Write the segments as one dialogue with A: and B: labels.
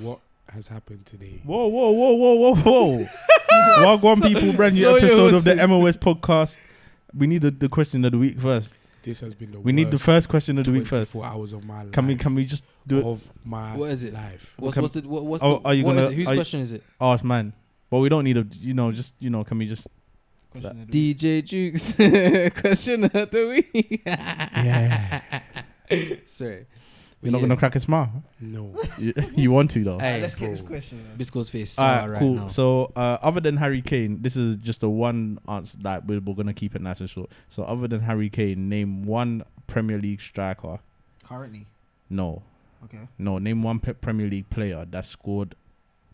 A: what has happened today.
B: Whoa, whoa, whoa, whoa, whoa, whoa. Welcome, people. Brand new
C: slow your
B: episode of the
C: horses.
B: MOS podcast. We need the, the question of the week first.
A: This has been the
B: We need the
A: worst
B: first question of the week first.
A: 24 hours of my life.
B: Can we can we just do it?
A: of my
C: What is it?
A: life?
C: What's,
B: Can-
C: what's the what, what's
B: Oh,
C: the,
B: are you
C: what is
B: gonna-
C: it? Whose
B: are you-
C: question is it?
B: Oh, it's man. But we don't need a you know just you know can we just
C: DJ Jukes question of the week.
B: yeah
C: Sorry,
B: we're not gonna crack a smile.
A: No.
B: you, you want to though.
C: Hey,
D: Let's get this
A: bro.
D: question. man.
C: Bisco's face.
B: All
C: sour
B: right,
C: right
B: cool.
C: now.
B: So, uh, other than Harry Kane, this is just a one answer that we're, we're gonna keep it nice and short. So, other than Harry Kane, name one Premier League striker.
D: Currently,
B: No,
D: okay.
B: no. Name one pe- Premier League player that scored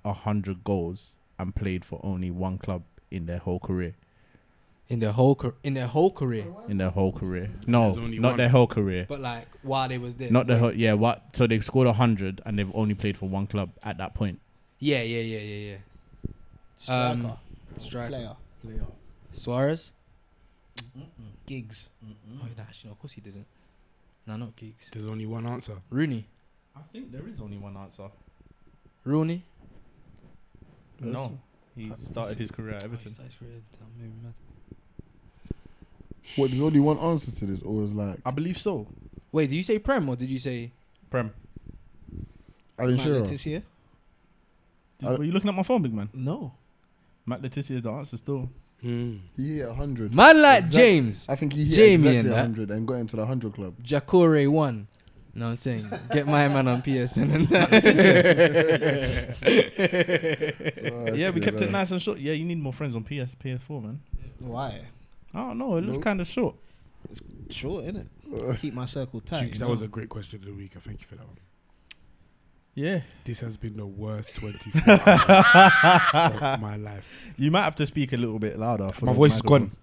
B: a hundred goals and played for only one club in their whole career.
C: in their whole car- in their whole career,
B: In their whole career. No,
A: There's only
B: not
A: one.
B: their whole career.
C: but like while they was there,
B: Not their
C: Like,
B: whole. Yeah. What? So they've scored a hundred and they've only played for one club at that point.
C: Yeah, yeah, yeah, yeah, yeah.
D: Striker,
C: Um, Strike
D: player,
C: Suarez.
D: gigs.
C: Oh, no, actually, no, of course he didn't. No, not Giggs.
A: There's only one answer.
C: Rooney.
B: I think there is only one answer.
C: Rooney.
B: No, he started his career at
C: Oh, he
B: Everton.
C: started his career at
D: um,
C: Everton, maybe mad.
E: What? There's only one answer to this, or it's like
B: I believe so.
C: Wait, did you say Prem or did you say?
B: Prem.
E: Alan Shearer.
D: This year?
E: Uh,
B: Were you looking at my phone, big man?
D: No.
B: Matt Letizia is the answer still.
A: Hmm.
E: He hit hundred.
C: Man like
E: Exact-
C: James.
E: I think he hit
C: Jamie and
E: exactly
C: that.
E: hundred and got into the hundred club.
C: Jakore won. No, I'm saying get my man on PSN. And
B: Uh, yeah, we kept it
E: Fucking
B: nice and short. Yeah, you need more friends on PS, PS4, man.
D: Why?
B: I don't know. It looks
E: Nope.
B: kind of short.
D: Sure, innit?
E: hell.
D: Keep my circle tight.
A: Jukes,
D: you
A: that
D: know?
A: was a great question of the week. I thank you for that one.
B: Yeah.
A: This has been the worst 24 hours of my life.
B: You might have to speak a little bit louder. for
A: My
B: the
A: voice is
B: microphone.
A: gone.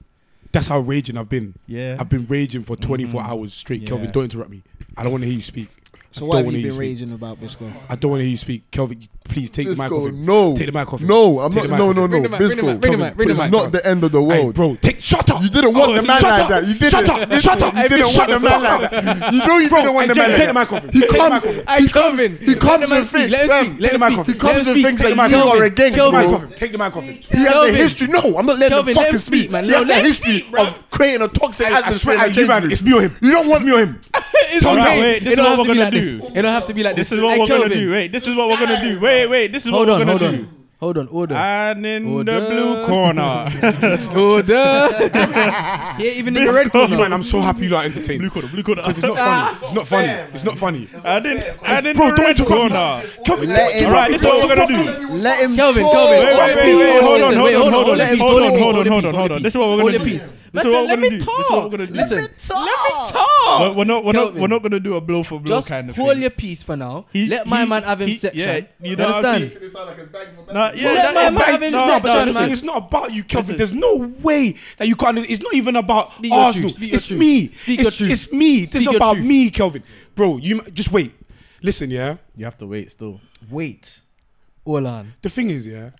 A: That's how raging I've been.
B: Yeah.
A: I've been raging for 24
B: Mm.
A: hours straight.
B: Yeah.
A: Kelvin, don't interrupt me. I don't want to hear you speak.
D: So
A: I
D: why
A: don't
D: have
A: wanna
D: you
A: hear
D: been
A: speak.
D: raging about Bisco?
A: I don't want to hear you speak. Kelvin, please take the mic off
E: Bisco,
A: him.
E: no,
A: Take the mic off him.
E: no, I'm
A: Take
E: not.
A: the mic
E: No,
A: off
E: no,
A: him.
C: Bring the
E: no,
C: mic, bring the
E: Bisco.
C: mic, bring the
E: Kelvin,
C: mic, bring the
E: It's
C: mic,
E: not
C: bro.
E: the end of the
A: Hey,
E: world. Oh,
A: bro, take shut up.
E: You didn't want the man
A: shut
E: like
A: up.
E: that. You didn't.
A: Shut up.
E: Bisco,
A: Shut up.
E: You didn't
A: Shut
E: want the
A: the
E: man
A: fuck
E: like that. You know you didn't want the
A: Hey, Jen,
E: man like
A: take the
E: that.
A: mic off him.
E: He
A: Take the
E: comes.
A: mic off him.
C: I come in.
E: He comes and
C: speak.
E: thinks.
C: Let him speak.
E: damn,
C: Let
A: Take the
C: him
A: mic
C: speak.
A: off.
E: He
C: Let him
E: comes and
C: speak.
E: thinks
C: Let
E: that
C: him
E: you
C: speak.
E: are against
A: Take the mic
C: Kelvin.
A: off
E: bro.
A: him. Take the mic off him.
E: He has a
C: Kelvin.
E: history. No, I'm not letting
C: Kelvin, let
E: him
C: him
E: fucking
C: speak,
E: speak.
C: man.
E: He has
C: Let
E: a
C: him
E: history
C: speak, bro.
E: of creating a toxic
A: I
E: atmosphere.
A: swear, I
E: in
A: do,
E: the
A: man.
E: team.
A: It's me or him.
E: You don't want
A: It's me or him.
C: It's
B: Alright,
C: okay.
B: wait, this
C: It
B: is
C: don't
B: what
C: have
B: we're
C: to be
B: gonna
C: like this.
B: do.
C: It don't have to be like this.
B: This is what
C: Hey,
B: we're going to
C: Kelvin.
B: do. Wait, this is what we're going to do. Wait, wait. This is
C: Hold
B: what
C: on,
B: we're
C: hold
B: going to
C: on.
B: do.
C: Hold on, order.
B: And in the
C: Order.
B: blue corner.
C: Order. yeah, even in the red
A: You
C: corner.
A: man, I'm so happy you are entertained.
B: blue
A: Because
B: corner. Blue corner.
A: it's not funny. It's not funny. It's not funny.
B: And in, and in
A: Bro,
B: the
A: don't interrupt
B: red
A: me.
B: corner.
A: Kelvin,
D: Let
A: don't
D: him-
B: All right, this is what we're going to do.
D: Let him.
C: Kelvin,
D: talk.
C: Kelvin.
B: Wait, wait, wait, wait, hold on, hold
C: Wait,
B: on, hold on,
C: let me-
B: hold on,
C: hold
B: hold on,
C: on,
B: hold on,
C: hold
B: hold
C: on,
B: on. This is what we're
C: hold
B: gonna do.
C: on,
B: This is
C: please.
B: what
C: Listen,
B: we're
C: let
B: gonna
C: me
B: do. This is
C: talk.
B: what we're gonna do.
C: Listen,
D: Let me talk.
B: We're,
C: talk.
B: we're not, we're not,
C: Kelvin.
B: we're not gonna do a blow for blow
C: Just
B: kind of
C: hold
B: thing.
C: your peace for now.
B: He-
C: Let my
B: he-
C: man have him
B: he-
C: section.
B: yeah, you
C: you
B: know, I
C: understand?
B: feel-
E: Nah,
B: Nah, yeah, that-
C: Let my man
B: no,
C: have his
B: no,
C: section,
A: That's
B: but
A: the
B: listen,
A: thing.
C: man.
A: It's not about you, Kelvin.
B: Listen.
A: There's no way that you can't. It's not even about
C: Speak your
A: Arsenal.
C: truth, speak your
A: it's
C: truth.
A: me.
C: Speak
A: it's,
C: your truth.
A: it's me.
C: Speak
A: this is
C: your
A: about
C: truth.
A: me, Kelvin. Bro, you m- just wait. Listen, yeah.
B: You have to wait still.
D: Wait.
C: Hold on.
A: The thing is, yeah.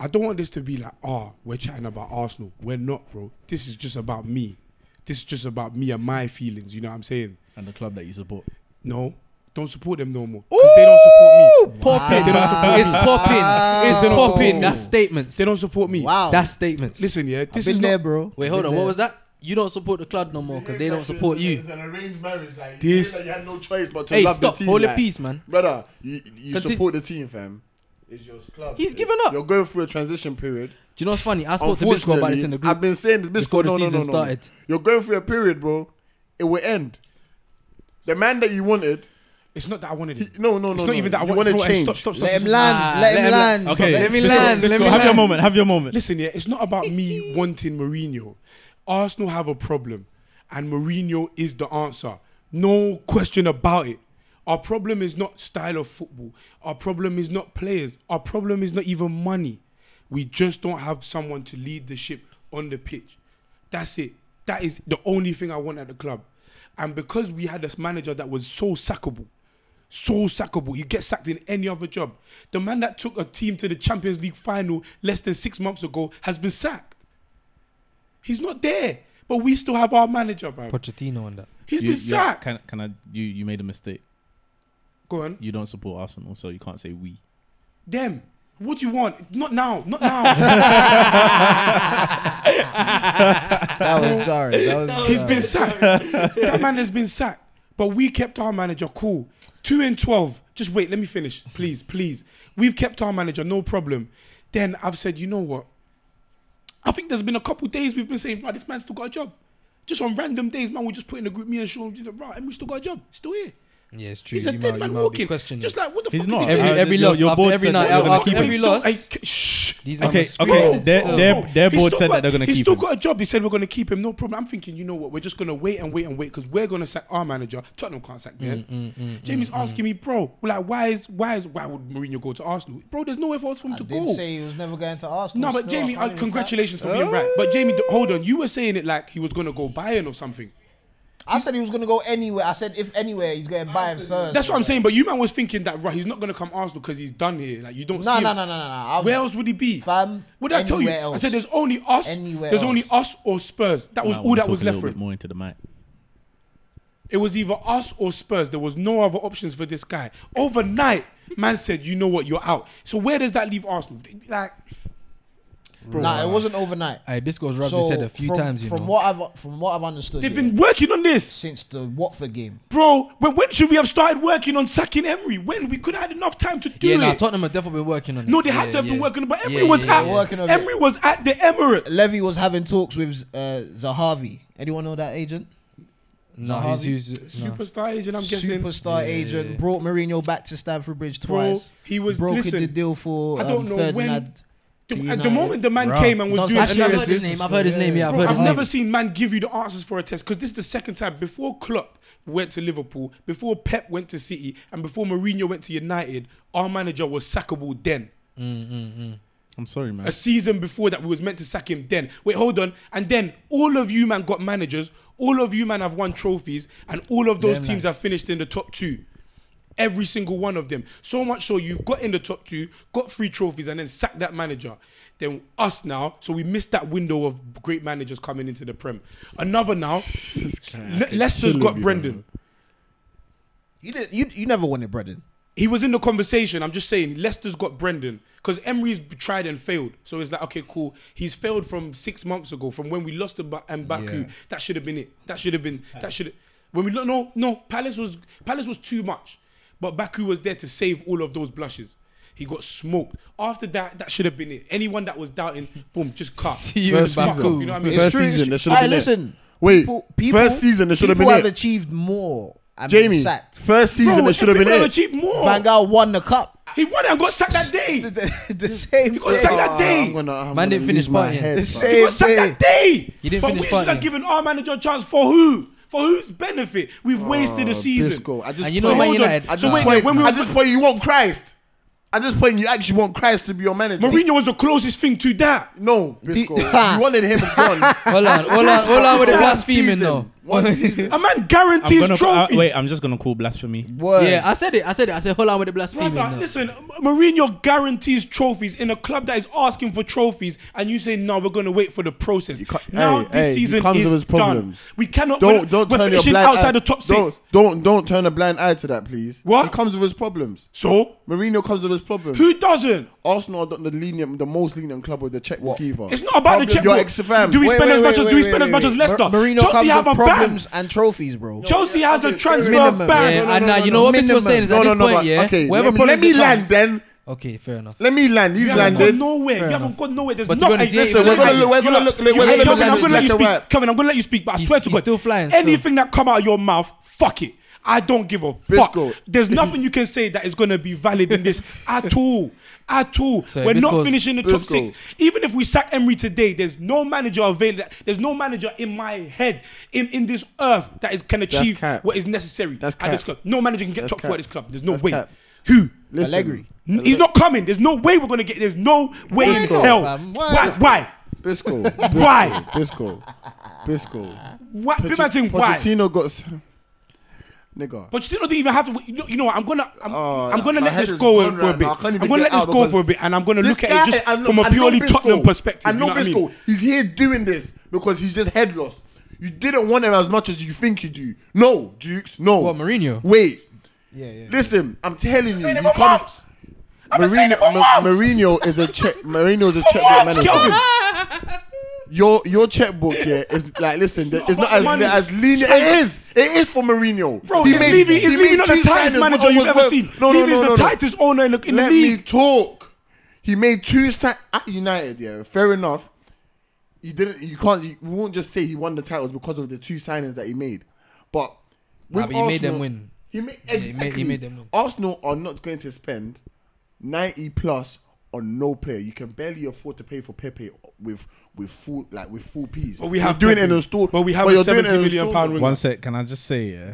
A: I don't want this to be like, ah, we're chatting about Arsenal. We're not, bro. This is just about me. This is just about me and my feelings. You know what I'm saying?
B: And the club that you support.
A: No, don't support them no more. Because they don't support me.
C: Popping.
A: They don't support
C: It's
A: me.
C: popping. It's
A: They don't
C: popping.
A: support-
C: That's statements.
A: They don't support me.
F: ah.
D: Wow.
C: That's statements.
A: Listen, yeah.
D: I've
A: This
D: been
A: is
D: there,
A: not,
D: bro.
C: Wait, hold on. What was that? You don't support the club no more because they don't support you.
E: It's an arranged marriage. Like,
A: This-
E: this, you had no choice but to
C: Hey,
E: love
C: stop.
E: the team.
C: Hold your
E: like,
C: peace, man.
E: brother. You, you
C: Conti-
E: support the team, fam. It's your club.
C: He's
E: It-
C: given up.
E: You're going through a transition period.
C: Do you know what's funny? I spoke to Bisco
E: Unfortunately,
C: about this in the group.
E: I've been saying this.
C: before
E: Bisco,
C: the
E: no, no, no,
C: season
E: no.
C: started.
E: You're going through a period, bro. It will end. The man that you wanted,
A: It's not that I wanted
E: he,
A: it.
E: no, no, no,
A: It's
E: no.
A: not even that I
E: you
A: wanted.
E: wanted
A: Bro, hey,
E: change.
A: Stop, stop, stop.
D: Let him
A: stop.
D: land.
C: Ah,
D: let
C: let
D: him
C: him
D: land.
C: land.
B: Okay,
C: Let me
B: let's go,
C: land,
B: let's
C: let
B: go.
C: me
B: Have your
C: land.
B: moment. Have your moment.
A: Listen, yeah, it's not about me wanting Mourinho. Arsenal have a problem, and Mourinho is the answer. No question about it. Our problem is not style of football. Our problem is not players. Our problem is not even money. We just don't have someone to lead the ship on the pitch. That's it. That is the only thing I want at the club. And because we had this manager that was so sackable, so sackable. You get sacked in any other job. The man that took a team to the Champions League final less than six months ago has been sacked. He's not there, but we still have our manager, man.
C: Pochettino on that.
A: He's
B: You-
A: been
B: yeah,
A: sacked.
B: Can, can I? You you made a mistake.
A: Go on.
B: You don't support Arsenal, so you can't say we.
A: Them. What do you want? Not now. Not now.
D: That was jarring. That was
A: He's
D: jarring.
A: been sacked. That man has been sacked. But we kept our manager cool. Two and twelve. Just wait. Let me finish, please, please. We've kept our manager, no problem. Then I've said, you know what? I think there's been a couple days we've been saying, right, this man still got a job. Just on random days, man, we just put in a group, me and Sean, just like, right, and we still got a job, still here.
C: Yeah, it's true.
A: He's a
C: you
A: dead
C: might,
A: man
C: you might be
A: walking.
C: questioning.
A: Just like what the
B: He's
A: fuck
B: not.
A: is he
C: Every-
A: doing?
B: Uh,
C: every
B: your-
C: loss,
B: your
C: after
B: board
C: every
B: said
C: night
B: that they're
C: out,
B: gonna
C: after
B: keep
C: every
B: him.
C: loss-
A: I- shh.
C: These men
B: Okay,
C: must
B: okay.
C: score.
B: Their, their, their
A: He's
B: board
A: still
B: said
A: got-
B: that they're going to
A: He's
B: keep
A: still
B: him.
A: got a job. He said we're going to keep him. No problem. I'm thinking, you know what? We're just going to wait and wait and wait because we're going to sack our manager. Tottenham can't
B: Mm,
A: sack theirs. Jamie's asking me, bro, like, why is why is why would Mourinho go to Arsenal? Bro, there's nowhere for us for him
F: I
A: to
F: did
A: go.
F: say he was never going to Arsenal.
A: No, but
F: still, I
A: Jamie, uh,
F: can't even
A: congratulations for being right. But Jamie, d- hold on. You were saying it like he was going to go Bayern or something.
F: count. I said he was going to go anywhere. I said if anywhere, he's going Bayern first.
A: That's what I'm saying. But you man was thinking that right, he's not going to come Arsenal because he's done here. Like you don't
F: No,
A: see.
F: no,
A: him.
F: no, no, no, no. I
A: Where
F: was-
A: else would he be?
F: Fam,
A: What did I tell you?
F: anywhere
A: I said
F: else.
A: there's only us.
F: Anywhere
A: there's only
F: else.
A: us or Spurs. That was
B: Now I
A: all
B: wanna
A: that was
B: talk
A: left
B: a little
A: for
B: bit
A: him.
B: More into the mic.
A: It was either us or Spurs. There was no other options for this guy. Overnight, man said, "You know what? You're out." So where does that leave Arsenal? Like,
F: Nah, it wasn't overnight.
C: Aye, Bisco's rubbed his head a few
F: from,
C: times, you
F: from
C: know.
F: what I've from what I've understood,
A: they've
F: yeah,
A: been working on this,
F: since the Watford game.
A: bro. When, when should we have started working on sacking Emery? When we could have had enough time to do
C: yeah,
A: it.
C: nah, Tottenham have definitely been working on it.
A: no, they had
C: Yeah,
A: to have been
C: yeah.
A: working, but Emery
C: Yeah,
A: was
C: yeah,
A: at
C: yeah.
F: Working on it.
A: Emery was at the Emirates.
F: Levy was having talks with uh, Zahavi. Anyone know that agent?
C: No, he's
F: Zahavi.
C: used. no.
A: Superstar agent, I'm guessing.
F: Superstar
C: Yeah, yeah,
F: agent
C: yeah.
F: brought Mourinho back to Stamford Bridge
A: bro,
F: twice.
A: he was
F: brokered
A: listen.
F: the deal for
A: I
F: um,
A: don't know when-
F: Ferdinand
A: the-
F: to
A: at the
F: United.
A: moment, the man
B: Bruh.
A: came and was
F: That's
A: doing
F: actually
A: analysis.
C: I've heard his name. I've heard his name. Yeah, I've
A: Bro,
C: heard
A: I've
C: his
A: never
C: name.
A: seen man give you the answers for a test because this is the second time before Klopp went to Liverpool, before Pep went to City, and before Mourinho went to United. Our manager was sackable then.
B: I'm sorry, man.
A: A season before that, we was meant to sack him then. Wait, hold on. And then all of you man got managers. All of you man have won trophies, and all of those
C: Them
A: teams have finished in the top two. Every single one of them. So much so you've got in the top two, got three trophies, and then sacked that manager. Then us now, so we missed that window of great managers coming into the Prem. Another now, Le- Leicester's
E: killing
A: got
E: me,
A: Brendan.
E: man.
F: You, did, you you never wanted Brendan.
A: He was in the conversation. I'm just saying, Leicester's got Brendan because Emery's tried and failed. So it's like, okay, cool. He's failed from six months ago, from when we lost to ba- and Baku.
C: Yeah.
A: That should have been it. That should have been. That should. When we lo- no no Palace was Palace was too much, but Baku was there to save all of those blushes. He got smoked. After that, that should have been it. Anyone that was doubting, boom, just cut.
C: See you in
E: First
A: Fuck
C: Baku.
E: season.
A: off, you know what I mean?
E: First
F: It's true, it's
E: season,
F: true.
E: they should have
F: Aye,
E: been it.
F: listen.
E: Wait, first season, they should have
F: people
E: been
F: have
E: it.
F: achieved more and Jamie,
E: Jamie,
F: been sacked.
E: first season,
A: Bro,
E: it should have been
A: people
E: it.
A: achieved more.
F: Van Gaal won the cup
A: He won and got sacked that day.
F: the, the, the same
A: You got
F: day.
A: sacked that day.
E: Ah, I'm gonna- I'm
C: Man
E: gonna
C: didn't finish
E: lose my
C: partying.
E: head,
F: The
E: bro.
A: He
F: same
A: got sacked
F: day.
A: that day.
C: He didn't
A: but
C: finish
A: we should have
C: fighting.
A: given our manager a chance for who? For whose benefit? We've wasted a
E: Oh,
A: season.
E: Bisco, at this
C: And you know
E: point-
C: Man
A: hold on.
C: United-
E: At
A: So
E: this
A: wait,
E: point-
A: when we were-
E: at this point, you want Christ. At this point, you actually want Christ to be your manager.
A: Mourinho was the closest thing to that.
E: No, Bisco. you wanted him gone.
C: Hold on, hold on, hold on with the
E: One
C: blaspheming
E: season.
C: though.
E: One season.
A: A man
B: I'm
A: guarantees
B: gonna, uh,
A: trophies.
B: wait, I'm just going to call blasphemy.
F: Word.
C: Yeah, I said it. I said it. I said hold on with the blaspheming.
A: Brother,
C: now.
A: listen, Mourinho guarantees trophies in a club that is asking for trophies, and you say no, we're going to wait for the process.
E: can't-
A: Now
E: Hey,
A: this
E: hey, he
A: season
E: comes
A: is
E: with his
A: done.
E: problems.
A: We cannot. we're,
E: Don't don't
A: we're
E: turn your
A: finishing
E: blind eye.
A: outside the top 6
E: Don't, don't don't turn a blind eye to that, please.
A: What?
E: He comes with his problems.
A: So
E: Mourinho comes with his problems.
A: who doesn't?
E: Arsenal are the the lenient, the most lenient club with the checkbook either.
A: It's not about the
E: Problem- Your
A: checkbook.
E: ex fam.
A: Do we
F: Wait,
A: spend
F: wait,
A: as
F: wait,
A: much as
F: wait,
A: do we
F: wait,
A: spend
F: wait,
A: as much
F: wait.
A: as Leicester?
F: Mar- Mourinho
A: Chelsea
F: comes
A: have a
F: with
A: ban.
F: problems and trophies, bro.
A: Chelsea has a transfer
F: Minimum.
A: ban.
C: Yeah,
E: no,
C: and
E: no,
C: now
E: no,
C: you know
E: no,
C: what Bisco's saying is at
E: no,
C: this
E: no, no,
C: point,
E: but
C: yeah.
E: okay.
C: whatever
E: Let me, let
C: problems
E: me
C: it
E: land
C: comes-
E: then.
C: Okay, fair enough.
E: Let me land. He's
A: You haven't gone
E: landed.
A: nowhere. You haven't gone nowhere. There's
C: But to
A: not.
C: be honest,
A: a-
C: yeah,
E: Listen, we're gonna look- we're gonna look- we're
A: You
E: gonna
A: hate-
E: look
A: Kelvin,
E: at
A: I'm gonna let you
E: Black and
A: speak.
E: white.
A: Kelvin, I'm gonna let you speak. But I
C: He's-
A: swear to
C: he's
A: God,
C: still flying still.
A: anything that come out of your mouth, fuck it. I don't give a fuck.
E: Bisco.
A: There's nothing you can say that is gonna be valid in this at all. At all.
C: So
A: we're not
C: Bisco's-
A: finishing the top
E: Bisco.
A: six. Even if we sack Emery today, there's no manager available. There's no manager in my head, in, in this earth, that is can achieve
E: cap.
A: what is necessary
E: That's
A: at this
E: cap.
A: club. No manager can get
E: That's
A: top four
E: cap.
A: at this club. There's no
E: That's
A: way.
E: cap.
A: Who?
E: Listen.
F: Allegri.
A: N- He's not coming. There's no way we're gonna get. There's no way in
F: not,
A: hell.
F: fam? Why
A: Why?
F: not?
A: Why?
E: Bisco.
A: Why?
E: Bisco. Bisco.
A: Why? Big man saying why?
E: Pochettino got s- nigga.
A: But you don't even have to. You know, you know what? I'm gonna. I'm,
E: Oh,
A: I'm gonna
E: my
A: let
E: head
A: this
E: is
A: go
E: gone
A: for a
E: right
A: bit.
E: now. I can't
A: I'm gonna
E: even get
A: let this
E: out
A: go
E: because
A: for a bit, and I'm gonna
E: This
A: look at
E: guy,
A: it just
E: I know-
A: from
E: I
A: a
E: know
A: purely
E: Bisco.
A: Tottenham perspective.
E: I
A: you
E: know,
A: what
E: Bisco.
A: I mean?
E: He's here doing this because he's just head lost. You didn't want him as much as you think you do. No, Jukes. No.
C: What, Mourinho?
E: Wait.
F: Yeah, yeah.
E: Listen, I'm telling you,
F: saying it
E: you
F: for
E: can't-
F: months. been saying
E: Mourinho,
F: it for
E: Ma-
F: months.
E: Mourinho is a check. Mourinho is a checkbook
F: months,
E: manager. Your your checkbook here is like listen, it's,
A: not about
E: not as
A: money.
E: as lenient. It is, it is for Mourinho.
A: Bro, he's leaving. He's
E: he
A: leaving
E: made
A: not the
E: two
A: tightest
E: signings,
A: manager
E: one
A: you've
E: was
A: ever
E: worth-
A: seen.
E: No, no,
A: Leaving is
E: no,
A: the
E: no, no.
A: tightest owner in the, in the
E: Let
A: league.
E: me talk. He made two si- at United. Yeah, fair enough. He didn't. You can't. You we won't just say he won the titles because of the two signings that he made. But with
C: Nah, but he made them
E: Arsenal-
C: win.
E: He made
C: Yeah, he made-
E: exactly.
C: he made them win.
E: Arsenal are not going to spend ninety plus on no player. You can barely afford to pay for Pepe with with full like with full P's.
A: But we
E: You're
A: have
E: doing
A: Pepe.
E: it in a store.
A: But we have a 70 million pound winger.
B: One sec, can I just say yeah,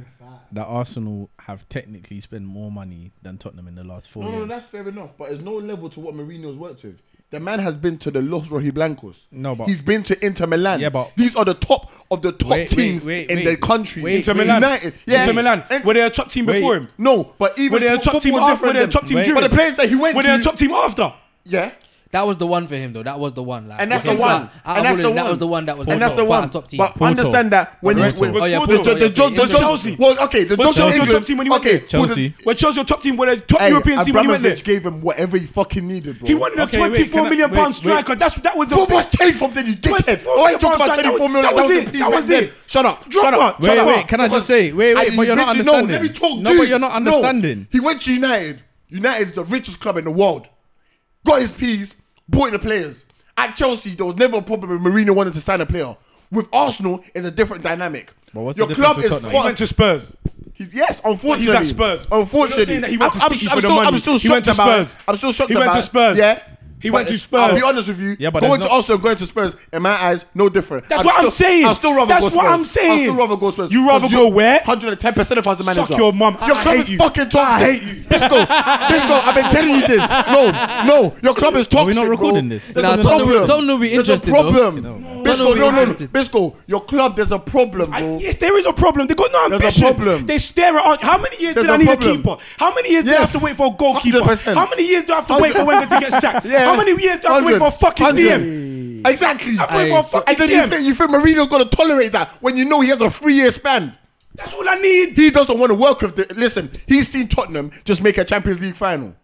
B: that Arsenal have technically spent more money than Tottenham in the last four
E: No,
B: years.
E: no, that's fair enough. But it's no level to what Mourinho's worked with. The man has been to the Los Rojiblancos.
B: No, but-
E: he's been to Inter Milan.
B: Yeah, but-
E: these are the top of the top
B: Wait, wait,
E: teams
B: wait,
E: in
B: wait.
E: the country.
B: Wait,
A: Inter Milan.
E: United. Yeah,
A: Inter Milan.
E: Ent-
A: Were they a top team
B: Wait.
A: before him?
E: no, but even
A: Were they a
E: football
A: top team
E: is
A: after? Were they a
E: different
A: top team
B: Wait.
A: during?
E: But the players that he went
A: Were they a
E: to-
A: top team after?
E: Yeah,
C: That was the one for him though. That was the one. Like,
E: And that's
C: for him
E: the
C: to-
E: one.
C: out of
E: And that's
C: all
E: the
C: of them, That
E: one.
C: was the one that was
E: and that's
C: quite
E: the
C: a
E: one.
C: top team. Oh,
E: But
B: Porto.
E: understand that when
B: Porto.
E: when-
A: Was
C: yeah,
A: Porto-
E: the, the,
C: yeah,
E: John, the
A: was
E: John,
A: Chelsea.
E: Well, okay, the
A: Was
E: John
A: Chelsea a
E: England,
A: top team when he went
E: okay,
A: there?
E: who the-
B: Chelsea.
A: Were Chelsea a top team? Were they a top
E: Hey,
A: European team when he went there?
E: Abramovich gave him whatever he fucking needed, bro.
A: He wanted a
B: Okay, wait,
A: twenty-four
B: can I-
A: million
B: wait,
A: pound
B: wait.
A: striker. That's that was the
E: Football's changed from then, you dickhead.
A: Wait,
E: Oh, I talk about
A: that was-
E: 24 million.
A: that was
E: the
A: it,
E: peak
A: that
E: back
A: was
E: then.
A: it.
E: Shut up.
A: Drop
E: shut up.
A: one,
B: Wait,
E: shut
B: wait,
E: up.
B: can I just
E: Because-
B: say- wait, wait,
E: And
B: but
E: he
B: you're not
E: went to- no,
B: understanding.
E: let me talk,
B: No,
E: dude.
B: but you're not
E: No.
B: understanding.
E: He went to United. United is the richest club in the world. Got his P's, bought in the players. At Chelsea, there was never a problem with Mourinho wanting to sign a player. With Arsenal, it's a different dynamic.
B: But what's
E: Your
B: the difference
E: club
B: with
E: is
B: Tottenham?
A: He went
E: fucked.
A: to Spurs.
E: He- Yes, unfortunately.
A: He's at Spurs. We're
E: Unfortunately.
A: not saying that he went to
E: I'm- I'm-
A: City
E: I'm
A: for the
E: still-
A: money.
E: I'm still
A: He went to
E: shocked about it.
A: Spurs.
E: I'm still shocked
A: He went
E: about
A: to
E: it.
A: Spurs.
E: Yeah.
A: He went to
E: But I'll be
A: Spurs.
E: honest with you.
B: Yeah, but
E: going
B: there's
E: to
B: not-
E: Arsenal, and going to Spurs, in my eyes, no different.
A: That's what I'm saying.
E: I'll still rather
A: That's
E: go Spurs.
A: what I'm
E: I'll
A: saying.
E: still rather go Spurs.
A: You rather
E: Because
A: go
E: you're
A: where?
E: 110% of us the manager.
A: Suck your mum. I-
E: Your
A: I
E: club
A: hate
E: is
A: you.
E: fucking toxic.
A: I hate you.
E: Bisco, Bisco, I've been telling you this. No, no, your club is
B: Are we
E: toxic.
B: not recording
E: bro.
B: this?
E: There's
C: Nah,
E: a
C: Tottenham-
E: problem.
C: Tottenham will be
E: There's a
C: interested, though.
E: problem.
C: Tottenham
E: Bisco,
C: will be
E: no, no, no.
C: interested.
E: Bisco, your club, there's a problem,
A: I,
E: bro.
A: yes, there is a problem. They got no
E: There's a
A: ambition.
E: problem.
A: They stare at. How many years
E: There's
A: did I
E: a
A: need
E: problem.
A: a keeper? How many years do I
E: Yes.
A: have to wait for a goalkeeper?
E: 100%.
A: How many years do I have to wait for Wenger to get sacked?
E: Yeah.
A: How many years do I have to wait for a fucking
E: 100.
A: DM?
E: Exactly.
A: I have to wait for a
C: so-
E: And
A: fucking
E: then you
A: DM.
E: think, you think Mourinho's going to tolerate that when you know he has a three year span?
A: That's all I need.
E: He doesn't want to work with the. Listen, he's seen Tottenham just make a Champions League final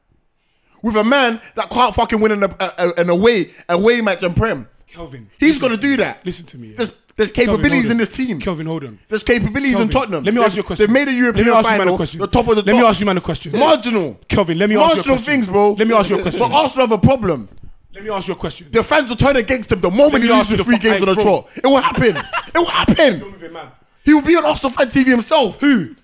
E: with a man that can't fucking win an, a, a, an away away match in Prem.
A: Kelvin,
E: He's
A: listen
E: going to do that.
A: Listen to me. yeah.
E: There's, there's
A: Kelvin,
E: capabilities
A: hold
E: in this
A: on.
E: team.
A: Kelvin, hold on.
E: There's capabilities
A: Kelvin,
E: in Tottenham.
A: Let me ask
E: They've-
A: you a question.
E: They've made a
A: let
E: European
A: me ask you, man,
E: final.
A: a question.
E: The top of the
A: Let me
E: top.
A: ask you, man, a question.
E: Marginal.
A: Kelvin, let me ask you a
E: Marginal
A: question.
E: things, bro.
A: Let me ask you a question.
E: But Arsenal have a problem.
A: Let me ask you a question.
E: The fans will turn against him the
A: Let
E: moment
A: me
E: he
A: ask you
E: loses
A: the
E: three
A: fu-
E: games
A: Hey,
E: on a
A: bro.
E: trot. It will happen. it will happen. He will be on Arsenal fan TV himself.
A: Who?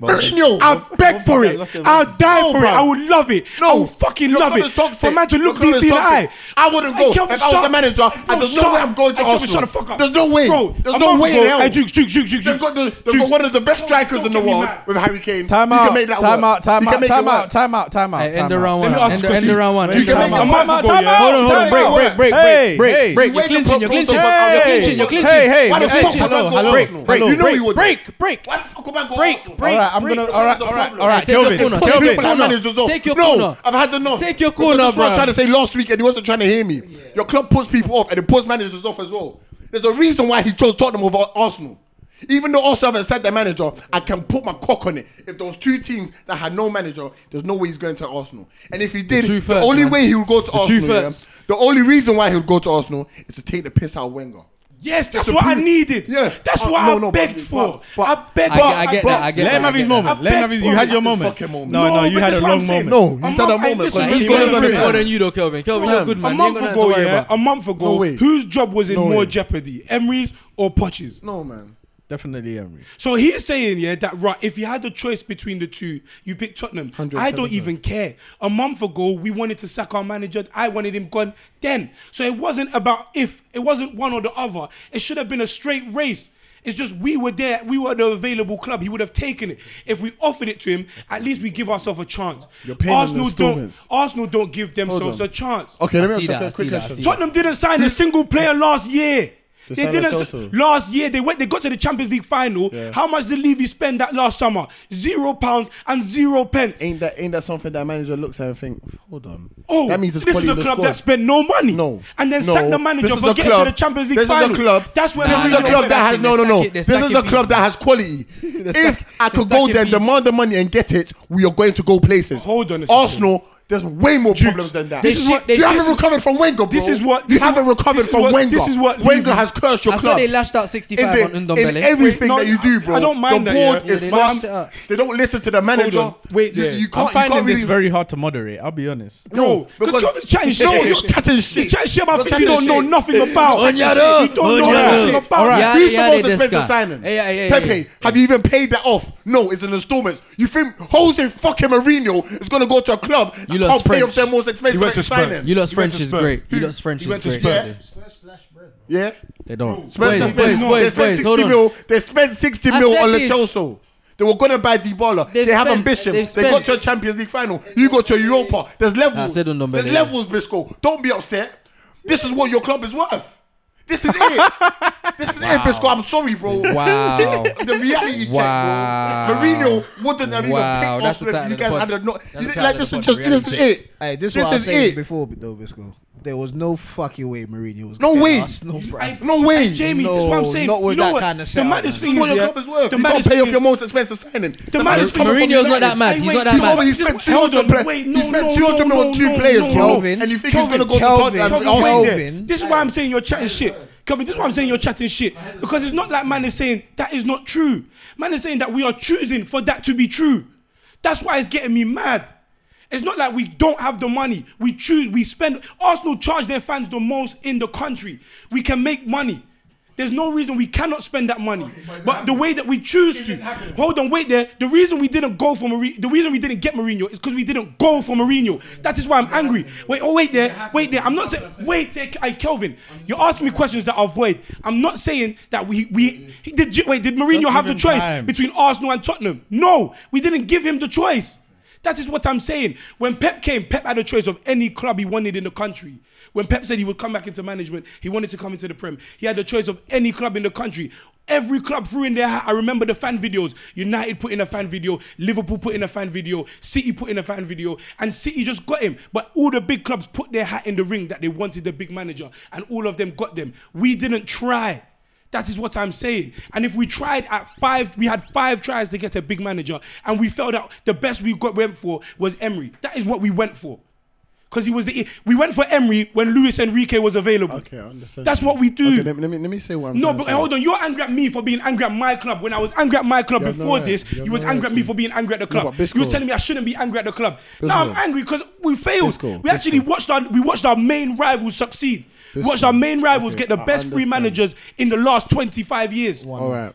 E: Mourinho.
A: I'll beg for
B: that
A: it.
B: lost their
A: I'll die
E: No,
A: for it.
E: bro.
A: I would love it. I would fucking
E: your
A: love
E: club
A: it.
E: is toxic.
A: For man to
E: Your
A: look
E: club
A: deep
E: is
A: in the eye.
E: toxic. I wouldn't
A: Hey,
E: go.
A: Kelvin,
E: if I was
A: shut
E: the
A: up.
E: manager,
A: Hey,
E: and
A: bro,
E: there's
A: shut
E: no way
A: up.
E: I'm going to
A: Hey, Kelvin,
E: Arsenal.
A: Shut the fuck up.
E: There's no way.
A: Bro,
E: there's
A: a
E: no
A: month
E: way
A: ago-
E: in hell.
A: Hey, Jukes, Jukes, Jukes, Jukes.
E: They've got, the, they've
A: Jukes.
E: got one of the best
A: Don't-
E: strikers
A: don't
E: in the
A: get me
E: world
A: mad.
E: with Harry Kane.
B: Time
E: you
B: out.
E: can make that
B: Time
E: work.
B: out. Time
E: you can
B: out.
E: make it
B: Time
E: work.
B: out. Time out. Time out.
C: Hey, end
B: time
C: the
B: out.
C: round
A: Let
C: one.
A: me ask you a
C: End the- end
A: question.
C: the round one.
A: You
C: end the
E: can
C: round
E: make
A: a
C: one.
E: them-
A: month ago,
E: Time
A: yeah?
E: out.
C: Hold on, hold on,
E: Hey,
C: break,
E: yo,
C: break, break,
B: hey,
C: break, break,
B: hey,
C: break. You're
E: wait,
C: clinching,
E: the
C: you're
E: pro-
C: clinching,
E: pro-
C: you're
E: pro- Hey,
C: clinching, you're
E: hey,
C: clinching.
B: hey,
E: Why the
B: hey,
E: fuck would
C: hello,
E: I go
C: hello,
E: Arsenal?
C: break, break,
E: You know
C: break,
E: he would.
C: break, break.
E: Why the fuck would I go
C: Break,
E: Arsenal?
C: break.
B: All right, I'm
C: break.
B: gonna. All right, all right, all right.
C: Hey, take your
B: Kelvin,
C: corner,
E: Put
C: take
B: Kelvin.
E: people at
C: corner.
E: managers off.
C: Take your
E: no,
C: corner.
E: I've had enough.
C: Take your
E: Because
C: corner,
E: That's what I was
C: bruh.
E: trying to say last week, and he wasn't trying to hear me. Your club puts people off, and it puts managers off as well. There's a reason why he chose Tottenham over Arsenal. Even though Arsenal haven't said their manager, I can put my cock on it. If those two teams that had no manager, there's no way he's going to Arsenal. And if he did, the,
C: two thirds,
E: only
C: man.
E: way he would go to Arsenal, yeah,
C: thirds.
E: the only reason why he would go to Arsenal is to take the piss out of Wenger.
A: Yes, that's
E: It's a
A: what I
E: beat.
A: needed.
E: Yeah.
A: That's
E: Uh,
A: what
E: no,
A: I
E: no, but-
A: begged
E: but-
A: for.
E: but-
A: I begged
C: I
A: for.
C: get, I get
E: But-
C: that. I get
B: Let
C: that,
B: him
C: I
B: have his
C: get that.
B: moment.
A: I
B: Let him have
A: begged
B: his.
A: for
B: You had
A: it.
B: your
A: That's
B: moment.
E: fucking moment.
B: No, no, you
A: but
B: had
A: that's
B: a
A: what I'm
B: long
A: saying.
B: moment.
E: No,
A: A month-
E: he's had a
A: hey,
E: moment.
A: listen,
E: but
C: Like, he's
E: this
A: gonna
C: going
E: guy's
C: to
A: finish
E: had a
C: finish more
E: moment.
C: than you, though, Kelvin. Kelvin, you're good, man.
A: A
C: You ain't
A: month
C: got nothing to
A: ago,
C: worry
A: yeah.
C: about.
A: A month ago,
E: way.
A: who's job was in
E: No
A: more
E: way.
A: jeopardy, Emery's or Poch's?
E: No, man.
B: Definitely Emery.
A: So he's saying, yeah, that right, if you had the choice between the two, you pick Tottenham. I don't even care. A month ago, we wanted to sack our manager. I wanted him gone then. So it wasn't about if, it wasn't one or the other. It should have been a straight race. It's just we were there, we were the available club. He would have taken it. If we offered it to him, at least we give ourselves a chance.
E: You're paying them
A: Arsenal don't
E: installments.
A: Arsenal don't give themselves
E: on.
A: a chance.
E: Okay,
C: I
E: let me
C: see
E: ask
C: that,
E: you
C: I
E: a
C: see
E: quick
C: that, I
E: question.
C: see that.
A: Tottenham didn't sign a single player last year. they
D: Sammy
A: didn't.
D: Sosa.
A: Last year they went. They got to the Champions League final. How much did Levy spend that last summer? Zero pounds and zero pence.
D: Ain't that ain't that something that manager looks at and think, hold on.
A: Oh,
D: that means it's
A: this is a
D: quality in the
A: club
D: squad.
A: that spent no money.
D: No.
A: And then
D: No.
A: sack the
E: This
A: manager
E: is
A: for
E: the
A: getting
E: club.
A: to the Champions League
E: This
A: final.
E: is the club.
A: That's where
E: this is
A: Mourinho
E: the club
A: went.
E: that has no, no, no.
C: They're stacking-
E: This
C: they're
E: is the
C: stacking
E: club that has quality. if
C: stacking-
E: I could
C: they're
E: go there,
C: stacking
E: demand the money and get it, we are going to go places.
A: Hold on a second.
E: Arsenal. There's way more problems than that.
A: this is
C: what- they
E: you haven't
C: should-
E: recovered from Wenger, bro.
A: This is what-
E: you
A: this is
E: haven't
A: what-
E: recovered
A: this is
E: from
A: what-
E: Wenger.
A: this is what
E: Wenger
A: Levy-
E: has cursed your
C: I saw
E: club
C: they lashed out 65
E: in,
C: on
E: the, in
C: Ndombele.
A: Wait,
E: everything
A: no,
E: that you do, bro.
A: I don't mind
E: the
A: that,
E: board
A: yeah.
E: is
C: Yeah, they
E: fucked.
C: laughed it up.
E: They don't listen to the manager.
A: uh, on. Wait
E: you,
A: there.
E: you
B: I'm
E: can't. you
B: finding
E: can't
B: this
E: really,
B: very hard to moderate. I'll be honest.
A: No, because Kevin's chatting shit.
E: No, you're chatting shit.
A: You're chatting shit about
E: You're
A: things you
E: chatting
A: don't know
E: shit.
A: nothing about.
E: You're chatting
A: Onyado,
E: shit.
A: You don't know
E: Onyado.
A: nothing about.
B: All right.
C: Yeah,
E: Who's
C: yeah,
E: supposed to
C: this
E: pay for
C: guy.
E: signing?
C: Yeah, yeah, yeah,
E: Pepe,
C: yeah.
E: have you even paid that off? No, it's in installments. You think Jose fucking Mourinho is going to go to a club
C: You
E: and
C: lost
E: can't pay
C: French.
E: off their most expensive
A: went to Spurs.
E: signing?
C: You lot's
A: He went
C: French
A: to
C: is
A: Spurs.
C: great. You lot's
A: He
C: French is
A: went to
C: great.
A: Spurs.
E: Yeah.
F: First flash bread.
E: Yeah.
B: They don't.
E: Spurs,
A: Boys,
E: they spent,
A: boys,
E: they
A: boys,
E: spent
C: boys,
E: 60
C: hold on.
E: mil. They spent 60 mil
C: said
E: on
C: this.
E: Chelsea. They were going to buy Dybala. They
C: They've
E: have
C: spent-
E: ambition.
C: they've
E: They got
C: spent-
E: to a Champions League final. You got to Europa. There's
C: I
E: levels.
C: said on Ndombele,
E: There's
C: yeah.
E: levels, Bisco. Don't be upset. This is what your club is worth. This is it. this is it, Bisco. I'm sorry, bro.
C: Wow.
E: This is the reality
C: Wow.
E: check, bro. Mourinho wouldn't have
C: Wow,
E: even picked
C: that's the
E: Arsenal if
C: title
E: you
C: of the
E: guys
C: pod.
E: had a no.
C: That's
E: you
C: the
E: didn't-
C: title
E: Like
C: of
E: this
C: the pod,
E: is just
C: the
E: this is
C: reality
E: it.
F: Hey, this, is
E: This
F: what I was
E: is
F: saying
E: it.
F: before, though, Bisco. There was no fucking way Mourinho was.
E: No
F: getting
E: way.
F: Arsenal, bruv.
E: No way.
A: Hey, Jamie, that's what I'm
F: No,
A: saying.
F: not with
A: you know
F: that
A: what?
F: kind
A: the
F: of setup,
A: maddest
F: man.
A: thing
E: This is what
A: is,
E: your
A: yeah,
E: club is worth.
A: The
E: You can't
A: maddest
E: pay
A: thing
E: off your
A: is-
E: most expensive signing.
A: The
E: Man
A: man
E: is
A: is
E: coming from
C: Mourinho's not
E: United.
C: that mad.
A: Hey,
C: He's
A: wait,
C: not that
E: He's
A: he's
C: mad.
E: over. He
A: Look,
E: spent
A: hold
E: 200
A: on,
E: players.
A: wait,
E: he
A: no,
E: spent
A: no,
E: 200
A: no,
E: million on
A: no,
E: two
A: no,
E: players,
A: no,
E: bro.
F: Kelvin,
E: and you think he's gonna go
F: Kelvin,
E: to Tottenham?
F: Kelvin,
E: Arsenal?
A: Kelvin,
F: Kelvin.
A: there. This is why I'm saying you're chatting shit. Kelvin, this is why I'm saying you're chatting shit. Because it's not like man is saying that is not true. Man is saying that we are choosing for that to be true. That's why it's getting me mad. It's not like we don't have the money. We choose, we spend. Arsenal charge their fans the most in the country. We can make money. There's no reason we cannot spend that money. But the way that we choose to. Hold on, wait there. The reason we didn't go for Mourinho, the reason we didn't get Mourinho is because we didn't go for Mourinho. That is why I'm angry. Wait, oh, wait there. Wait there. I'm not saying. Wait there, hey, Kelvin. You're asking me questions that are void. I'm not saying that we. we he did, you- wait, did Mourinho
B: Just
A: have the
B: give him
A: choice
B: time.
A: between Arsenal and Tottenham? No, we didn't give him the choice. That is what I'm saying. When Pep came, Pep had a choice of any club he wanted in the country. When Pep said he would come back into management, he wanted to come into the Prem. He had the choice of any club in the country. Every club threw in their hat. I remember the fan videos. United put in a fan video, Liverpool put in a fan video, City put in a fan video, and City just got him. But all the big clubs put their hat in the ring that they wanted the big manager, and all of them got them. We didn't try. That is what I'm saying. And if we tried at five, we had five tries to get a big manager, and we felt out the best we got went for was Emery. That is what we went for. Because he was the we went for Emery when Luis Enrique was available.
D: Okay, I understand.
A: That's what we do.
D: Okay, let, me, let me let me say what I'm
A: no,
D: trying
A: but
D: to say.
A: hold on. You're angry at me for being angry at my club. When I was angry at my club
D: You have no
A: before
D: right.
A: this,
D: You
A: you,
D: have
A: was
D: no
A: angry
D: right
A: at me
D: to.
A: for being angry at the
D: No,
A: club.
D: but
A: you was
D: Bisco-
A: telling me I shouldn't be angry at the club. Now I'm
D: Bisco-
A: angry because we failed.
D: Bisco-
A: we actually
D: Bisco.
A: watched our we watched our main rivals succeed. We watched our main rivals
D: Okay,
A: get the
D: I
A: best free
D: understand.
A: managers in the last 25 years.
D: All right,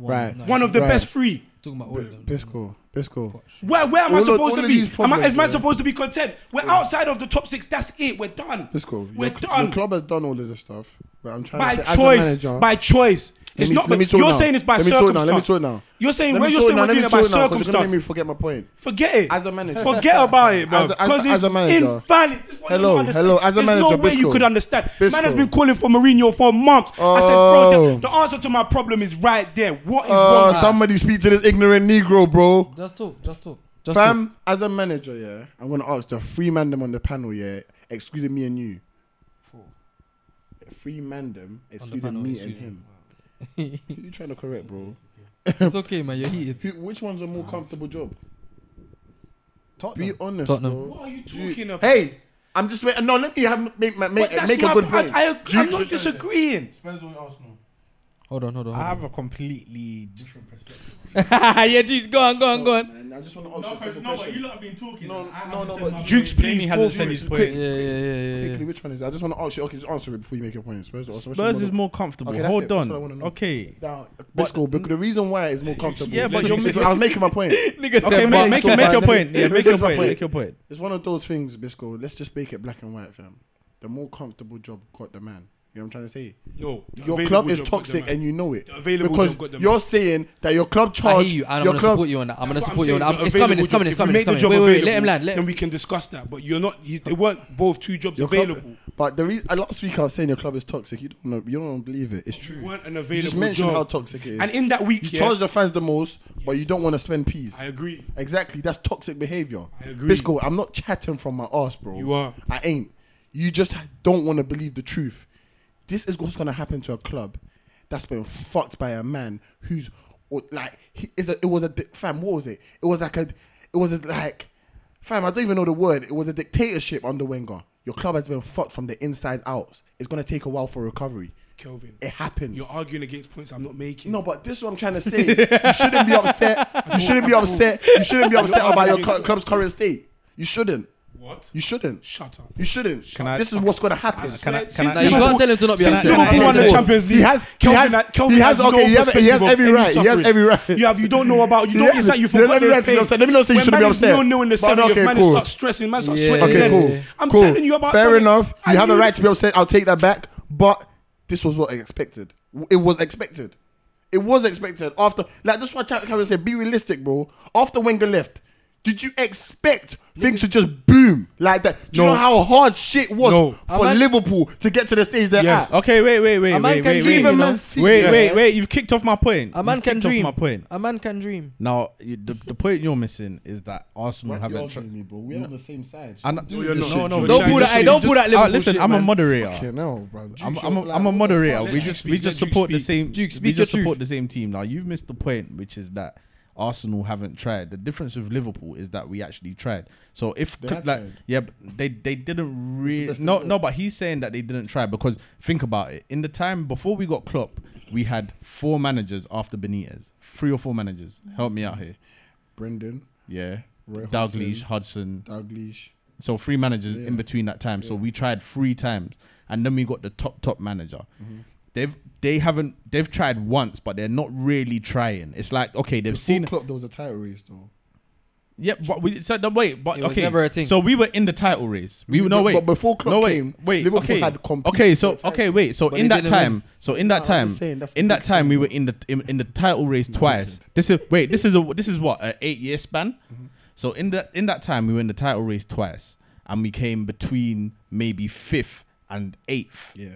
D: right.
A: One of the
D: Right.
A: best free.
C: Talking about all of them.
D: Bisco, Bisco.
A: Where, where am
D: All
A: I
D: of-
A: supposed
D: all
A: to
D: of
A: be?
D: these
A: Am I,
D: problems,
A: is man
D: yeah.
A: supposed to be content? We're outside of the top six. That's it. We're done.
D: Bisco,
A: We're
D: your,
A: done.
D: your club has done all of this stuff, but I'm trying
A: by
D: to say,
A: choice.
D: as a manager,
A: by choice.
D: Let
A: It's
D: me-
A: not.
D: let me
A: you're
D: talk now.
A: saying it's by
D: Let me talk now,
A: circumstance.
D: let me talk now.
A: You're saying
D: Let
A: when
D: me
A: you're
D: talk
A: saying
D: now,
A: we're
D: let me
A: doing it by
D: talk now, 'cause you're gonna
A: circumstance.
D: Make me forget my point. Uh,
A: Forget it.
D: As a manager.
A: Forget about it, man.
D: As a- as a-
A: Because
D: as
A: it's
D: a manager.
A: invalid. This one you
D: Hello,
A: don't understand.
D: hello, as a
A: There's no
D: manager,
A: way you
D: Bisco.
A: could understand. Man has
D: Bisco.
A: been calling for Mourinho for months. I said, bro,
D: Oh.
A: the, the answer to my problem is right there. What is
D: Uh,
A: wrong?
D: somebody speak to this ignorant Negro, bro.
C: Just talk. Just talk. Just talk.
D: Fam, as a manager, yeah, I'm gonna ask the three man them on the panel, yeah, excluding me and you. Four. Three man them, excluding
C: panel,
D: me
C: excluding-
D: and him. Who you trying to correct, bro?
C: It's okay, man. You're heated.
D: Who- Which one's a more comfortable job?
F: Tottenham.
D: Be honest,
C: Tottenham.
D: bro.
A: What are you
D: Do you-
A: talking about?
D: Hey, I'm just wait, no. Let me have, make my-
A: But
D: make,
A: that's
D: make a
A: my-
D: good point.
A: I, I,
D: Do you-
A: I'm not disagreeing.
E: Spurs or Arsenal?
C: Hold on. Hold on.
B: I
C: Hold
B: have a completely different perspective.
C: on. yeah, jeez. Go on. Go on. Go on.
D: Man, I just want to ask you a
G: No, but you
D: question.
G: lot have been talking.
D: No,
G: and I
D: no,
G: haven't
D: no,
G: said
D: but
G: my
A: Jukes,
G: point.
A: please,
B: Jamie
A: go
B: hasn't
A: for
B: said
A: it.
B: his
C: Yeah,
B: point.
C: yeah, yeah, yeah,
D: Quickly,
C: yeah.
D: which one is? it? I just want to ask you. Okay, just answer it before you make your point. Spurs or Arsenal? Which
B: Spurs
D: one
B: is more comfortable.
D: Okay, that's
B: Hold
D: it. That's
B: on.
D: what I wanna know.
B: Okay.
D: down.
B: But-
D: Bisco, because the reason why it's more comfortable.
B: yeah, but
D: Because
B: you're
D: you
B: making-
D: see, I was making my point.
C: Nigga
B: Okay,
C: said,
B: make,
C: "Bye."
B: make,
D: talk
B: your, make
D: about
B: your
D: it.
B: point. Yeah,
D: Let me
B: make
D: finish
B: your
D: my
B: point.
D: point.
B: Make your point.
D: It's one of those things, Bisco. Let's just make it black and white, fam. The more comfortable job got the man. You know what I'm trying to say?
A: No, the
D: Your
A: available
D: club is
A: job got them
D: toxic
A: out.
D: and you know it.
A: The available
D: Because
A: job got the man.
D: you're saying that your club
C: I
D: charge.
C: hear you, and I'm
D: your
C: gonna
D: club,
C: support you on that. I'm gonna
A: That's what
C: support you on that.
A: saying,
C: It's
A: the
C: coming.
A: available
C: It's coming. It's
A: job-
C: coming.
A: if
C: It's
A: we
C: coming.
A: make the
C: Wait,
A: job
C: wait. Let him
A: available,
C: land. Let
A: Then
C: him.
A: we can discuss that. But you're not. You, there weren't both two jobs
D: Your club-
A: available.
E: But the re- uh, last week I was saying your club is toxic. You don't know. You don't believe it. It's true.
A: You weren't an
E: You
A: available
E: just mentioned
A: job.
E: how toxic it is.
A: And in that week,
E: you
A: yeah,
E: charge the fans the most, but you don't want to spend peas.
A: I agree.
E: Exactly. That's toxic behavior.
A: I agree.
E: Bisco, I'm not chatting from my ass, bro.
A: You are.
E: I ain't. You just don't want to believe the truth. This is what's gonna happen to a club that's been fucked by a man who's or, like he is a, it was a di- fam. What was it? It was like a. It was a, like, fam. I don't even know the word. It was a dictatorship under Wenger. Your club has been fucked from the inside out. It's gonna take a while for recovery.
A: Kelvin,
D: Eh.
E: It happens.
A: you're arguing against points I'm not making.
E: No, but this is what I'm trying to say. You shouldn't be upset. You shouldn't be upset. You shouldn't be upset about your cu- club's current state. You shouldn't.
A: What?
E: You shouldn't.
A: Shut up.
E: You shouldn't.
B: Can I-
E: this is what's going to happen.
A: Can I,
B: can I-
C: Now, you can't tell him to not be
A: Since
C: upset.
A: Liverpool won the
C: He
A: Champions League,
E: He has- he
A: Kelvin,
E: has-
A: Kelvin
E: he has- okay, he has- he
A: perspective
E: has
A: of
E: every
A: any
E: right, he has
A: suffering.
E: every right.
A: You have, you don't know about, you don't.
E: Yeah,
A: It's like you
E: he has
A: forgot
E: every
A: there's
E: right to be
A: pain.
E: upset. Let me not say you
A: When
E: shouldn't be
A: man is
E: upset.
A: 0-0 in the
E: But
A: seventh,
E: okay,
A: man
E: cool.
A: starts stressing, man starts
C: Yeah.
A: sweating.
E: Okay,
A: then.
E: cool.
A: I'm
E: cool.
A: telling you about.
E: Fair
A: something-
E: enough.
A: I
E: you have a
A: knew-
E: right to be upset. I'll take that back. But this was what I expected. W- It was expected. It was expected. After like this is why Chapter Cameron said, be realistic, bro. After Wenger left, did you expect things to just boom like that? Do you
A: No.
E: know how hard shit was
A: No.
E: for Liverpool to get to the stage they're
A: Yes.
E: at?
B: Okay, wait, wait, wait,
C: Ah. A man
B: wait,
C: can
B: wait,
C: dream,
B: wait,
C: a man
B: wait,
C: see.
B: wait,
C: Yeah.
B: wait, wait. You've kicked off my point.
C: A man
B: You've
C: can
B: kicked off
C: dream.
B: my point.
C: A man can dream.
B: Now you- the, the point you're missing is that Arsenal haven't. Tra-
E: me, bro. We're on the same side.
B: I'm not-
A: you're not.
B: No, no,
A: You're
C: Don't
A: trying
C: pull
A: to
C: that. Hey,
A: shit.
C: don't pull that.
B: Uh,
C: Liverpool
B: listen,
C: shit,
B: I'm a
C: man.
B: moderator.
E: no, bro.
B: I'm, I'm, a, I'm a moderator. We
A: Let
B: just
A: Duke
B: we
A: speak,
B: just
A: let Duke
B: support the
A: speak.
B: same.
C: Duke,
B: we
C: speak
B: just
C: your
B: support
C: truth.
B: the same team. Now you've missed the point, which is that Arsenal haven't tried. The difference with Liverpool is that we actually tried. So if
E: They
B: could-
E: have
B: like
E: tried.
B: yeah, but they they didn't really
E: best
B: no
E: they've
B: no. But he's saying that they didn't try because think about it. In the time before we got Klopp, we had four managers after Benitez, three or four managers. Help me out here.
E: Brendan,
B: Yeah,
E: Roy
B: Dalglish, Hudson,
E: Dalglish.
B: so three managers in between that time. So we tried three times, and then we got the top top manager. They've they haven't they've tried once, but they're not really trying. It's like okay, they've seen
E: Klopp, there was a title race though.
B: yeah, but we so no, wait, but
C: It was
B: okay,
C: never a thing.
B: so we were in the title race. We no
E: but-
B: wait,
E: but before Klopp
B: no wait,
E: came,
B: wait,
E: Liverpool
B: okay,
E: had competed
B: okay,
E: for
B: so
E: the title.
B: okay, wait, so
C: But
B: in
C: they
B: that
C: didn't win.
B: time, so in that
E: No, I'm
B: time,
E: just saying that's
B: in
E: the
B: that time, we were in the in, in the title race twice. This is wait, this is a this is what an eight year span. So in that in that time, we were in the title race twice, and we came between maybe fifth and eighth.
E: Yeah,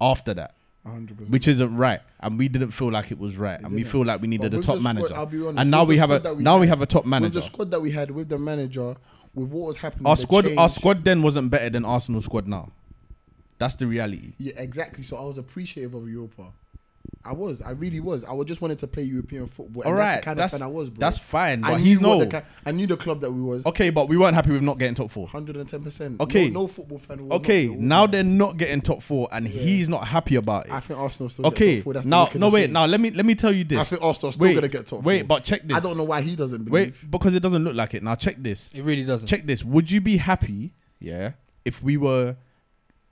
B: After that,
E: 100. percent
B: which isn't right, and we didn't feel like it was right, and we
E: didn't.
B: feel like we needed
E: But
B: a
E: with
B: top
E: the squad,
B: manager,
E: I'll be honest,
B: and now
E: with
B: we
E: the
B: have
E: squad
B: a
E: that we
B: now we
E: had,
B: have a top
E: With
B: manager.
E: the squad that we had, with the manager, with what was happening,
B: Our
E: the
B: squad, our
E: change-
B: squad then wasn't better than Arsenal squad now. That's the reality.
E: Yeah, exactly. So I was appreciative of Europa. I was. I really was. I was- just wanted to play European football.
B: All
E: and
B: right,
E: that's the kind
B: that's
E: of fan I was, bro.
B: that's fine.
E: I
B: But
E: knew
B: he
E: what
B: know.
E: the ki- I knew the club that we was.
B: Okay, but we weren't happy with not getting top four.
E: 110%.
B: Okay.
E: No, no football fan. will
B: Okay,
E: not be-
B: now they're not getting top four, and he's not happy about
E: I
B: it.
E: think Arsenal still. get
B: Okay,
E: top four. That's the
B: now
E: wickedness
B: no wait.
E: thing.
B: Now let me let me tell you this.
E: I think Arsenal are still
B: Wait,
E: gonna get top
B: Wait,
E: four.
B: but check this.
E: I don't know why he
B: Wait,
E: doesn't believe.
B: because it doesn't look like it. Now check this.
C: It really doesn't.
B: Check this. Would you be happy? Yeah. If we were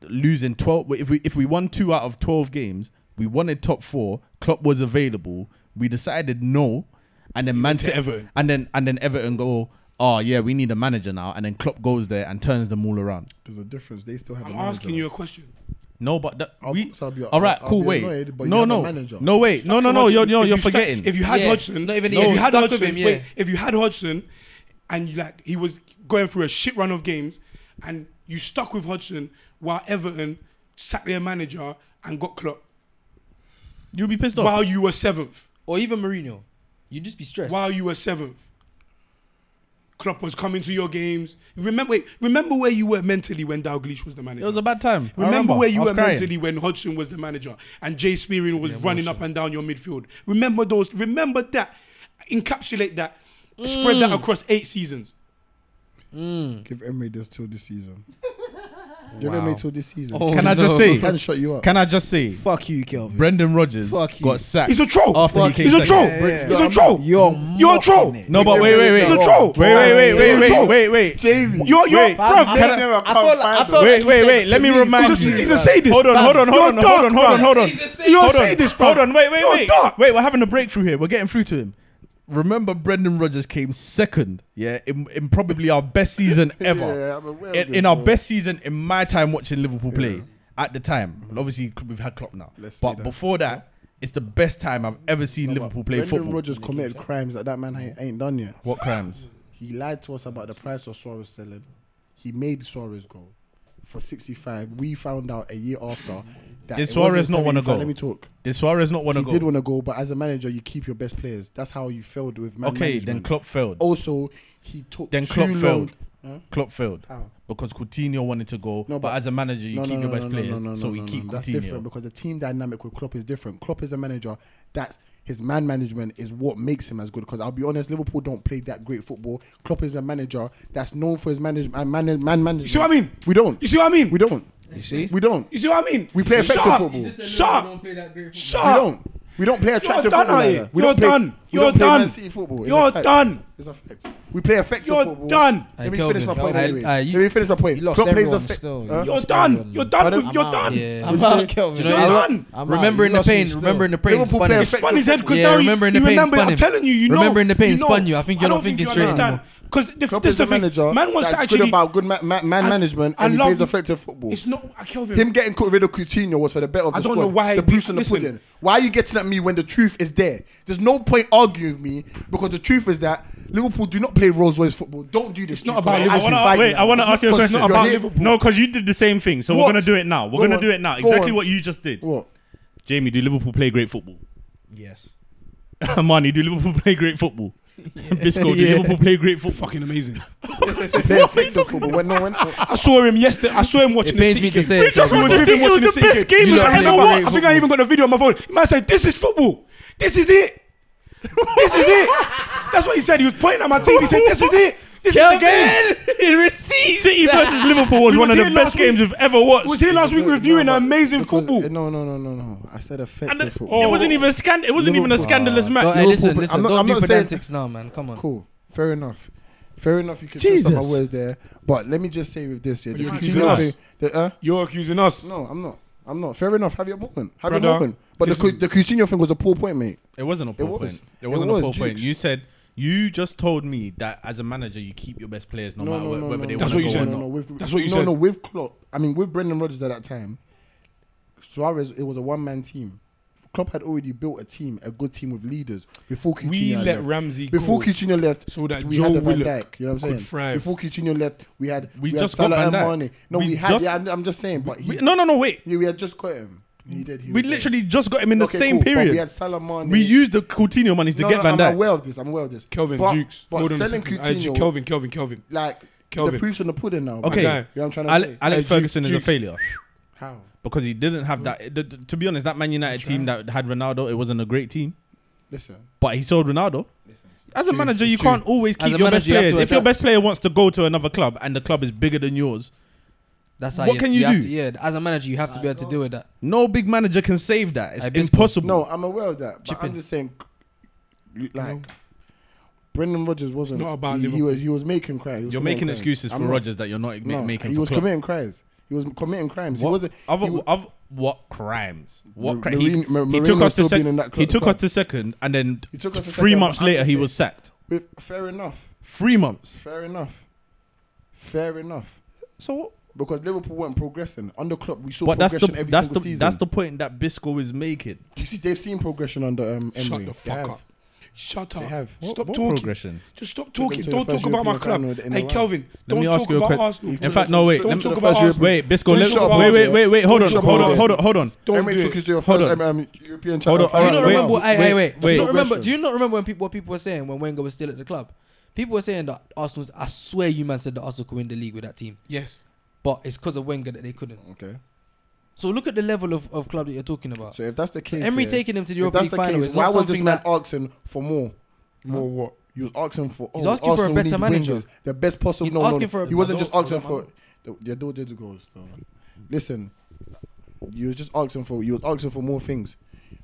B: losing twelve, if we if we won two out of twelve games, we wanted top four. Klopp was available. We decided no, and then Man
A: to
B: City,
A: Everton.
B: and then and then Everton go. Oh yeah, we need a manager now. And then Klopp goes there and turns them all around.
E: There's a difference. They still have.
A: I'm
E: a manager.
A: asking you a question.
B: No, but that,
E: I'll-
B: we.
E: so I'll be-
B: all right,
E: I'll
B: cool.
E: be
B: wait.
E: annoyed, but you
B: no,
E: have a
B: no,
E: manager.
B: no. Wait, no, no, no. You're you're,
A: If
B: you're
A: you stuck-
B: forgetting.
A: if you had
C: Yeah.
A: Hodgson,
C: Not even
A: no,
C: if
A: if
C: you
A: you had
C: stuck with
A: Hodgson,
C: him, yeah.
A: wait, if you had Hodgson, and you like he was going through a shit run of games, and you stuck with Hodgson while Everton sacked their manager and got Klopp
B: you'll be pissed off.
A: while you were seventh,
C: Or even Mourinho. You'd just be stressed.
A: while you were seventh. Klopp was coming to your games. Remember, wait, remember where you were mentally when Dalglish was the manager.
B: it was a bad time. I
A: Remember, where you
B: I was
A: were
B: crying.
A: mentally when Hodgson was the manager and Jay Spearing was running up and down your midfield. Remember those. Remember that. Encapsulate that. Spread that across eight seasons.
E: Give Emery this till this season. Give Emery till this season.
C: Oh,
B: Can I
C: no.
B: just say?
E: Can shut you up.
B: Can I just say?
F: Fuck you, Kelvin.
B: Mm. Brendan Rodgers
F: Fuck you.
B: got sacked.
A: He's a troll.
B: After he
A: Fuck.
B: came
A: He's a
B: second.
A: troll.
F: Yeah, yeah,
A: He's
F: yeah.
A: a troll.
F: You're
A: You're a troll.
F: mocking it.
B: No, but wait, wait, wait.
A: He's a troll.
B: Wait, wait, wait, wait,
A: He's a troll.
B: wait, wait, wait.
H: Jamie.
A: You're, you're,
B: Wait,
A: bruv,
H: Can
B: I-
H: I,
F: I felt
B: Wait, wait,
F: you
B: wait.
F: said
B: Let
F: to
B: me
F: me,
B: remind
A: he's a,
B: you.
A: he's a sadist.
B: Hold on, hold on, hold on,
A: You're
B: hold on,
A: dark,
B: hold on,
A: bruv.
B: hold on.
A: You're
B: Hold
A: a
B: on,
A: sadist, bruv.
B: Hold on, wait, wait,
A: You're
B: wait.
A: dark.
B: Wait, we're having a breakthrough here. We're getting through to him. Remember, Brendan Rodgers came second, yeah, in, in probably our best season ever.
E: Yeah, I'm aware of
B: in,
E: this,
B: in our
E: bro.
B: best season in my time watching Liverpool play at the time. Obviously, we've had Klopp now,
E: Let's
B: but
E: see that.
B: before that, it's the best time I've ever seen Liverpool play
E: Brendan
B: football.
E: Rodgers committed crimes that that man ain't- ain't done yet.
B: What crimes?
E: He lied to us about the price of Suarez selling. He made Suarez go. for 65. We found out a year after that.
B: Did
E: it
B: Suarez
E: wasn't
B: not wanna
E: 75.
B: go?
E: Let me talk.
B: Did Suarez not want
E: He
B: to go?
E: did want to go, but as a manager, you keep your best players. That's how you failed with man
B: okay, then
E: management.
B: Klopp failed.
E: Also, he took
B: then
E: too
B: Klopp
E: long.
B: failed. Klopp failed
E: How?
B: because Coutinho wanted to go.
E: No,
B: but,
E: but-
B: as a manager, you keep your best players, so we keep
E: That's different
B: Coutinho.
E: because the team dynamic with Klopp is different. Klopp is a manager. That's his man management is what makes him as good. Because I'll be honest, Liverpool don't play that great football. Klopp is a manager that's known for his management and man, man management.
A: You see what I mean?
E: We don't.
A: You see what I mean?
E: We don't.
C: You see?
E: We don't.
A: You see what I mean?
E: We play
A: Shut
E: effective
A: up.
E: football.
A: Shut up. Shut
E: We
A: up.
E: don't. We don't play attractive
A: done
E: football.
A: out
E: like
A: here.
E: that. We
A: You're
E: don't play-
A: done.
E: we don't
A: You're
E: play Man
A: done.
E: City football. It's a
A: You're
E: fact.
A: done.
E: It's a fact. We play effective
A: You're
E: football.
A: done.
E: Let
C: I
E: me
C: killed
E: finish my
C: him.
E: point
C: I-
E: anyway.
C: I- you-
E: Let me finish my point.
F: You lost
E: Klopp plays
F: everyone
E: effe-
F: still.
E: Huh?
F: You
A: You're
F: lost
A: done.
F: everyone.
A: You're done.
E: Pardon?
A: With, you're
F: I'm out.
A: done.
C: Yeah.
F: I'm out, Kelvin.
B: Do you know
A: You're
B: it's-
A: done.
F: I'm out.
C: Remember in
F: You
C: the
F: lost me
C: pain.
F: still.
C: Remember in the pain.
E: Liverpool
C: Spun
E: play
C: him.
E: effect-
A: Spun his head because
E: Yeah,
A: now you,
C: remember in
A: you
C: the pain,
A: remember. it.
C: spun
A: I'm
C: him.
A: telling you, you know.
C: Remember in the pain,
A: you know.
C: spun you. I think
A: I
C: you're not
A: don't think
C: thinking
A: you
C: straight
A: understand. Because this
E: Klopp
A: this
E: is
A: the
E: the
A: thing.
E: manager.
A: Man wants to
E: that's good
A: actually.
E: about good ma- ma- man
A: I-
E: management
A: I
E: and he
A: love-
E: plays effective football.
A: It's not I Kelvin.
E: Him getting caught rid of Coutinho was for the better of the
A: I don't
E: squad.
A: know why
E: the
A: people-
E: proof's in the
A: listen.
E: pudding. Why are you getting at me when the truth is there? There's no point arguing with me because the truth is that Liverpool do not play Rolls Royce football. Don't do this. It's
A: not about
I: I
A: Liverpool.
I: wanna, wait, I want to ask you a question.
A: not about
E: here,
A: Liverpool.
I: No, because you did the same thing. So
E: What?
I: we're going to do it now. We're
E: Go
I: going to
E: on.
I: do it now.
E: Go
I: Exactly
E: on.
I: what you just did.
E: What?
I: Jamie, do Liverpool play great football?
B: Yes.
I: Armani, do Liverpool play great football? Bisco, do
C: Yeah.
I: Liverpool play great football?
A: Fucking amazing.
E: They play effective football when no one.
A: I saw him yesterday. I saw him watching
C: It
A: the
C: pains
A: City
C: me to
A: game.
C: say it.
I: just
A: I
I: want
A: was
I: to
A: with
I: see
A: him
I: it was
A: watching
I: the
A: City
I: best
A: game.
I: game.
C: You
I: of
C: lot
A: I
I: the
A: remember
C: play
A: what?
I: world.
C: great
A: I think I even got a video on my phone. He might say, "This is football. This is it. This is it." That's what he said. He was pointing at my team. He said, "This is it. This is the game."
I: It receives. City versus Liverpool was
A: We was
I: one of the
A: here last
I: best
A: week.
I: games we've ever watched.
A: Was here last week reviewing
E: No, but
A: amazing
E: because- eh,
A: football. Oh.
E: No, no, no, no, no. I said
I: And
E: effective
I: the-
E: football.
I: it wasn't even scan- It wasn't even a
E: Liverpool-
A: Uh,
I: scandalous
C: Don't-
I: match.
C: hey, listen,
E: Liverpool-
C: listen.
E: I'm not-
C: don't
E: I'm
C: be
E: not saying-
C: pedantics now, man. Come on.
E: Cool. Fair enough. Fair enough. You can twist up my
F: Jesus.
E: words there, but let me just say with this, yeah, the
A: You're
E: Coutinho
A: accusing us.
E: thing- the- huh?
A: You're accusing us.
E: No, I'm not. I'm not. Fair enough. Have your moment. Have
A: Brother,
E: your moment. But the, Cu-
A: listen.
E: the Coutinho thing was a poor point, mate.
B: It wasn't a poor
E: was.
B: point. It
E: It
B: wasn't
E: was,
B: a poor point.
E: Jukes.
B: You said you just told me that as a manager you keep your best players no, matter whe- whether they
A: That's
B: want
A: what
B: to
A: you
B: go
A: said.
B: or
A: No,
B: not.
A: no,
E: with,
A: That's what you
E: no,
A: said.
E: No, with Klopp. I mean, with Brendan Rodgers at that time, Suarez. It was a one-man team. Klopp had already built a team, a good team with leaders before Coutinho
A: We
E: had
A: let
E: left.
A: Ramsey
E: before
A: go
E: Coutinho left.
A: so that
E: we
A: Joe
E: had a Van
A: Willock.
E: Dijk, you know what I'm saying?
A: could thrive.
E: Before Coutinho left, we had
B: We
E: had
B: just got
E: Salah
B: Van Dijk.
E: and Mane. No,
B: We
E: we, had.
B: just-
E: yeah, I'm- I'm just saying, but he,
B: We- no, no, no. Wait.
E: yeah, we had just got him. He did. He
B: We
E: was there.
B: literally just got him in the
E: Okay,
B: same
E: cool, but
B: period.
E: We had Salah, Mane.
B: We used the Coutinho money to
E: No,
B: get
E: no,
B: Van
E: I'm
B: Dijk.
E: aware of this. I'm aware of this.
A: Kelvin
E: but,
A: Jukes.
E: But
A: Hold on a
E: selling
A: second. I-
E: Coutinho,
A: Kelvin, Kelvin, Kelvin.
E: like
A: Kelvin.
E: the proof's in the pudding now. bro.
B: Okay.
E: you
A: guy.
E: know what I'm trying to
B: Ale-
E: say.
B: Alex
A: Hey, Jukes,
B: Ferguson is a
A: Jukes.
B: failure
E: How?
B: because he didn't have that. the- the- to be honest, that Man United team that had Ronaldo, it wasn't a great team,
E: Listen.
B: but he sold Ronaldo. As a manager, you can't always
C: As
B: keep
C: a
B: your best
C: manager, you have
B: players.
C: to
B: If your
C: adapt.
B: best player wants to go to another club and the club is bigger than yours,
C: That's how
B: What
C: you,
B: can you
C: have
B: do?
C: To, yeah, as a manager, you have to be able to deal with that.
B: no big manager can save that. It's
C: Aye, Bispo.
B: impossible.
E: No, I'm aware of that. But
C: Chip
E: I'm
C: in.
E: just saying, like, Brendan Rodgers wasn't.
A: Not about
E: he, he
A: Liverpool.
E: was. He was making cries. He was
B: You're
E: committing
B: making
E: crimes.
B: excuses
E: I'm
B: for
E: not-
B: Rogers that you're not ma-
E: No,
B: making.
E: he
B: for
E: was
B: Klopp.
E: committing crimes. He was committing crimes.
B: What?
E: He wasn't.
B: Other-
E: he wa-
B: other- what crimes? What
E: Ma-
B: cri- he,
E: Mourinho- Ma-
B: he took
E: Mourinho's
B: us to
E: still
B: sec-
E: been in that
B: He
E: club-
B: took us
E: club.
B: to second, and then
E: He took us to
B: three
E: second,
B: months
E: but
B: later he
E: I'm
B: was sacked.
E: with- fair enough.
B: Three months.
E: Fair enough. Fair enough.
B: So,
E: Because Liverpool weren't progressing under Klopp. We saw
B: but that's
E: progression
B: the
E: every
B: that's the
E: single season.
B: that's the point that Bisco is making.
E: You see, they've seen progression under um, Emery.
A: Shut the
E: They
A: fuck
E: have.
A: up. Shut
E: They
A: up.
E: have. What-
A: Stop
B: What
A: talking.
B: progression?
A: Just stop
E: Took
A: talking.
E: them to
A: Don't
E: the
A: talk
E: first
A: about my
E: European
A: club.
E: final in a
A: Hey,
E: while.
A: Kelvin,
B: Let
A: don't
B: me ask
A: talk
B: you a
A: about
B: quick-
A: Arsenal.
B: In fact, no, wait.
A: Don't
B: let me-
A: talk
E: the
A: about
E: first
A: Arsenal.
B: Wait, Bisco.
E: Don't
B: Let,
E: shut up,
B: wait, wait,
E: Arsenal.
B: wait, wait. Hold on,
E: Don't shut up,
B: hold on,
E: Arsenal.
B: hold on, hold on.
A: Don't
E: Emery
A: do
E: took
A: it.
E: us to your
B: Hold
E: first
B: on.
E: um, um, European
B: Hold
E: Champions
B: on,
C: Do you
B: Alright,
C: not
B: wait,
C: remember? Wait, wait, wait. Do
B: wait.
C: you not remember? Do you not remember when people what people were saying when Wenger was still at the club? People were saying that Arsenal. I swear, you man said that Arsenal could win the league with that team,
A: Yes.
C: but it's because of Wenger that they couldn't.
E: Okay.
C: So look at the level of, of club that you're talking about.
E: So if that's the case,
C: Emery
E: yeah,
C: taking him to the
E: if
C: Europa
E: that's
C: League
E: the
C: final
E: case,
C: is
E: why
C: not
E: was this
C: something
E: man
C: that.
E: asking for more?
A: More what?
E: He was asking for. Oh,
C: He's asking for a
E: Arsenal
C: better
E: need
C: manager.
E: Wingers, the best possible.
C: He's
E: no, no,
C: asking for a-
E: He wasn't
C: Madonna-
E: just asking for.
C: Madonna.
E: The, yeah, those did goals. Though. Listen, you was just asking for. You was asking for more things.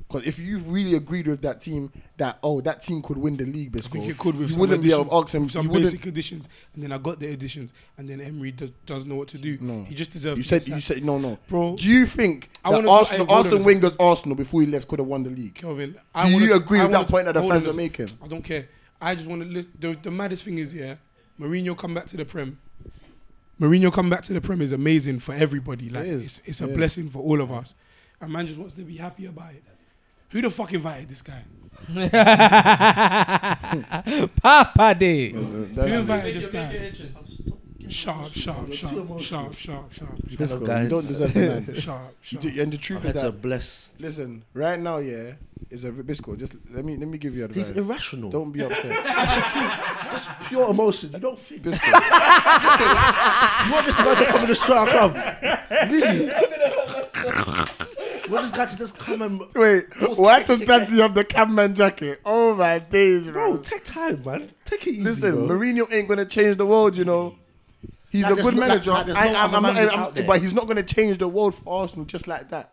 E: Because if you really agreed with that team that oh that team could win the league,
A: I
E: basically,
A: think you could with
E: you
A: some
E: wouldn't be able
A: additions,
E: to ask him.
A: with some
E: you wouldn't-
A: basic additions, and then I got the additions, and then Emery does, doesn't know what to do.
E: No.
A: He just deserves.
E: You
A: to
E: said
A: be
E: you
A: sacked.
E: said no no.
A: Bro.
E: do you think
A: I
E: that
A: wanna talk- hey,
E: Arsenal,
A: hold on a
E: Arsene
A: second.
E: Wenger's Arsenal before he left could have won the league?
A: Kelvin, do
E: Do you agree with that point that the fans are making?
A: I don't care. I just want to list. The, the maddest thing is, yeah, Mourinho come back to the Prem. Mourinho come back to the Prem is amazing for everybody. Like,
E: It is.
A: It's, it's a
E: It is.
A: blessing for all of us. And man just wants to be happy about it. Who the fuck invited this guy?
C: Papa day.
E: Uh,
A: Who
E: that's-
A: invited this guy? Sharp, sharp, sharp, sharp, sharp, sharp, sharp,
E: Bisco,
F: guys.
E: you don't deserve the man.
A: sharp,
E: You
A: sharp.
E: do- and the truth is
F: That's a
E: that
F: bless.
E: listen, right now, yeah, is a Bisco. Just let me let me give you advice.
F: He's irrational.
E: Don't be upset.
F: Just pure emotion. You don't think.
E: Bisco,
F: You want this guy to come in the strong club? Really? you want this guy to just come and.
E: Wait, why does Dancy have the camman jacket? Oh my days,
F: Bro, take time, man. Take it easy.
E: Listen,
F: bro.
E: Mourinho ain't gonna change the world, you know. He's
F: Like
E: a
F: there's
E: good
F: no- like-
E: manager,
F: like there's
E: I-
F: no
E: I'm-
F: other
E: I'm-
F: managers
E: I'm-
F: out there.
E: but he's not gonna change the world for Arsenal just like that.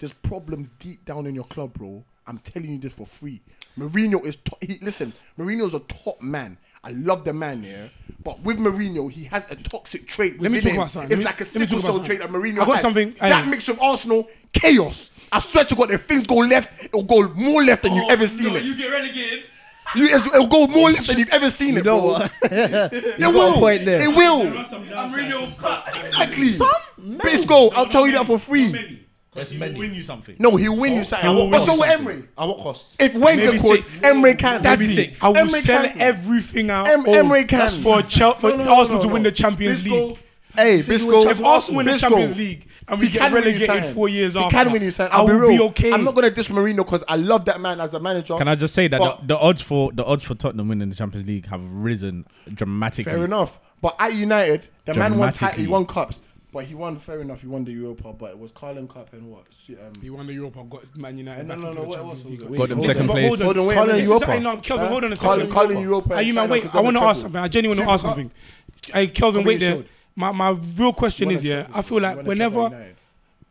E: There's problems deep down in your club, bro. I'm telling you this for free. Mourinho is top. He, listen, Mourinho's a top man. I love the man, yeah. But with Mourinho, he has a toxic trait
A: Let
E: within
A: me talk
E: him.
A: about something.
E: It's
A: Let me-
E: like a
A: let me talk
E: sickle
A: about
E: cell
A: something.
E: trait that Mourinho
A: I've got
E: has.
A: something- I-
E: That mixture of Arsenal chaos. I swear to God, if things go left, it'll go more left than you've
F: Oh,
E: ever seen it.
J: get relegated.
E: You, it'll go more left than you've ever seen it,
F: You know
E: bro.
F: what? you
E: It
F: got
E: will.
F: a point there.
E: It will.
J: I'm real cut.
E: Exactly. Bisco, I'll tell you that for free.
J: That's many. Win you something.
E: No, he'll win you
F: I
E: something.
F: won't
E: But
F: win
E: so
F: you
E: will
F: something.
E: Emery.
F: I won't cost.
E: If Wenger
A: Maybe
E: could,
A: six.
E: Emery can.
A: Daddy, I will
E: Emery
A: sell
E: can.
A: everything out.
E: Em-
A: own.
E: Emery can.
A: That's for Chel- for
E: No, no, no,
A: Arsenal to
E: no,
A: win
E: no.
A: the Champions
E: Bisco,
A: League.
E: Hey, Bisco.
A: If Arsenal win the
E: Bisco,
A: Champions League and we
E: he
A: get
E: can win you
A: relegated
E: something.
A: four years
E: he
A: after,
E: can win you something.
A: I
E: I'll be
A: will be
E: real.
A: okay.
E: I'm not gonna diss Marino because I love that man as a manager.
B: Can I just say that
E: But-
B: the, the odds for the odds for Tottenham winning the Champions League have risen dramatically?
E: Fair enough. But at United, the man won titles,
B: Dramatically.
E: he won cups. But he won, fair enough, he won the Europa, but it was Carlin Cup and what? Su- Um,
A: He won the Europa, got Man United
E: No,
A: back
E: no,
A: into
E: no,
A: the
E: what
A: Champions
E: else
A: League.
E: was
B: Got them
A: But hold
B: second place.
A: on.
E: Hold on, wait a
A: Colin
E: minute.
A: Europa.
E: Sorry,
A: no, Kelvin, hold on a
E: Colin-
A: second.
E: Colin Europa.
A: Are you man?
E: China,
A: Wait,
E: 'cause
A: I
E: they're
A: want to
E: the
A: ask
E: treble.
A: something. I genuinely want to ask
E: Super Cup.
A: something. Hey, Kelvin,
E: Colin
A: wait there.
E: showed.
A: My my real question
E: Won a
A: is, yeah,
E: treble.
A: I feel like
E: Won a treble at
A: whenever
E: United.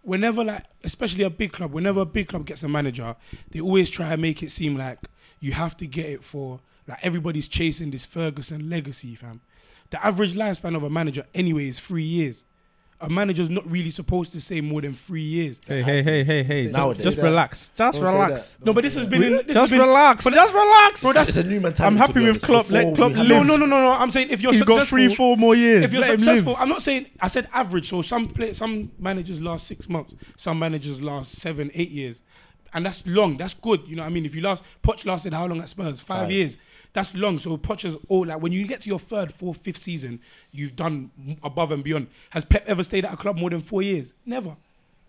A: whenever like especially a big club whenever a big club gets a manager they always try and make it seem like you have to get it for like everybody's chasing this ferguson legacy fam the average lifespan of a manager anyway is three years a manager's not really supposed to say more than three years
B: Hey, hey, hey, hey, hey! Just,
F: Nowadays.
B: just relax. Just
E: Don't say
B: relax.
A: no but this has been in, this has
B: Just
A: been,
B: relax. But just relax. Bro,
F: it's a new mentality.
B: I'm happy
F: to be
B: with Klopp.
F: honest.
B: Let
F: Before
B: Klopp
F: we had-
A: no no no no no i'm saying if you're
B: He's
A: successful
B: got three, four more years.
A: if you're
B: Let him live.
A: successful, I'm not saying I said average. So some play, some managers last six months, some managers last seven, eight years, and that's long. That's good. You know what I mean? If you last Poch lasted how long at Spurs? Five, years. That's long. So Poch is all like when you get to your third, fourth, fifth season, you've done m- above and beyond. Has Pep ever stayed at a club more than four years? Never.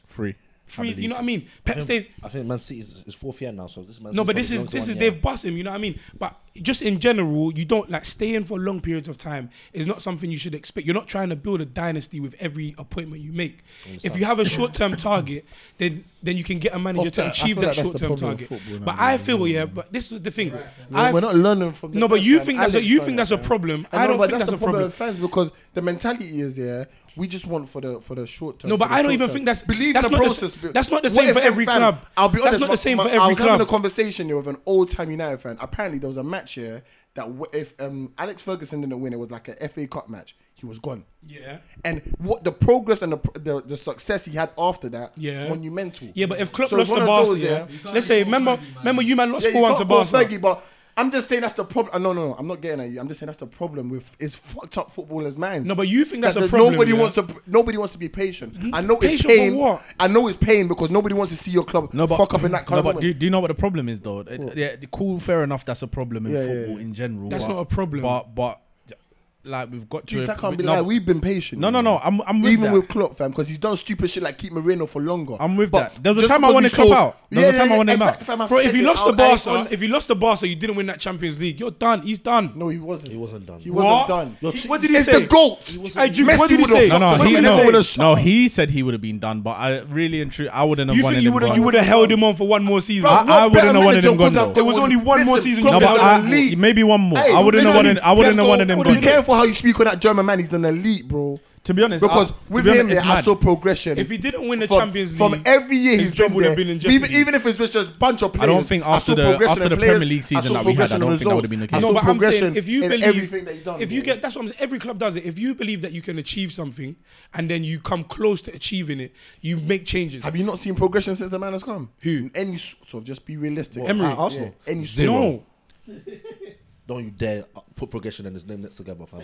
B: Free.
A: Three. You know what I mean? Pep stayed.
F: I think Man City is, is fourth year now, so this Man
A: No,
F: City's
A: but this
F: probably
A: is
F: going to
A: this
F: one
A: is
F: year.
A: they've bust him. You know what I mean? But just in general, you don't like staying for long periods of time is not something you should expect. You're not trying to build a dynasty with every appointment you make. If you have a short term target, then then you can get a manager
E: Often,
A: to
E: I
A: achieve
E: feel
A: that
E: like that's
A: short
E: the
A: term
E: problem with
A: target.
E: football now,
A: But
E: man.
A: I feel yeah. But this is the thing.
E: We're,
A: I
E: we're not learning from. the
A: No, but
E: past,
A: you
E: man.
A: think that's a-
E: Alex
A: you
E: done
A: think
E: it,
A: that's a
E: man.
A: problem.
E: know,
A: I don't
E: but
A: think that's
E: that's the
A: a
E: problem.
A: problem.
E: with fans because the mentality is yeah, we just want for the for the short term.
A: No, but
E: for the
A: I don't
E: short
A: even
E: term.
A: think that's-
E: believe
A: that's
E: in the
A: not the s-
E: process. bro.
A: that's not the
E: What
A: same
E: if
A: for
E: them
A: every
E: fan-
A: club.
E: I'll be
A: That's
E: honest,
A: not
E: my-
A: the same
E: my-
A: for
E: I
A: every
E: was having a
A: club.
E: conversation here with an old time United fan. Apparently, there was a match here that w- if um, Alex Ferguson didn't win, it was like an FA Cup match. He was gone.
A: yeah.
E: And what the progress and the pr- the, the success he had after that,
A: Yeah.
E: monumental.
A: Yeah, but if Klopp
E: So it's
A: lost to
E: one of
A: Barca,
E: those,
A: yeah.
E: yeah.
A: Let's say, remember, remember, you man lost
E: Yeah, you
A: four one to
E: can't call
A: Barca.
E: Fergie, but I'm just saying that's the problem. No, no, no. I'm not getting at you. I'm just saying that's the problem with it's fucked up footballers' minds.
A: No, but you think that's
E: That
A: a
E: there's
A: problem,
E: Nobody
A: yeah?
E: wants to. Nobody wants to be patient. I know it's
A: Patient for
E: pain.
A: what?
E: I know it's pain because nobody wants to see your club
B: No, but
E: fuck up in that kind
B: no,
E: of
B: but do,
E: moment.
B: do you know what the problem is though? Uh, Yeah, the- cool, fair enough. That's a problem in
E: Yeah, yeah,
B: football
E: yeah.
B: in general.
A: That's
B: but-
A: not a problem.
B: But but like we've got to.
E: Dude, I can't be
B: no,
E: like we've been patient.
B: No,
E: you
B: no,
E: know.
B: no, I'm- I'm with
E: even
B: that.
E: with Klopp, fam, because he's done stupid shit like keep Moreno for longer.
B: I'm with
E: But
B: that. There was a
E: just
B: time I
E: because
B: wanted
E: we
B: Klopp
E: saw-
B: out. There was a time I wanted him out.
E: fam, I've
A: Bro,
E: said
A: if you
E: it.
A: lost the
E: I- I-
A: Barca, if you lost the Barca, you didn't win that Champions League. You're done. He's done.
E: no, he wasn't. He
F: wasn't done.
E: He wasn't done.
A: He-
F: t-
A: what did he
E: It's
A: say?
E: the goat.
A: Hey, Duke,
E: Messi
A: what did he
E: would've
A: say?
B: No,
E: fucked
B: no,
E: up.
A: What
B: he,
A: did
B: no,
A: say?
B: no, he said he would have been done, but I really and truly, I wouldn't have
A: You
B: wanted
A: think you
B: him
A: would have
B: gone.
A: you would have held him on for one more season?
B: I- I wouldn't have wanted him gone, though.
A: There was only one more season
B: No,
A: Klopp
B: but
A: is
B: I- maybe one more. I wouldn't have wanted. I wouldn't have wanted him
E: Be
B: gone.
E: careful how you speak on that German man. He's an elite, bro.
B: To be honest,
E: Because
B: I- to
E: with
B: be honest,
E: him,
B: it's
E: yeah, I
B: mad.
E: saw progression.
A: If he didn't win the
E: from,
A: Champions League,
E: from every year
A: his
E: he's
A: job
E: been
A: would
E: there.
A: have been in
E: even,
A: jeopardy.
E: even if it's just a bunch of players,
B: don't think after
E: saw
B: the-
E: progression
B: after
E: in
B: the
E: players,
B: Premier League
E: I
B: season that
E: saw
B: we had, I
E: progression
B: don't
E: in
B: think that would
E: results.
B: have been the
E: I
B: case.
E: saw
A: No, but I'm
E: progression
A: saying if you
E: in
A: believe
E: everything that he done,
A: if you
E: bro.
A: get that's what I'm saying. Every club does it. If you believe that you can achieve something and then you come close to achieving it, you make changes.
E: Have you not seen progression since the man has come?
A: Who?
E: Any sort of, just be realistic.
A: Emery.
E: Arsenal. Any sort
A: no,
F: Don't you dare uh,
I: put progression and his name next together, fam.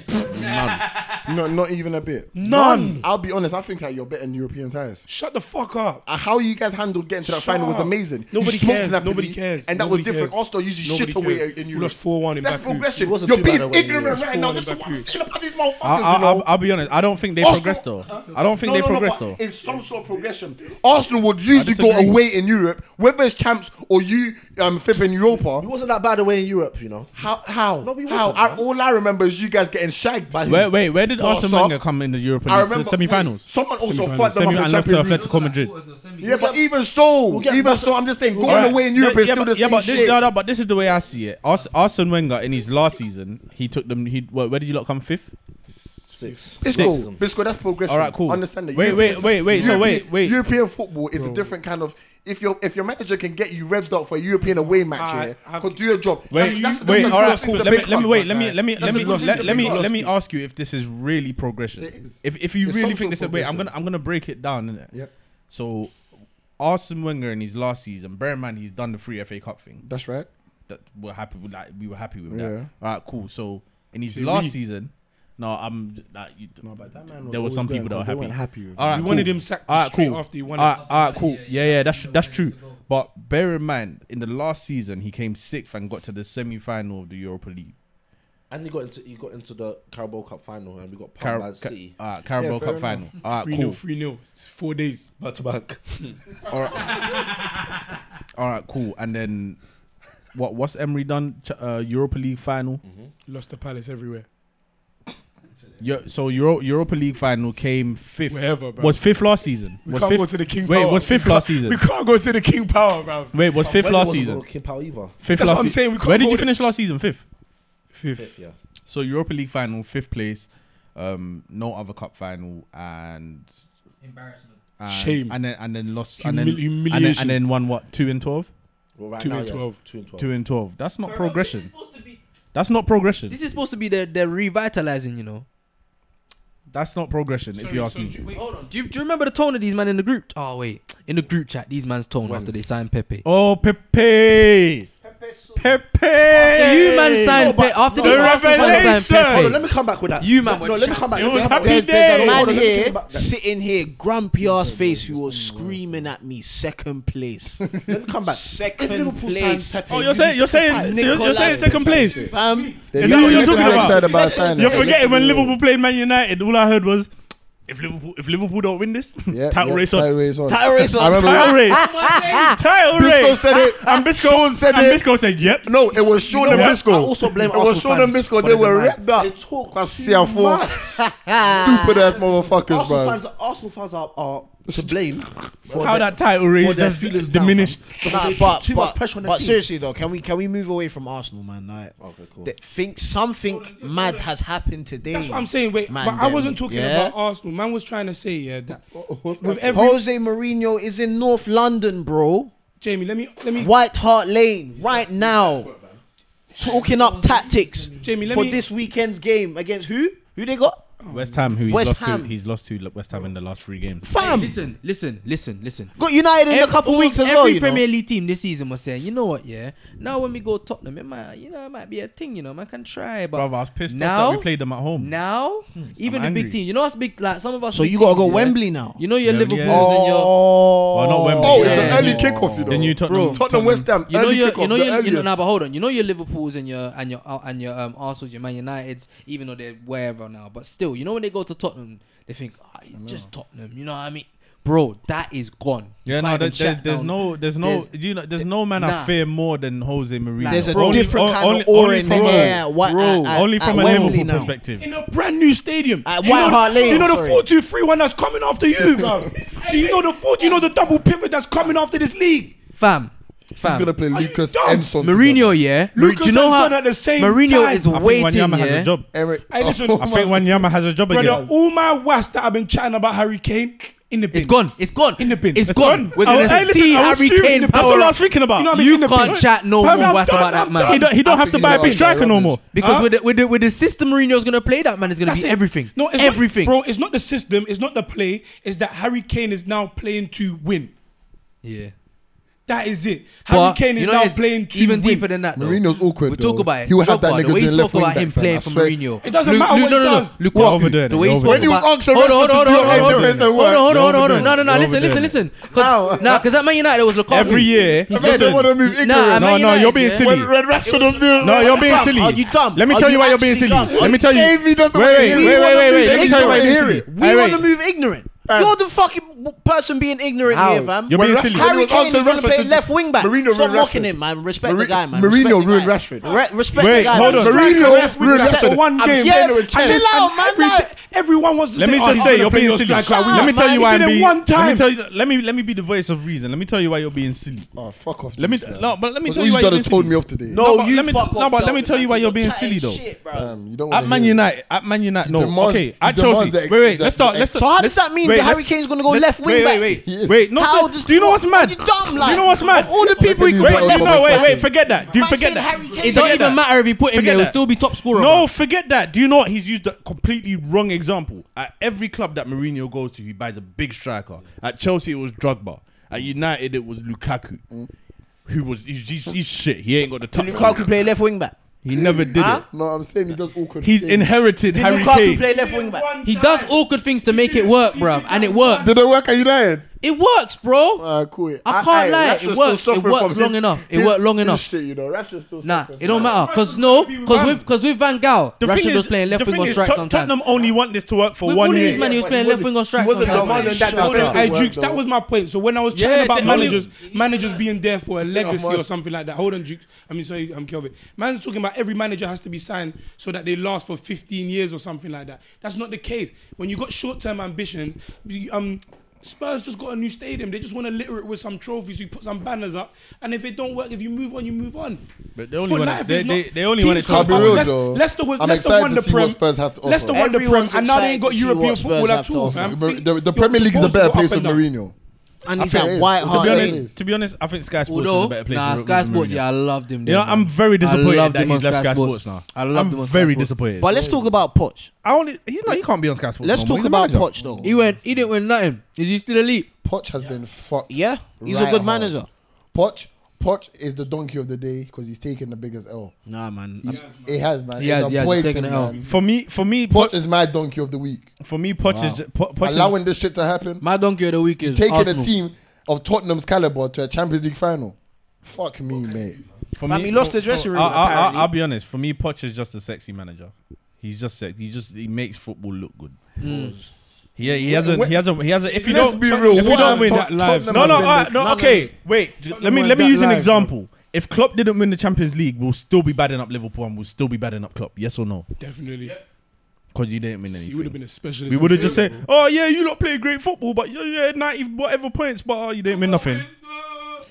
E: No, not even a bit.
A: None.
E: I'll be honest. I think like, you're better than European tires.
A: Shut the fuck up.
E: Uh, How you guys handled getting to that
A: Shut
E: final was
A: up.
E: amazing. You
A: Nobody
E: smoked
A: cares.
E: Napoli,
A: Nobody cares.
E: And that
A: Nobody
E: was different.
A: cares.
E: Arsenal usually
A: Nobody
E: shit away
A: cares.
E: in
A: We
E: Europe.
A: lost 4-1 in
E: That's
A: Baku.
E: progression.
I: It wasn't
E: You're
I: too
E: being
I: bad away in
E: ignorant
I: Europe.
E: right now.
A: It's
E: That's
A: 4-1 in
E: what I'm
A: Baku.
E: saying about these motherfuckers.
B: I'll,
E: you know?
B: I'll, I'll be honest. I don't think they progressed though. I don't think
E: No,
B: they
E: no, no,
B: progressed
E: but
B: though.
E: In some sort of progression, Arsenal would usually go
B: disagree.
E: away in Europe, whether it's champs or you um, flipping Europa.
K: It wasn't that bad away in Europe, you know.
E: How? How?
K: No, we
E: how?
K: wasn't,
E: I, all I remember is you guys getting shagged.
K: By who?
B: Wait, wait, where did
E: Well,
B: Arsene
E: so-
B: Wenger come in the European
E: I remember
B: semi-finals?
E: Someone also
B: Semi-finals.
E: fucked them up in
B: Semi-finals. And
E: Champions
B: left
E: League.
B: to Atletico Madrid.
E: Yeah, but even so,
K: get
E: even
K: Barca-
E: so, I'm just saying, going
B: Alright.
E: away in Europe
B: yeah,
E: is
B: yeah,
E: still
B: but,
E: the
B: yeah,
E: same
B: but This,
E: shit.
B: no, no, but this is the way I see it. Ars- Arsene Wenger in his last season, he took them. He where, where did you lot come fifth?
I: Six.
E: Bisco, Bisco, that's progression.
B: All right, cool.
E: Understand that.
B: Wait, wait, wait, wait. So
E: European-
B: wait, wait.
E: European football is a different kind of. If your if your manager can get you revved up for a European away
A: I-
E: match
A: I-
E: here, could do your job.
B: Wait,
E: That's- that's-
B: wait,
E: that's a
B: all right,
E: good
B: cool.
E: thing
B: Let
E: to
B: me,
E: pick
B: let me
E: up.
B: wait. Let me, let me,
E: That's
B: let me,
E: a good
B: let,
E: thing
B: let
E: to
B: me,
E: pick up.
B: let me ask you if this is really progression.
E: It is.
B: If if you
E: It's
B: really
E: some
B: think this
E: sort
B: is,
E: of
B: wait, I'm
E: progression.
B: gonna I'm gonna break it down, innit?
E: Yep.
B: So, Arsene Wenger in his last season, bear in mind he's done the free FA Cup thing.
E: That's right.
B: that we're happy with like we were happy with
E: Yeah.
B: that. All right, cool. So in his
A: See,
B: last
A: we-
B: season, no, I'm like you,
E: but that man was
B: there were
E: always
B: some
E: going
B: people that
E: on.
B: were
E: They
B: happy.
E: weren't happy with
B: all right,
A: We
B: cool.
A: wanted him sacked
B: All right,
A: straight
B: cool.
A: after he won
B: All
A: it.
B: right, all right, cool. Yeah, yeah, that's tr- that's true. But bear in mind, in the last season, he came sixth and got to the semi final of the Europa League.
I: And he got into he got into the Carabao Cup final and we got
B: Car-
I: Palm Man
B: Ca-
I: City
B: all right, Carabao
E: Yeah,
B: Cup
E: fair
B: final. All right,
A: 3
B: cool.
A: 0, 3 0. Four days.
I: back to back.
B: All right, cool. And then what? What's Emery done? Ch- Uh, Europa League final.
A: Lost the Palace everywhere.
B: Yo- so Euro- Europa League final came fifth.
A: Wherever, bro.
B: Was fifth last season?
A: we
B: was
A: can't
B: fifth?
A: go to the King
B: Wait,
A: Power.
B: was fifth
A: We
B: last
A: can't-
B: season?
A: We can't go to the King Power, bro.
B: Wait, was fifth
I: Wenger
B: last
I: wasn't
B: season?
I: gonna keep out either.
B: Fifth
A: That's
B: last
A: what I'm
B: season.
A: saying, we can't
B: Where did
A: go
B: you
A: to-
B: fifth last season? Fifth.
A: Fifth.
I: Fifth, yeah.
B: So Europa League final, fifth place. Um, no other cup final, and,
C: Embarrassment.
B: and
A: Shame.
B: And then and then lost.
A: Humil-
B: and, then, and then
A: humiliation.
B: and then won what? Two and twelve.
I: Well, right
A: Two
I: now,
A: and
I: yeah,
A: 12.
I: Two and twelve.
B: Two and twelve. That's not progression.
C: supposed to be.
B: That's not progression.
C: This is supposed to be their, their revitalizing, you know.
B: That's not progression. if you ask me.
C: Wait, hold on. Do you, do you remember the tone of these men in the group? Oh wait, in the group chat, these man's tone after they signed Pepe.
B: Oh Pepe. Pepe.
C: you man signed
K: but-
C: Pepe after
K: no,
C: the
K: but-
C: Arsenal man signed
B: Revelation!
K: Hold on,
C: Pepe.
K: let me come back with that.
C: You,
K: No,
C: man, were
K: let me come back.
B: It was
K: Let me come
B: happy
K: back.
F: There's, there's
B: day.
F: a
K: Hold
F: man
K: on, let me think
F: here
K: about that.
F: sitting here, grumpy ass face, who was screaming at me, second place.
K: Let me come back.
F: Second
K: if Liverpool
F: place.
K: signed Pepe,
B: Oh, you're saying you're saying so you're, you're saying second place. Is
F: Fam,
B: that what you're talking about?
E: Excited about signing.
B: You're forgetting when Liverpool played Man United. All I heard was, if Liverpool if Liverpool don't win this,
E: Yeah,
B: title
E: yeah,
B: race on.
E: Title race on.
F: Title race on.
E: I
B: Title race,
E: remember
B: title
E: Bisco
B: race.
E: said it.
B: And Bisco
E: Sean said
B: and
E: it.
B: Bisco said, "Yep."
E: No, it was Sean
K: know
E: and
K: what?
E: Bisco.
K: I also blame
E: It was
K: Arsenal
E: Sean and
K: fans
E: Bisco.
K: for
E: They
K: the
E: were
K: demise.
E: wrapped up.
K: They talk
E: That's
K: too
E: CR4.
K: much.
E: Stupid ass motherfuckers,
K: Arsenal
E: bro.
K: fans, Arsenal fans are, are to blame for
B: How
K: their-
B: that title
K: for
B: race
K: their
B: just
K: feelings now,
B: diminished.
K: fam.
F: Nah,
K: Because they
F: but
K: put too
F: but,
K: much pressure on the
F: but
K: team.
F: seriously though, can we can we move away from Arsenal, man? Like,
I: Okay, cool.
F: th- think something mad has happened today.
A: That's what I'm saying. Wait,
F: man,
A: but I
F: them,
A: wasn't talking
F: yeah?
A: about Arsenal. Man was trying to say, yeah, that with every
F: Jose Mourinho is in North London, bro.
A: Jamie, let me let me
F: White Hart Lane right now, talking up tactics
A: Jamie, let
F: for
A: me-
F: this weekend's game against who? Who they got?
B: West Ham, who he's
F: West
B: lost
F: Ham.
B: to, he's lost to West Ham in the last three games.
F: Fam,
C: Listen, listen, listen, listen.
F: got United in a
C: Ev-
F: couple
C: all-
F: weeks as
C: every
F: well. You know?
C: Premier League team this season was saying, you know what, yeah. Now when we go Tottenham, it might, you know, it might be a thing. You know, man can try, but
B: Brother, I was pissed
C: now,
B: off that we played them at home.
C: Now, even
B: I'm
C: the
B: angry.
C: big team, you know, us big like some of us.
F: So
C: big
F: you gotta
C: teams,
F: go
C: yeah?
F: Wembley now. Oh.
C: You know your
B: Yeah,
C: Liverpools
B: yeah.
C: and your.
B: well, not Wembley.
E: Oh, it's
B: Yeah.
E: an early kickoff, you know.
B: The new Tottenham.
E: Tottenham West Ham.
C: You know
E: early
C: your,
E: kickoff,
C: you know your,
E: the
C: you know.
E: earliest.
C: Now, but hold on. You know your Liverpool's and your and your uh, and your um Arsenal's, your Man Uniteds, even though they're wherever now. But still, you know when they go to Tottenham, they think ah, it's just Tottenham. You know what I mean, bro? That is gone.
B: Yeah, no,
C: Clyde
B: there,
C: and
B: there,
C: Shaq
B: there's
C: down.
B: no, there's no,
C: There's-
B: you know, there's no man I
C: Nah.
B: fear more than Jose Mourinho.
F: There's a
B: Bro,
F: different
B: only-
F: kind
B: only-
F: of aura
B: only
F: in the
B: from a-
F: air. What,
B: bro,
F: at- at-
B: only
F: at
B: from a
F: Wembley
B: Liverpool
F: now.
B: perspective.
A: in a brand new stadium.
F: At
A: You know
F: White
A: the-
F: Hart Lane,
A: Do you know the
F: sorry.
A: 4 2 3 1 that's coming after you, bro? do you know the 4 Do you know the double pivot that's coming after this league?
C: fam, fam.
E: He's gonna play
A: Are you
E: Lucas
A: dumb?
E: and Son.
C: Mourinho, yeah. Mourinho-
A: Lucas
C: do you know
A: and
C: how
A: Son at the same
C: Mourinho
A: time.
C: is
A: I think
C: waiting,
B: Wanyama has
C: yeah.
B: a job.
E: Eric.
A: Hey, listen,
B: I think Wanyama has a job
A: brother,
B: again.
A: all my was that I've been chatting about Harry Kane in the bin.
C: It's gone. It's gone.
A: In the bin.
C: It's
A: It's
C: gone.
A: gone.
C: We're
A: I
C: gonna
A: was- hey, listen,
C: see
A: I was
C: Harry
A: fuming.
C: Kane
A: That's
C: power.
A: all I
C: up.
A: was thinking about.
C: You, know what I
A: You
C: mean? you
A: can't
C: can't chat no
A: Fam,
C: more
A: I'm
C: whats
A: done,
C: about that
A: I'm
C: man.
A: done.
B: He don't, he don't have to buy a big striker no more.
C: Because
A: Huh?
C: with, the, with, the, with the system Mourinho's gonna play that man is gonna
A: That's
C: be
A: it.
C: everything.
A: No, it's
C: everything.
A: Not, bro, it's not the system. It's not the play. It's that Harry Kane is now playing to win.
C: Yeah.
A: That is it. Harry
C: But
A: Kane is
C: you know
A: now
C: it's
A: playing to win.
C: even deeper than that. Though.
E: Mourinho's awkward,
C: We talk
E: though.
C: about it.
E: He would have
C: Drogba,
E: that nigga
C: the way
E: doing
C: he
E: left
C: spoke about
E: wing
C: him
E: back, fam, I
C: playing for
E: swear.
C: Mourinho.
A: It doesn't matter what
C: no,
A: he
C: no,
A: does.
C: No, Look
B: You're
C: what-
B: overdoing it.
C: The way he
B: You're
C: spoke
E: When you
C: about-
E: ask the
C: Hold
E: rest
C: on,
E: to
C: hold on,
E: do
C: hold on,
E: it,
C: hold on,
E: they
C: hold
E: say
C: on.
E: what?
C: Hold on, hold on, hold on,
B: You're
C: hold on. No, no, no.
B: overdoing
C: Listen,
B: it.
C: listen, listen.
D: How?
C: Cause, nah, because at Man United it was Lukaku.
B: Every year.
C: He
E: Remember
C: said,
E: they want to move
C: Nah, at
E: ignorant.
B: No,
C: Man
B: no,
C: United,
B: you're being
C: yeah.
B: silly.
E: When Red Rashford was being
B: No, you're being silly.
F: Are you dumb?
B: Let me
F: Are
B: tell you, why you're being
F: actually
B: silly.
F: dumb?
B: Let me tell you.
E: Jamie
B: Wait, wait,
E: doesn't
B: wait,
E: want to
B: wait, wait, wait.
F: move
B: Let me tell you why you're being silly.
F: ignorant.
B: Hey,
F: We want to
B: wait.
F: move ignorant. You're the fucking w- person being ignorant
D: How?
F: here, fam.
B: You're being
E: When
B: silly.
E: Rashford-
F: Harry
E: When
F: Kane is
E: Anthony
F: going to
E: Rashford
F: play
E: did-
F: left wing back.
E: Mourinho
F: Stop
E: ruined
F: mocking
E: Rashford.
F: him, man. Respect the
E: Mourinho-
F: guy, man.
E: Mourinho
F: Respect the
E: ruined
F: guy.
E: Rashford.
F: Re- respect
B: Wait,
F: the guy.
B: hold
F: man.
B: on.
F: Strike
E: Mourinho
F: a left
E: ruined
F: winger.
E: Rashford.
F: Set-
A: For one
E: I'm
A: game.
E: getting a chance.
F: chill out, man,
A: every-
F: like-
A: everyone wants to
B: Let
A: say,
B: me
A: "Oh,
B: just
A: he's
B: say
A: gonna
B: you're
A: play
B: being
A: your
B: silly.
A: striker at
B: Let
A: winger."
B: me tell you
A: He
B: why
A: did
B: I'm
A: it
B: being.
A: one
B: Let me
A: time.
B: tell you. Let me let me be the voice of reason. Let me tell you why you're being silly.
E: Oh, fuck off.
B: Let me
E: James, man.
B: no, but let me
E: Because
B: tell
E: all
B: you why
E: you've
B: you're
E: done
B: being
E: is told me
B: silly.
E: off today.
B: No,
F: but
B: you
F: let me-
B: fuck
F: no,
B: off,
F: but let
B: Dalton,
F: me tell you why
B: man.
F: you're being
B: You're
F: silly though.
B: chatting
E: Damn, you don't
B: At
E: wanna
B: Man
E: hear it.
B: United, at Man United, no,
E: demands-
B: okay,
E: he
B: at
E: demands
B: Chelsea.
E: the
B: Wait,
E: ex-
B: wait,
E: the
B: let's start. Let's
E: ex-
F: So how does
B: let's-
F: that mean
B: wait,
F: that Harry
B: let's-
F: Kane's gonna go
B: let's-
F: left wing
B: wait,
F: back?
B: Wait,
E: He
B: wait,
E: is.
B: wait. No,
F: How
B: do,
F: does-
B: do you know what's mad?
F: You dumb,
B: do
F: like,
B: you know what's mad?
F: of all the people he
E: Wait,
B: Wait,
E: Well,
F: could put
B: no,
F: left
E: well,
B: no,
F: wing
B: wait,
E: well,
B: wait.
E: well,
B: Forget that. Do you
F: Man
B: forget
F: said
B: that?
F: Harry Kane-
C: It don't
B: Forget
C: even
B: that.
C: matter if he put him
B: Forget
C: there; he'll
B: that.
C: still be top scorer.
B: No,
C: bruv.
B: forget that. Do you know what? He's used a completely wrong example. At every club that Mourinho goes to, he buys a big striker. At Chelsea, it was Drogba. At United, it was Lukaku. Who was he's, he's, he's shit. He ain't got the top.
F: Lukaku play left wing back.
B: He never did
F: Huh?
B: it.
E: No, I'm saying he does awkward.
B: He's
E: things.
B: inherited
F: Did
B: Harry
F: Lukaku
B: Kane.
F: play left wing back?
C: He does awkward things to make it work, bruv, and it works.
E: Did it work at United?
C: It works, bro.
E: Ah, cool.
C: I can't
E: aye,
C: lie,
E: Rashford's
C: it
E: still
C: works- it
E: suffering
C: works
E: from
C: long enough. It worked long
E: his
C: enough.
E: Shit, you know, Rashford's still
C: Nah,
E: suffering
C: it don't
E: from
C: matter. Cause no, cause with cause with Van Gaal,
B: The thing
C: Rashford
B: is-
C: was playing left
B: the
C: wing
B: thing
C: on
B: is,
C: strike
B: Tot-
C: sometimes.
B: Tottenham only want this to work for
C: With all
B: one
C: of
B: year.
C: these men, he was
E: but
C: playing
E: he
C: left wing on strike
E: wasn't
C: sometimes.
E: demanding that
A: Hold on,
E: that's
A: hey,
E: how it
A: Jukes,
E: worked,
A: that
E: though.
A: was my point. So when I was
C: Yeah,
A: chatting about
C: they-
A: managers,
C: only-
A: managers being there for a legacy
E: man.
A: or something like that. Hold on, Jukes. I mean, sorry, I'm Kelvin. Man's talking about every manager has to be signed so that they last for 15 years or something like that. That's not the case. When you got short-term ambition, you- um. Spurs just got a new stadium. They just want to litter it with some trophies. You put some banners up, and if it don't work, if you move on, you move on.
B: But they only
A: For
B: want it-
A: life,
B: they-
A: it's
B: they-
A: not-
B: they only
A: teams
B: want it to
A: can't
B: work.
A: fuck
E: I'll be real,
A: Leicester-
E: though.
A: Leicester was-
E: I'm
A: Leicester
E: excited
A: won
E: to
A: the
E: see what
A: Prem.
E: Spurs have to offer.
A: Leicester won the Prem,
F: Everyone's
A: and now they
F: excited
A: ain't got
F: to see
A: European
F: what Spurs
A: football
F: have
A: at
F: to
A: all,
F: offer.
A: fam. Think-
E: The, the
A: you're
E: Premier League is a
A: supposed to
E: better
A: go up
E: place for
A: and down.
E: Mourinho.
F: And he's
E: think it
F: at
E: is.
F: White
E: To
B: To
F: Hart
B: be
F: Lane.
B: honest, to be honest, I think Sky Sports is a
C: Although,
B: better place.
C: nah,
B: for-
C: Sky
B: for
C: Sports,
B: Mourinho.
C: yeah, I loved him.
B: You
C: There,
B: know,
C: man.
B: I'm very disappointed
C: loved
B: that
C: him on
B: he's left
C: Sky
B: Sky
C: Sports.
B: Sports now.
C: I loved
B: I'm
C: him on Sky
B: very
C: Sports.
B: disappointed.
F: But let's talk about Poch.
B: I only he's not he can't be on Sky Sports.
F: Let's
B: no more.
F: talk
B: He's a
F: about
B: manager.
F: Poch though.
C: He went. He didn't win nothing. Is he still elite?
E: Poch has been fucked.
F: Yeah, he's a
E: right
F: good
E: hard.
F: manager.
E: Poch, Poch is the donkey of the day because he's taking the biggest L.
F: Nah, man.
E: He, it has, man.
C: He has,
E: it's
C: he has, he's taken
E: it
C: an L.
E: out.
B: For me, for me, Poch,
E: Poch is my donkey of the week.
B: for me, Poch is Po- Poch
E: Allowing
B: is,
E: this shit to happen,
C: My donkey of the week is
E: taking
C: Arsenal.
E: a team of Tottenham's caliber to a Champions League final. Fuck me, mate.
B: for
F: Fam, he lost the dressing room,
B: I, I,
F: apparently.
B: I, will be honest. For me, Poch is just a sexy manager. He's just sex. He just he makes football look good.
A: Mm.
B: Yeah, he hasn't. He hasn't. He hasn't. If you
E: Let's
B: don't,
E: be real.
B: If you
E: what
B: don't
E: have
B: win,
E: Tot-
A: lives.
E: Tottenham
B: no, no,
E: have been
B: uh,
E: doing?
B: no. Okay, wait. Let me
A: won
B: let me
A: that
B: use an
A: live,
B: example. If Klopp didn't win the Champions League, we'll still be badding up Liverpool and we'll still be badding up Klopp. Yes or no?
A: Definitely.
B: Because you didn't win
A: He would have
B: anything.
A: been a specialist.
B: We
A: in
B: would have just
A: football.
B: said, "Oh yeah, you lot play great football, but yeah, yeah, ninety whatever points, but uh, you didn't win nothing."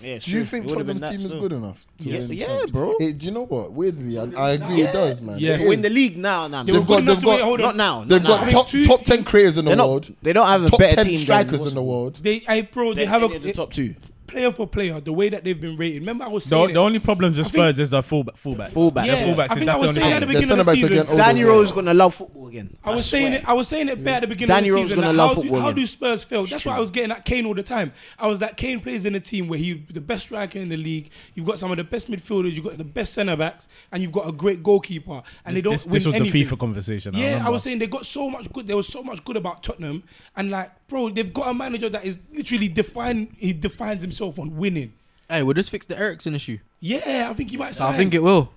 F: Yeah,
E: Do you think Tottenham's team is good enough? to
F: Yes,
E: win
F: yeah,
E: Champions?
F: bro.
E: Eh, do you know what? Weirdly, I, I agree it does, man.
A: Yeah.
E: It
F: To win
E: is.
F: the league now, nah,
A: They were
F: nah.
E: They've got-
A: good enough
E: they've
A: to win.
E: got-
A: Hold
F: not
A: on.
F: now.
E: They've
F: not
E: got
F: now.
E: top,
A: Two-
E: top 10 creators in the
F: They're
E: world,
F: not. They don't have a
E: top
F: better
E: 10
F: team.
E: strikers
F: than
E: in the world.
A: They, I pro, they
F: They
A: have
F: have
A: a
F: the top two.
A: player for player. The way that they've been rated. Remember, I was
B: The,
A: saying
B: the
A: it.
B: only problem with
A: I think-
B: Spurs is their fullback. Fullback.
F: Fullback.
A: Yeah,
F: the
B: fullbacks
A: I
B: is-
A: think
B: that's
A: I was
B: the
A: saying
B: only
A: it at the
B: thing.
A: beginning of the
E: Their centre-backs
A: season.
E: again,
F: Danny
E: Overall.
F: Rose gonna love football again.
A: I was
F: swear.
A: saying it. I was saying it bad at the beginning
F: Danny
A: of the
F: Rose
A: season.
F: gonna
A: like,
F: love
A: how, do,
F: football
A: how
F: again.
A: do Spurs fail? That's why I was getting at Kane all the time. I was that Kane plays in a team where he the best striker in the league. You've got some of the best midfielders. You've got the best centre backs, and you've got a great goalkeeper. And they
B: This,
A: don't
B: this,
A: win
B: this was
A: anything.
B: the FIFA conversation. I,
A: Yeah, I,
B: remember.
A: was saying they got so much good. There was so much good about Tottenham, and like, bro, they've got a manager that is literally defined. He defines himself on winning.
C: Hey, we'll just fix the Ericsson issue.
A: Yeah, I think he might. Sign.
C: I think it will.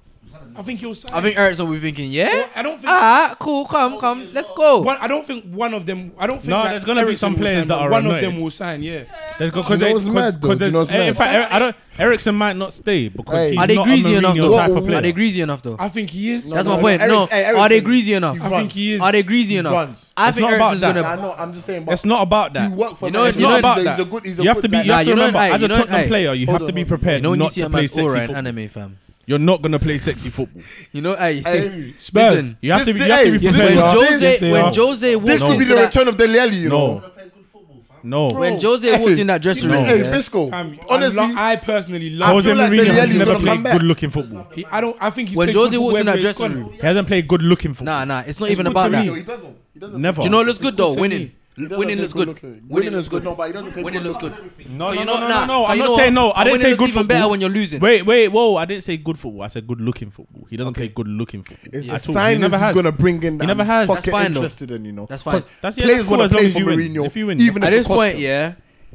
A: I think he'll sign.
C: I think Ericsson will be thinking, yeah.
A: I don't think-
C: Ah, cool. Come, come. Let's go.
A: One, I don't think one of them. I don't think.
B: No,
A: like,
B: there's gonna be
A: Eriksen
B: some
A: will
B: players
A: sign,
B: that
A: but
B: are
A: One of
B: annoyed.
A: them will sign. Yeah.
B: There's got,
E: Do you know what's mad, though? Do you know what's
B: eh, In
E: mad?
B: fact, Eric, I don't. Ericsson might not stay because
E: Hey.
B: he's
C: Are they
B: not
C: greasy
B: a
C: enough
B: Mourinho
C: though?
B: type of
C: Are they
B: player.
C: greasy enough though?
A: I think he is.
C: That's
A: No,
C: my
A: no,
C: point.
A: no.
C: no,
A: Eric- hey,
C: are they
A: Ericsson,
C: greasy enough?
A: I think he is.
C: Are they greasy enough?
E: runs.
C: I
B: It's
C: think
B: not about
C: Ericsson's
B: that.
E: I
C: gonna.
E: know, I'm just saying, but
B: It's not about
E: you
B: that.
E: work for
C: You know,
E: Man
B: It's not
E: United. He's a-
B: about
E: he's a
B: that.
E: good- he's a
B: You have
E: good
B: to be.
E: guy.
B: You have
C: Nah,
B: to
C: you know,
B: remember
C: hey,
B: as
C: you
B: a
C: know,
B: Tottenham
C: hey.
B: player, you have
E: Hold
B: to
E: on,
B: be
E: hold on.
B: prepared
C: You know when you
B: not
C: see
B: to
C: a
B: play
C: man's aura
B: sexy
C: in
B: football.
C: anime, fam.
B: You're not gonna play sexy football.
C: You know, hey,
B: Spurs.
C: Listen,
B: You have
E: This
B: to be.
E: day-
B: You have to be
E: Yes,
C: when
E: they
B: prepared.
E: are.
C: Jose,
B: They
C: when
B: are.
C: Jose walked
E: This
B: No.
E: could be
C: into
E: the
C: that,
E: return of the Lely, you know.
B: No. No.
C: when Jose walked in that dressing room,
E: Hey,
C: yeah,
E: Bisco.
A: Um,
E: honestly,
A: I, lo- I personally love.
B: Jose
E: feel like
B: Mourinho has
E: Dele Alli's
B: never
E: gonna
B: played
E: come back.
B: good-looking football.
A: He, I don't. I think he's
C: when
A: played
C: Jose
A: good
C: walks
A: wherever
C: in that
A: he's
C: dressing
A: gone.
C: room,
B: He hasn't played good-looking football.
C: nah, nah, it's not
A: It's
C: even
A: good
C: about
A: to
C: that.
A: me.
E: doesn't. He doesn't.
B: Never.
C: Do you know what looks good though?
A: to
C: Winning.
A: me.
C: L- Winning looks good.
E: Winning is good. No, but he doesn't play
C: Winning
E: good.
C: looks good.
B: No,
C: But
B: no,
C: you
B: no,
C: know-
B: no,
C: nah,
B: no, no.
C: but
B: I'm
C: you
B: not
C: know
B: saying
C: what?
B: no. I
C: And
B: didn't
C: winning
B: say
C: looks
B: good
C: even
B: football.
C: better when you're losing.
B: Wait, wait, whoa! I didn't say good football. I said good looking football. He doesn't play good looking football.
D: It's
B: at all.
D: the sign is
B: has.
D: going to bring in.
B: He never
D: I'm
B: has.
D: fucking
C: That's fine, though.
D: interested in you know.
C: That's fine.
D: 'Cause
B: That's- yeah,
D: players
B: that's
D: want
B: cool,
D: to
B: as long
D: play
B: as
D: for
B: you win.
D: Mourinho.
B: If you win.
D: even if
C: At
D: it
C: this
D: costs
C: point,
D: him.
C: yeah,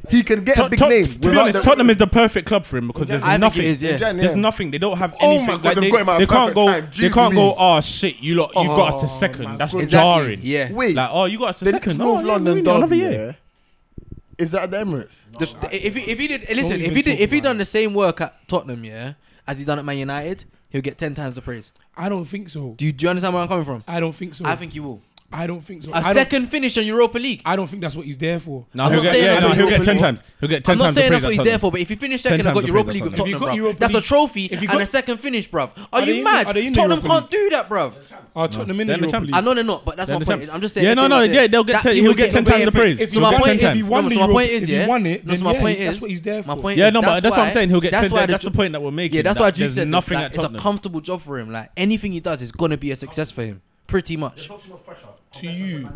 D: he can get a
B: Tot-
D: big
B: Tot-
D: name.
B: To be
D: without
B: honest,
D: the-
B: Tottenham is the perfect club for him because there's
C: I
B: nothing.
C: think it is. Yeah,
D: Yeah.
B: There's nothing. They don't have
D: Oh
B: anything.
D: my God,
B: Like,
D: they've
B: they,
D: got him at
B: they
D: a
B: can't
D: perfect
B: go.
D: time. Oh,
B: They
D: Jesus
B: can't go.
D: Louise.
B: Oh shit! You lot, you got us to second. That's jarring.
C: Yeah.
D: Wait,
B: Like oh, you got us to
D: the
B: second.
D: next
B: No,
D: North
B: yeah,
D: London
B: Mourinho, another
D: derby.
B: year.
D: yeah, Is that at the Emirates?
C: The- if he, if he did listen, if
A: even
C: he did
A: talk
C: if he
A: about
C: done the same work at Tottenham, yeah, as he done at Man United, he'll get ten times the praise.
A: I don't think so.
C: Do you, do you understand where I'm coming from?
A: I don't think so.
C: I think you will.
A: I don't think so.
C: A
A: I don't,
C: second finish in Europa League.
A: I don't think that's what he's there for.
B: No,
C: I'm
B: he'll
C: not
B: get,
C: saying
B: yeah,
C: that's
B: no,
C: what
B: he'll
C: he
B: get
C: will
B: ten
C: do.
B: times. He'll get ten
C: I'm not
B: times. the
C: saying
B: praise
C: that's what he's
B: at
C: there
B: Tottenham.
C: for, but if you finish second and
B: times
C: got
B: the
C: Europa
B: praise
C: League
B: at
C: with
B: Tottenham.
C: Tottenham,
A: If you got
C: bruv,
A: Europa
C: that's a
A: League-
C: trophy
A: if you
C: and
A: got-
C: a second finish, bruv. Are,
A: Are they
C: you
A: in-
C: mad?
A: are they in the
C: Tottenham
A: Europa
C: can't do that, bruv.
A: Uh, Tottenham in
B: They're in the
A: Europa
B: Champions
A: League.
C: I know they're not, but that's
B: They're
C: my
B: in the
C: point.
B: Champions.
C: I'm just saying.
B: Yeah,
C: if
B: no,
C: he
B: no,
C: was there,
B: yeah, they'll get
C: that
B: ten-
C: he
B: he'll
C: would
B: get 10 times the praise.
C: If,
B: If
C: so
B: he
C: my
B: won
C: point
B: 10
C: is,
B: times.
A: No,
C: no, so
A: so
C: my
A: Europe-
C: point is,
A: if he
C: yeah.
A: won it,
C: no, so
A: then
C: my
A: yeah,
C: point is,
A: that's what he's there
C: My
A: for.
C: point
B: Yeah,
C: is,
B: no, but that's what I'm
C: why-
B: saying. He'll get
C: that's
B: ten-
C: why
B: that-
C: the
B: that's the
C: jo-
B: point that we're making,
C: Yeah, that's
B: that
C: why I do
B: there's
C: said
B: nothing
C: like,
B: at
C: it's a
B: Tottenham.
C: comfortable job for him. Like anything he does is gonna be a success for him, pretty much.
A: to you,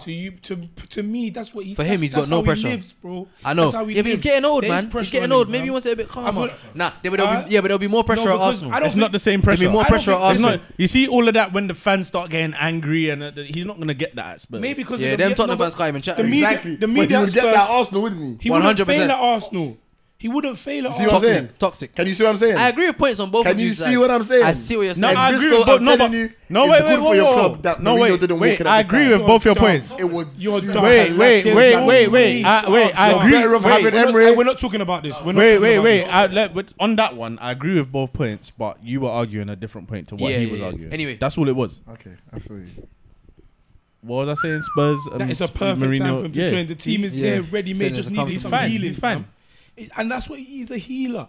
A: to you, to to me, that's what he.
C: For him,
A: that's-
C: he's got
A: that's
C: no
A: how he
C: pressure.
A: lives, bro.
C: I know.
A: That's how
C: Yeah,
A: he
C: but he's
A: lives.
C: getting old,
A: There is
C: man. He's
A: pressure on
C: getting old.
A: him,
C: Maybe
A: man.
C: he wants it a bit calmer.
A: thought-
C: Nah, there will there'll
A: Uh,
C: be yeah, but there'll be more pressure at
A: because
C: Arsenal.
A: I don't
B: It's not
A: think-
B: the same
C: There'll
B: pressure.
C: be more
A: I don't
C: pressure at
A: think-
B: It's
A: Arsenal.
B: not,
C: Arsenal.
B: you see all of that when the fans start getting angry, and uh, th- he's not going to get that at Spurs.
A: Maybe because
C: Yeah,
A: of the
C: them
A: me-
C: Tottenham
A: no,
C: fans
A: but
C: can't even chat.
A: The
C: to him.
A: media,
E: Exactly.
A: the
E: But he
A: media
E: would
A: Spurs,
E: get that Arsenal, wouldn't he?
A: he wouldn't
C: 100%.
A: fail at Arsenal. He wouldn't fail at
E: See what I'm
A: Arsenal.
E: saying?
C: Toxic, toxic.
E: Can you see what I'm saying?
C: I agree with points on both
E: Can
C: of
E: you
C: these
E: see
C: sides.
E: what I'm saying?
C: I see what you're
B: no,
C: saying.
B: I
E: And
B: agree
E: this
B: with
E: goal,
B: both.
E: I'm
B: No, but
E: telling you,
B: no,
E: it's
B: wait,
E: good
B: wait,
E: for
B: whoa,
E: your
B: whoa.
E: club that
B: no,
E: Mourinho
B: wait,
E: didn't
B: wait.
E: walk in at
B: I
E: this
B: agree
E: time.
B: with both your
A: You're
B: points.
E: It would.
A: You're
E: you
A: done.
E: would-
B: Wait, wait,
A: There's
B: wait,
A: no
B: wait,
A: way.
B: wait. I- wait, I
A: You're
B: agree.
A: better off
B: Wait.
A: having
E: We're not-
A: Emery.
E: and
A: We're not talking about this. We're not
B: Wait,
A: talking
B: wait,
A: about
B: wait.
A: this.
B: I, let, but on that one, I agree with both points, but you were arguing a different point to what
C: Yeah,
B: he
C: yeah,
B: was
C: yeah.
B: arguing.
C: Anyway.
B: that's all it was.
D: Okay, I feel you.
B: What was I saying? Spurs. Um,
A: That is a
B: Sp-
A: perfect
B: Mourinho,
A: time for him to
B: yeah.
A: join. The team is
C: Yeah.
A: there, ready
C: Saying
A: made,
C: it's
A: just
C: a
A: needing
C: comfortable
A: some
B: time.
A: healing.
B: He's fine.
A: fam. It- And that's what he's a healer.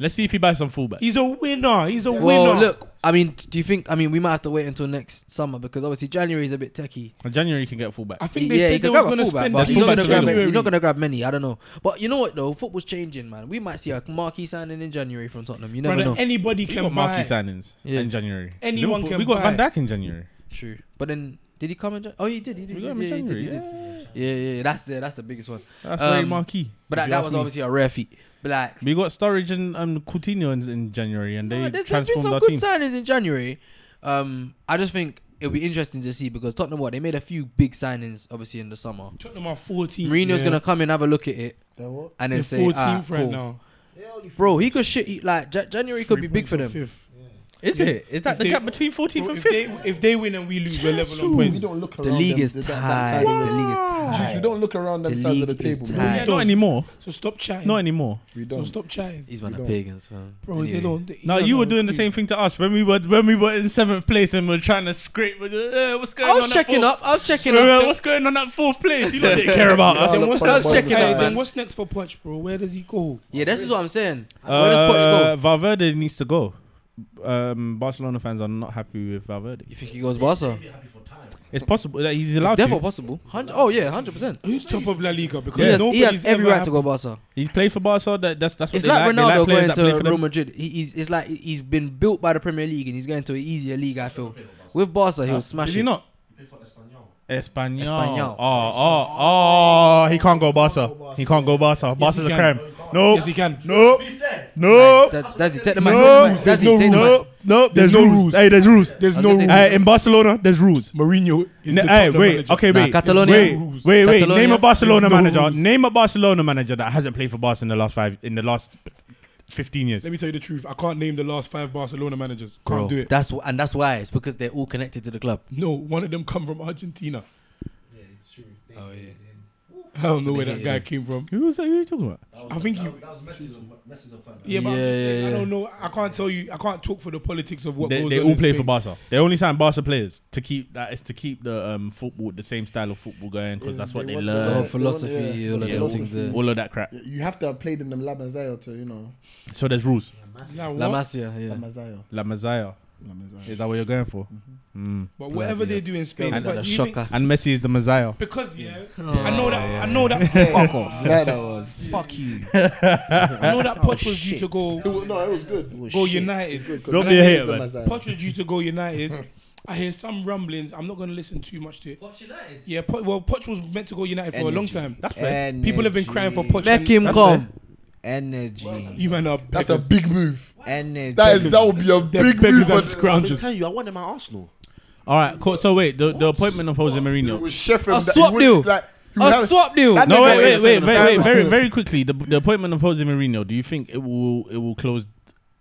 B: Let's see if he buys some fullback.
A: He's a winner. He's a
C: Well,
A: winner.
C: look, I mean, t- do you think? I mean, we might have to wait until next summer because obviously January is a bit techie.
B: In January, you can get a fullback.
A: I think they
C: yeah, you
A: said they
C: can
A: was
C: grab a
A: going to
C: fullback,
A: spend
C: but
B: that
A: at least
C: you're not
B: fullback
C: gonna grab-
B: available.
A: January.
C: You're not going to grab many. I don't know. But you know what though? Football's changing, man. We might see a marquee signing in January from Tottenham. You never
A: Brother,
C: know.
A: anybody
B: We
A: can
B: got
A: buy.
B: marquee signings
C: Yeah.
B: in January.
A: Anyone
B: Liverpool-
A: can
B: We got Van
A: buy.
B: Dijk in January.
C: True. But then, did he come in? Jan- Oh, he did. He did.
B: We got
C: He did,
B: him in
C: yeah, he did,
B: January.
C: he did.
B: Yeah.
C: Yeah, yeah, yeah. That's the that's the biggest one.
B: That's very
C: Um,
B: marquee. if
C: But that,
B: you
C: that
B: ask
C: was
B: me.
C: obviously a rare feat. But like,
B: We got Sturridge and um, Coutinho in, in January, and they
C: no, there's, there's been
B: transformed
C: some
B: our
C: good
B: team.
C: signings in January. Um, I just think it'll be interesting to see because Tottenham, what they made a few big signings obviously in the summer.
A: Tottenham are 14.
C: Mourinho's
A: yeah.
C: gonna come in have a look at it and then
A: They're
C: say,
A: 14th
C: "Ah,
A: right
C: cool."
A: now.
C: Bro, he could shit. He, like Ja- January could be
A: Three
C: big
A: points
C: for
A: off
C: them.
A: fifth.
B: Is
A: Yeah.
B: it? Is that
A: If
B: the
A: they-
B: gap between 14th
A: Bro,
B: and
A: if,
B: 5th?
A: they, if they win and we lose, we're level on
D: We
A: points.
D: don't look
C: The
D: around
C: league
D: them-
C: is
D: that- that
C: tied.
D: side of
C: The league is tied.
D: We don't look around
C: The
D: them sides of the
C: league is
D: table.
C: tied.
D: man.
B: yeah, not anymore.
A: So stop chatting.
B: Not anymore.
D: We
A: So
D: don't.
A: stop chatting.
C: These man
D: We
C: are
D: don't.
C: pagans, man.
A: Bro, they don't. they-
B: Now
A: he
B: you were
A: doesn't
B: doing the
A: agree.
B: same thing to us when we were when we were in seventh place and we are trying to scrape. with, Uh, what's going
C: I
B: on?
C: was
B: at
C: checking
B: fourth?
C: up. I was checking
B: Uh,
C: up.
B: what's going on at fourth place? You don't care about us.
A: Then
D: Look
A: what's,
D: for the
A: next,
D: boy
A: checking
C: with that, man.
A: then what's next for Poch, bro? Where does he go?
C: Yeah, this is what I'm saying. Where does
B: Uh,
C: Poch go?
B: Valverde needs to go. Um, Barcelona fans are not happy with Valverde.
C: You think he goes Barca?
B: It's possible that he's allowed
C: It's
B: to.
C: definitely possible. 100 Oh yeah, hundred percent.
A: Who's top of La Liga? Because
C: He has, he
A: nobody's
C: has every
A: ever
C: right to
A: had-
C: go Barca.
B: He's played for Barca. That, that's that's what
C: It's
B: they
C: like
B: like. They like
C: Ronaldo
B: players
C: going
B: that play
C: to
B: for them.
C: Real Madrid. He, he's it's like he's been built by the Premier League and he's going to an easier league. I feel with Barca he'll smash
B: Is
C: it.
B: he Ah, not? Espanyol.
C: Espanyol.
B: Oh, oh, oh! He can't go Barca. He can't go Barca. Barca's
A: he
B: a
A: can.
B: crime. No,
A: Yes, he can.
B: no, no,
C: Like, that's, that's it. Take the man.
B: no.
C: That's it.
A: no
C: Take the man.
B: no, no. There's,
A: no
B: rules.
A: rules.
B: Hey, there's rules.
A: There's
C: I was
A: no
C: gonna say-
A: rules.
B: Hey, in Barcelona, there's rules.
A: Mourinho is
B: N-
A: the
B: hey,
A: Tottenham
B: wait,
A: manager.
B: okay,
C: Nah,
B: wait,
C: Catalonia.
B: wait,
A: Rules.
B: wait, wait.
C: Catalonia.
B: Name a Barcelona
A: There's no
B: manager.
A: rules.
B: Name a Barcelona manager that hasn't played for Barca in the last five, in the last fifteen years.
A: Let me tell you the truth. I can't name the last five Barcelona managers. Can't
C: Bro,
A: do it.
C: That's wh- and that's why it's because they're all connected to the club.
A: No, one of them come from Argentina.
C: Oh yeah.
A: I don't know where that
C: Yeah.
A: guy came from.
B: Who was that? Who are you talking about?
A: I think he. Yeah, but I'm
C: Yeah,
A: just saying,
C: yeah,
A: I
C: yeah.
A: don't know. I can't tell you. I can't talk for the politics of what
B: They,
A: goes
B: they
A: on
B: all
A: in
B: play for
A: Spain.
B: Barca. They only sign Barca players to keep that is to keep the um, football the same style of football going because that's what they
D: want
C: The whole
B: learn.
D: want-
C: philosophy,
D: yeah,
C: all of
B: yeah,
C: them
B: all-
C: things.
D: philosophy.
C: there.
B: All of that crap.
D: You have to have played in them La Masia to, you know,
B: So there's rules.
A: Now
C: La
A: what?
C: Masia,
D: La
C: yeah.
D: Masia.
B: La Masia.
D: La Masia.
B: Is that what you're going for? Mm.
A: But whatever they do in Spain,
C: And
A: but
C: a
A: do you think-
C: shocker.
B: And Messi is the Messiah.
A: because yeah, I know that. I know that.
D: Fuck off. Like that one. Fuck you.
A: I know that Poch was due to go
D: It was, no, it was good.
A: go United.
D: Good, 'cause
B: Don't
D: La
B: be a
D: Masia is
B: hater,
D: La
B: man.
D: Masia.
A: Poch was due to go United, I hear some rumblings. I'm not going to listen too much to it.
C: Watch United.
A: Yeah, po- well, Poch was meant to go United for a long time.
B: That's fair.
A: People have been crying for Poch.
F: Make him
B: That's
F: come. Energy.
A: You man are
E: That's a
A: beggars.
E: big move.
F: Energy.
E: That is that would be a
A: They're
E: big move.
A: beggars
E: For
A: and
E: the,
I: I'm
A: scroungers.
I: telling you, I wanted my Arsenal.
B: All right, cool. So wait, the, the appointment of Jose Mourinho.
E: with Sheffield,
F: A
E: that he
F: swap
E: wouldn't,
F: deal.
E: Like, he would
F: A
E: have-
F: swap deal.
E: that
B: No, wait,
E: nigga is
B: wait, wait,
E: a
B: wait, wait,
E: sign-
B: very, very quickly. The, the appointment of Jose Mourinho. Do you think it will it will close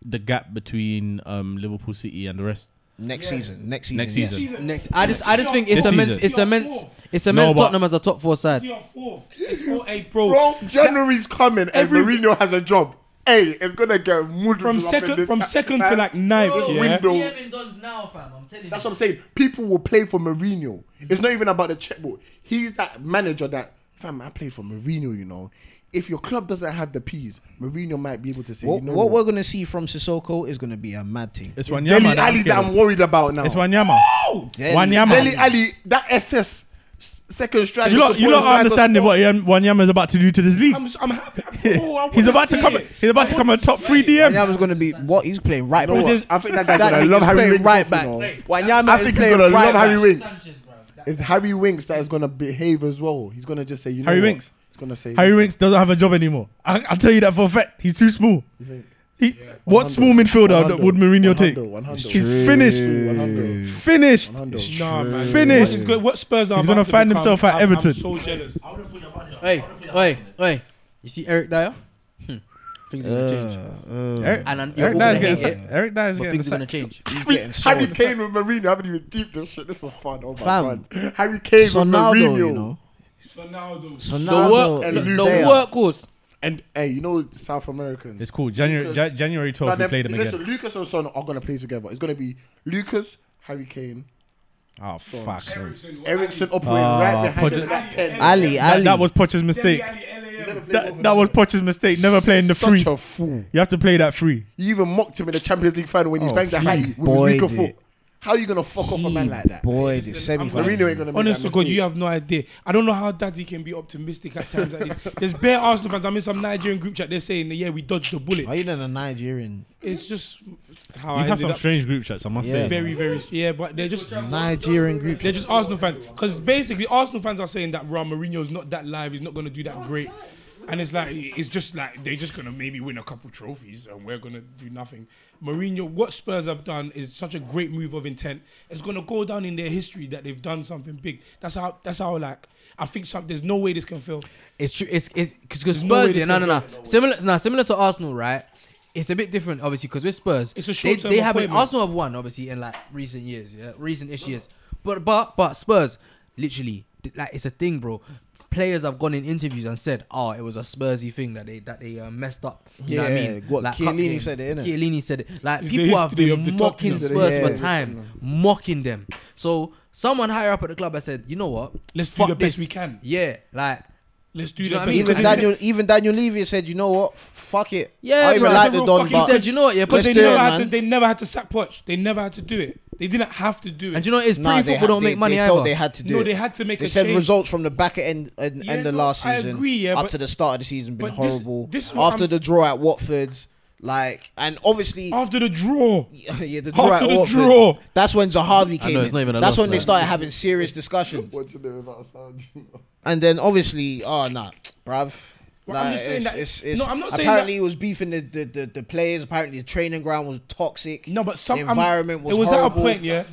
B: the gap between um, Liverpool City and the rest?
F: Next season. Next season.
B: Next season.
C: Next, I just, I just think it's
B: This
C: immense.
B: season.
C: It's immense. It's
B: No,
C: immense.
B: but-
C: Tottenham as a top four side.
A: You're fourth. It's all eight, bro.
E: Bro, January's coming and
A: Every-
E: Mourinho has a job. Hey, it's gonna get moved
A: From second, from second to like ninth.
E: Bro,
A: Yeah.
E: window. Those-
C: now, fam. I'm telling
E: That's what I'm saying. People will play for Mourinho. It's not even about the checkbook. He's that manager that, fam, I play for Mourinho, you know. If your club doesn't have the peas, Mourinho might be able to say,
F: What,
E: you know
F: what
E: what?
F: we're gonna see from Sissoko is gonna be a mad thing.
B: It's
E: Deli
B: Wanyama. that I'm
E: Ali that
B: scared
E: I'm
B: of.
E: worried about now.
B: It's Wanyama.
F: Deli-
B: Wanyama.
E: Deli Ali, that SS s- second striker.
B: You lot, you lot are understanding what Yan- Wanyama is about to do to this league.
A: I'm, s- I'm happy. Bro, I
B: He's
A: wanna
B: about to
A: see
B: come.
A: it.
B: He's about to come a top three DM.
F: Wanyama's gonna be what he's playing right
E: Bro,
F: back.
E: there's- I think that guy's gonna
F: nigga's
E: love Harry
F: playing
E: Winks,
F: right
E: you
F: back.
E: know.
F: Wanyama
E: I
F: is
E: think he's
F: playing
E: gonna
F: right
E: love
F: back.
E: Harry Winks. It's Harry Winks that is gonna behave as well. He's gonna just say, you know,
B: Harry
E: what?
B: Winks?
E: He's gonna say,
B: Harry
E: listen,
B: Winks doesn't have a job anymore. I, I'll tell you that for a fact. He's too small. He, what small midfielder
E: Ronaldo,
B: would uh, Mourinho
E: Ronaldo,
B: take?
E: Ronaldo.
B: He's finished.
E: Ronaldo.
B: Finished.
E: Ronaldo.
A: Nah, man.
B: Finished.
A: What, is go- what Spurs are
B: He's
A: about
B: gonna
A: to
B: find
A: become,
B: himself at
A: I'm-
B: Everton.
A: I'm so jealous.
C: Hey, hey, hey! You see Eric Dyer? Hmm. Things are gonna change.
B: Eric,
C: And I'm- you're
B: Eric Dyer's
C: all gonna
B: getting
C: hate
B: sacked.
C: it,
B: Eric Dyer's
C: But
B: getting
C: things are gonna
B: sacked.
C: change.
E: Harry, Harry Kane with Mourinho. I haven't even deep this shit. This was fun. Oh my
F: Fam.
E: god. Harry Kane
F: Sonaldo,
E: with Mourinho.
F: you know.
A: Ronaldo.
C: The
F: Sonaldo
C: work,
E: and
C: the
F: is
E: Luke
C: the
E: Dyer.
C: workhorse.
E: And hey, you know South Americans.
B: It's cool. January Ja-
E: Because-
B: January
E: Now,
B: twelfth, we
E: them-
B: play them
E: listen,
B: again.
E: Lucas and Son are gonna play together. It's gonna be Lucas, Harry Kane,
B: Oh fuck.
E: Ericsson
A: Ah,
E: operating right behind
B: Poch-
E: him. That ten.
F: Ali,
B: That,
F: Ali.
B: that was Poch's mistake. That, that was Poch's mistake. Never playing the
E: Such
B: free.
E: a fool.
B: You have to play that free.
E: You even mocked him in the Champions League final when he
F: Oh,
E: banged the
F: he
E: height with his weaker
F: boyed
E: foot.
F: it.
E: How are you gonna fuck off a man like that?
F: Boy, the
A: Listen, I'm
F: semi-final.
E: Mourinho ain't gonna make
A: Honest to
E: that
A: God,
E: mistake.
A: you have no idea. I don't know how Daddy can be optimistic at times like this. There's bare Arsenal fans. I'm in some Nigerian group chat. They're saying, "Yeah, we dodged the bullet."
F: Are you not a Nigerian?
A: It's just how
B: You
A: I
B: have
A: ended
B: some
A: up.
B: strange group chats, I must
F: Yeah.
B: say.
A: Very, very, yeah, but they're just
F: Nigerian group.
A: they're just Arsenal fans. Because basically, Arsenal fans are saying that Raw Mourinho's not that live. He's not going to do that great. And it's like it's just like they're just going to maybe win a couple trophies, and we're going to do nothing. Mourinho, what Spurs have done is such a great move of intent. It's going to go down in their history that they've done something big. That's how. That's how. Like I think some, there's no way this can fail.
C: It's true. It's it's because
A: no way
C: Spurs. yeah,
A: this
C: No, no,
A: goes
C: no. Similar. Nah, similar to Arsenal, right? It's a bit different, obviously, because with Spurs,
A: It's a
C: they,
A: short-term
C: they haven't.
A: appointment.
C: Arsenal have won, obviously, in like recent years, yeah, recent-ish years. But but but Spurs, literally, th- like it's a thing, bro. Players have gone in interviews and said, "Oh, it was a Spursy thing that they that they uh, messed up." You know what I
F: Yeah,
C: mean?
F: what
C: cup
F: Chiellini
C: games.
F: said it, innit?
C: Chiellini said it. Like
A: It's the
C: people have
A: history
C: been
A: of the
C: mocking
A: Tottenham.
C: Spurs
F: Yeah,
C: for
F: it's
C: time, mocking them. So someone higher up at the club, I said, "You know what?
A: Let's do
C: Fuck
A: the best we
C: this.
A: can.
C: Yeah, like
A: Let's do,
C: Do you
A: the
C: know what I
A: best
C: mean?
A: we
F: Even
A: can.
F: Daniel, even Daniel Levy said, you know what, F- fuck it.
C: Yeah,
F: I even
C: bro,
F: like
A: that's a
F: the
A: real
F: Don,
A: fucking
C: he
F: but
C: said, "You know what? Yeah,
A: But
C: but
F: Let's
A: they
F: do it,
A: never, had to,
F: man.
A: they never had to sack Poch. They never had to do it. They didn't have to do it.
C: And you know what it is?
F: nah,
C: Pretty
F: they
C: football
F: had-
C: don't
F: they,
C: make money
F: they
C: either.
F: felt they had to do
A: no,
F: it.
A: they had to make
F: They
A: a
F: said
A: change.
F: results from the back e- end and
A: Yeah,
F: end of
A: no,
F: last
A: I
F: season
A: agree, yeah,
F: up
A: but-
F: to the start of the season been
A: but this-
F: horrible.
A: this is what
F: after
A: I'm
F: the
A: s-
F: draw at Watford, like and obviously
A: After the draw,
F: yeah, the draw
A: After
F: at
A: the
F: Watford.
A: draw.
F: That's when Zahavi came.
C: know,
F: in.
C: it's not even a
F: That's
C: loss,
F: when they
C: man.
F: started having serious discussions.
E: What you know about Sandro?
F: And then obviously, oh nah, bruv.
A: Well, I'm
F: Like,
A: just saying
F: it's-
A: that-
F: it's- it's-
A: No, I'm not saying
F: apparently he was beefing the, the, the, the players. Apparently the training ground was toxic.
A: no, but some
F: the environment
A: I'm,
F: was
A: it was
F: horrible.
A: at a point, yeah.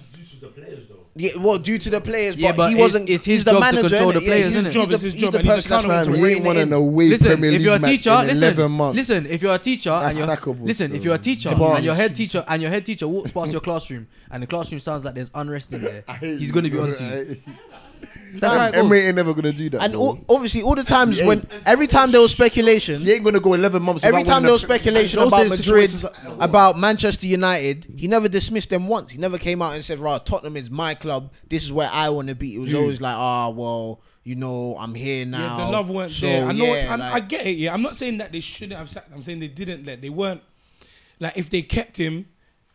F: Yeah, well, due to the players,
C: Yeah,
F: but,
C: but
F: he
C: it's-
F: wasn't.
C: it's
F: he's
C: his
F: the
C: job to
F: manager,
C: control
F: innit?
C: the
F: Yeah,
C: players,
F: he's
C: innot?
F: the-
A: His job,
F: he's
A: it's
F: the,
A: his
F: he's
A: job,
F: the
A: and he's
F: person that's meant
A: accountable
F: to
A: to
E: We ain't
F: rein
E: won
F: it
E: an
F: in.
E: away
C: Listen,
E: Premier
C: if
E: League
C: you're a
E: match
C: teacher,
E: in
C: listen,
E: 11 months.
C: listen. If you're a teacher,
E: That's
C: and you're,
E: sackable
C: listen,
E: still.
C: if you're a teacher
E: Bars.
C: and your head teacher and your head teacher walks past your classroom and the classroom sounds like there's unrest in there, he's gonna be on to you. That's how it goes.
E: Emery ain't never gonna do that.
F: And
E: bro.
F: all, obviously, all the times
E: Yeah.
F: when every time there was speculation,
E: he ain't gonna go 11 months.
F: every
E: without
F: time
E: winning
F: there was
E: a-
F: speculation
E: Those
F: about
E: situations
F: Madrid,
E: like-
F: about Manchester United, he never dismissed them once. He never came out and said, "Right, Tottenham is my club. This is where I want to be." It was always like, "Ah, well, you know, I'm here now."
A: Yeah, the love weren't
F: so,
A: there. I know,
F: yeah,
A: and
F: like-
A: I get it. Yeah, I'm not saying that they shouldn't have sacked. him. I'm saying they didn't let. They weren't like if they kept him,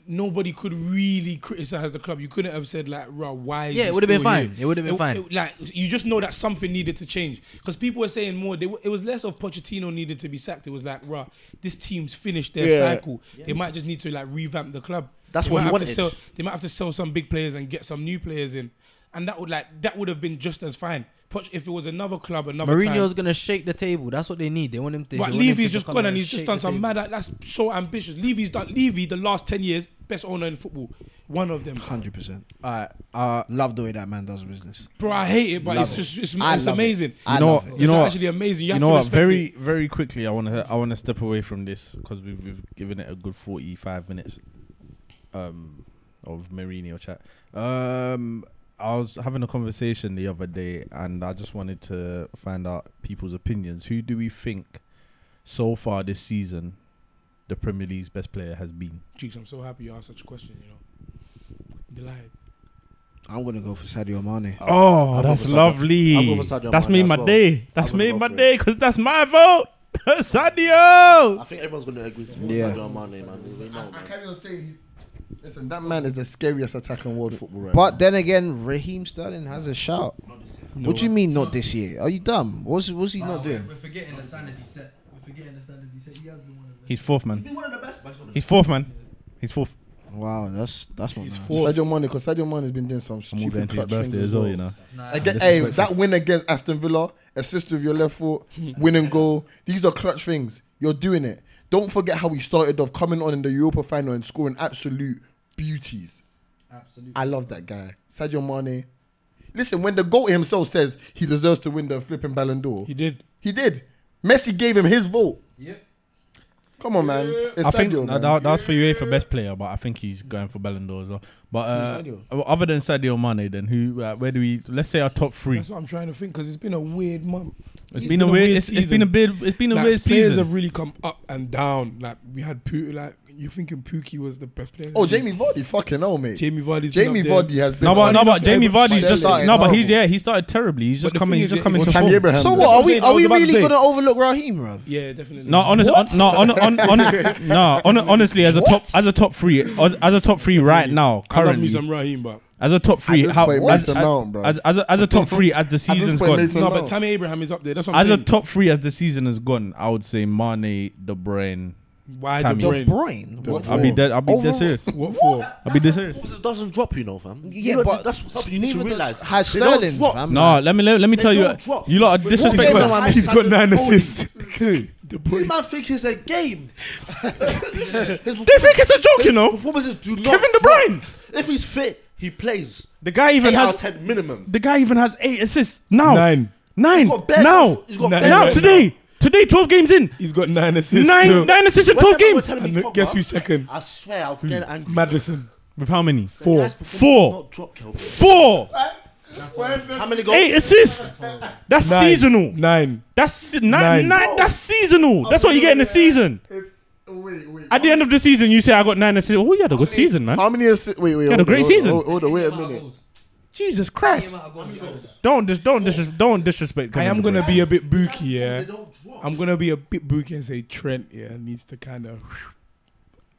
A: nobody could really criticize the club. You couldn't have said like, "Rah, why?" is
C: Yeah, it
A: he
C: would've been
A: still
C: fine.
A: here?"
C: It would've been fine.
A: like you just know that something needed to change because people were saying more. They, were- it was less of Pochettino needed to be sacked. It was like, "Rah, this team's finished their
E: Yeah.
A: cycle. They might just need to like revamp the club."
K: That's
A: They
K: what
A: might
K: he
A: have
K: wanted.
A: To sell, they might have to sell some big players and get some new players in, and that would like that would have been just as fine. Poch, if it was another club, another
C: Mourinho's
A: time.
C: gonna shake the table. That's what they need. They want him to.
A: But
C: they want him
A: Levy's
C: to
A: just
C: come
A: gone
C: in
A: and he's just
C: shake
A: done
C: the
A: some
C: table.
A: mad. That's so ambitious. Levy's done. Levy, the last ten years, best owner in football, one of them.
F: Hundred percent. Alright. Uh love the way that man does business.
A: Bro, I hate it, but
F: Love
A: it's
F: it.
A: just it's,
F: I
A: it's
F: love it.
A: amazing.
F: I
B: You know,
F: love it.
B: you
A: it's
B: know what?
A: actually amazing. You,
B: You,
A: have
B: know
A: to
B: what?
A: respect
B: Very,
A: it.
B: very quickly, I want to, I want to step away from this because we've, we've given it a good forty-five minutes, um, of Mourinho chat. Um, I was having a conversation the other day, and I just wanted to find out people's opinions. Who do we think so far this season the Premier League's best player has been?
A: Cheeks, I'm so happy you asked such a question. You know, delighted.
F: I'm gonna go for Sadio Mane.
G: Oh,
I: I'll go
G: that's
I: for Sadio.
G: lovely.
I: I'll go for Sadio
G: that's
I: Mane
G: made
I: as
G: my
I: well.
G: day. That's
I: I'm gonna
G: made
I: go
G: my
I: for it.
G: day because that's my vote. Sadio.
I: I think everyone's gonna agree to
D: Yeah.
I: yeah. Sadio Mane, man. They know,
E: I
I: man.
E: carry on saying he's. Listen, that man is the scariest attacker in world football right
F: But then again, Raheem Sterling has a shout. What do you mean not this year? Are you dumb? What's what's he not doing?
C: We're forgetting the standards he set. We're forgetting the standards he set. He has been one of the
G: He's fourth man. He's fourth man. He's fourth.
F: Wow, that's that's not.
A: He's
F: nice.
A: fourth.
E: Sadio Mane, because Sadio Mane has been doing some
B: I'm all going
E: stupid
B: to his
E: clutch
B: birthday
E: things
B: as well, you know.
E: Aga- hey, that win against Aston Villa, assist with your left foot, winning goal. These are clutch things. You're doing it. Don't forget how we started off coming on in the Europa final and scoring absolute beauties.
C: Absolutely.
E: I love that guy, Sadio Mane. Listen, when the goat himself says he deserves to win the flipping Ballon d'Or,
A: He did.
E: he did. Messi gave him his vote.
C: Yep.
E: Come on, man. It's
B: I think no,
E: Sadio, man.
B: that, that was for UEFA for best player, but I think he's going for Ballon d'Or as well. But
E: Who's
B: uh, other than Sadio Mane, then who? Uh, where do we? Let's say our top three.
A: That's what I'm trying to think because it's been a weird month.
B: It's been, a weird. It's, it's been a bit. It's been a
A: like,
B: weird
A: players
B: season.
A: have really come up and down. Like we had Poo, like you thinking Pookie was the best player?
E: Oh, Jamie Vardy, fucking hell, mate. Jamie,
A: Jamie Vardy's been up there.
E: Vardy has been.
B: No, but no, but Jamie
A: Everyone
B: Vardy's just
E: started
B: no, but he's
E: horrible.
B: yeah, he started terribly. He's
A: But
B: just
A: the
B: coming.
A: thing
B: He's
A: is,
B: just
A: it
B: coming
A: was
B: to
E: Tammy
B: form.
E: Abraham.
F: So
E: man.
F: what
A: what
F: are
A: I'm
F: we?
A: saying,
F: Are
A: I was
F: we
A: about to
F: really
A: say.
F: gonna overlook Raheem, bro?
A: Yeah, definitely.
B: No, honestly, on, no, on, on, on, no, on, honestly, as a top, as a top three, as, as a top three right now,
A: I love me
B: currently,
A: some Raheem, but
B: as a top three,
E: this
B: how,
E: point,
B: as,
E: Mason Mount, bro.
B: as, as, a, as a top three, as the season's
E: point,
B: gone,
E: Mason
A: no,
E: no.
A: but Tammy Abraham is up there. That's what I'm
B: as a
A: saying.
B: top three as the season has gone, I would say Mane, De Bruyne.
A: Why
B: Tammy.
A: the
F: De
A: brain?
F: Bruyne. What?
B: I'll be dead. I'll be
F: Overall-
B: dead serious.
A: What for?
B: I'll be dead serious.
I: Performances doesn't drop, you know, fam.
F: Yeah,
I: you know,
F: but
I: that's something you need to
F: neither does-
I: realize.
F: Has
I: They don't
F: Sterling,
I: drop.
F: fam.
B: No, let me let, let me tell you.
I: don't drop.
B: You lot are
F: Wait, wait,
B: disrespectful.
F: wait,
A: He's got nine assists.
I: You man think it's a game.
B: They think it's a joke, you know.
I: Performances do not.
B: Kevin De Bruyne.
I: If he's fit, he plays.
B: The guy even
I: Eight out of
B: has
I: ten minimum.
B: the guy even has eight assists now.
A: Nine.
B: Nine.
I: He's got bare-
B: Now.
I: he's got
A: Nine.
I: bare-
B: Now
A: Nine.
B: today. Today, twelve games in.
A: He's got nine assists.
B: Nine
A: still.
B: nine assists in
I: When
B: twelve
I: everyone was
B: games.
I: telling
A: And
I: me
A: look, guess
I: Pogba,
A: who's second?
I: I swear, I'll get angry.
A: Madison.
B: With how many?
I: The
B: Hmm. Four.
I: guy's performance does
B: Four.
I: not drop, Kelvin.
B: Four.
I: How many goals?
B: Eight assists. That's
A: Nine.
B: seasonal.
A: Nine.
B: That's se-
A: Nine.
B: nine, nine. That's seasonal. That's what you get in the season. At the end of the season, you say I got nine assists. Oh, you had a good season, man.
E: How many assists? Wait, wait.
B: had a
E: hold on,
B: great
E: hold on,
B: season.
E: Hold on, wait a minute.
B: Jesus Christ! Don't dis- don't dis- don't disrespect.
A: I
B: Kevin
A: am
B: De
A: gonna
B: Bruyne.
A: be a bit booky, yeah. I'm gonna be a bit booky and say Trent, yeah, needs to kind of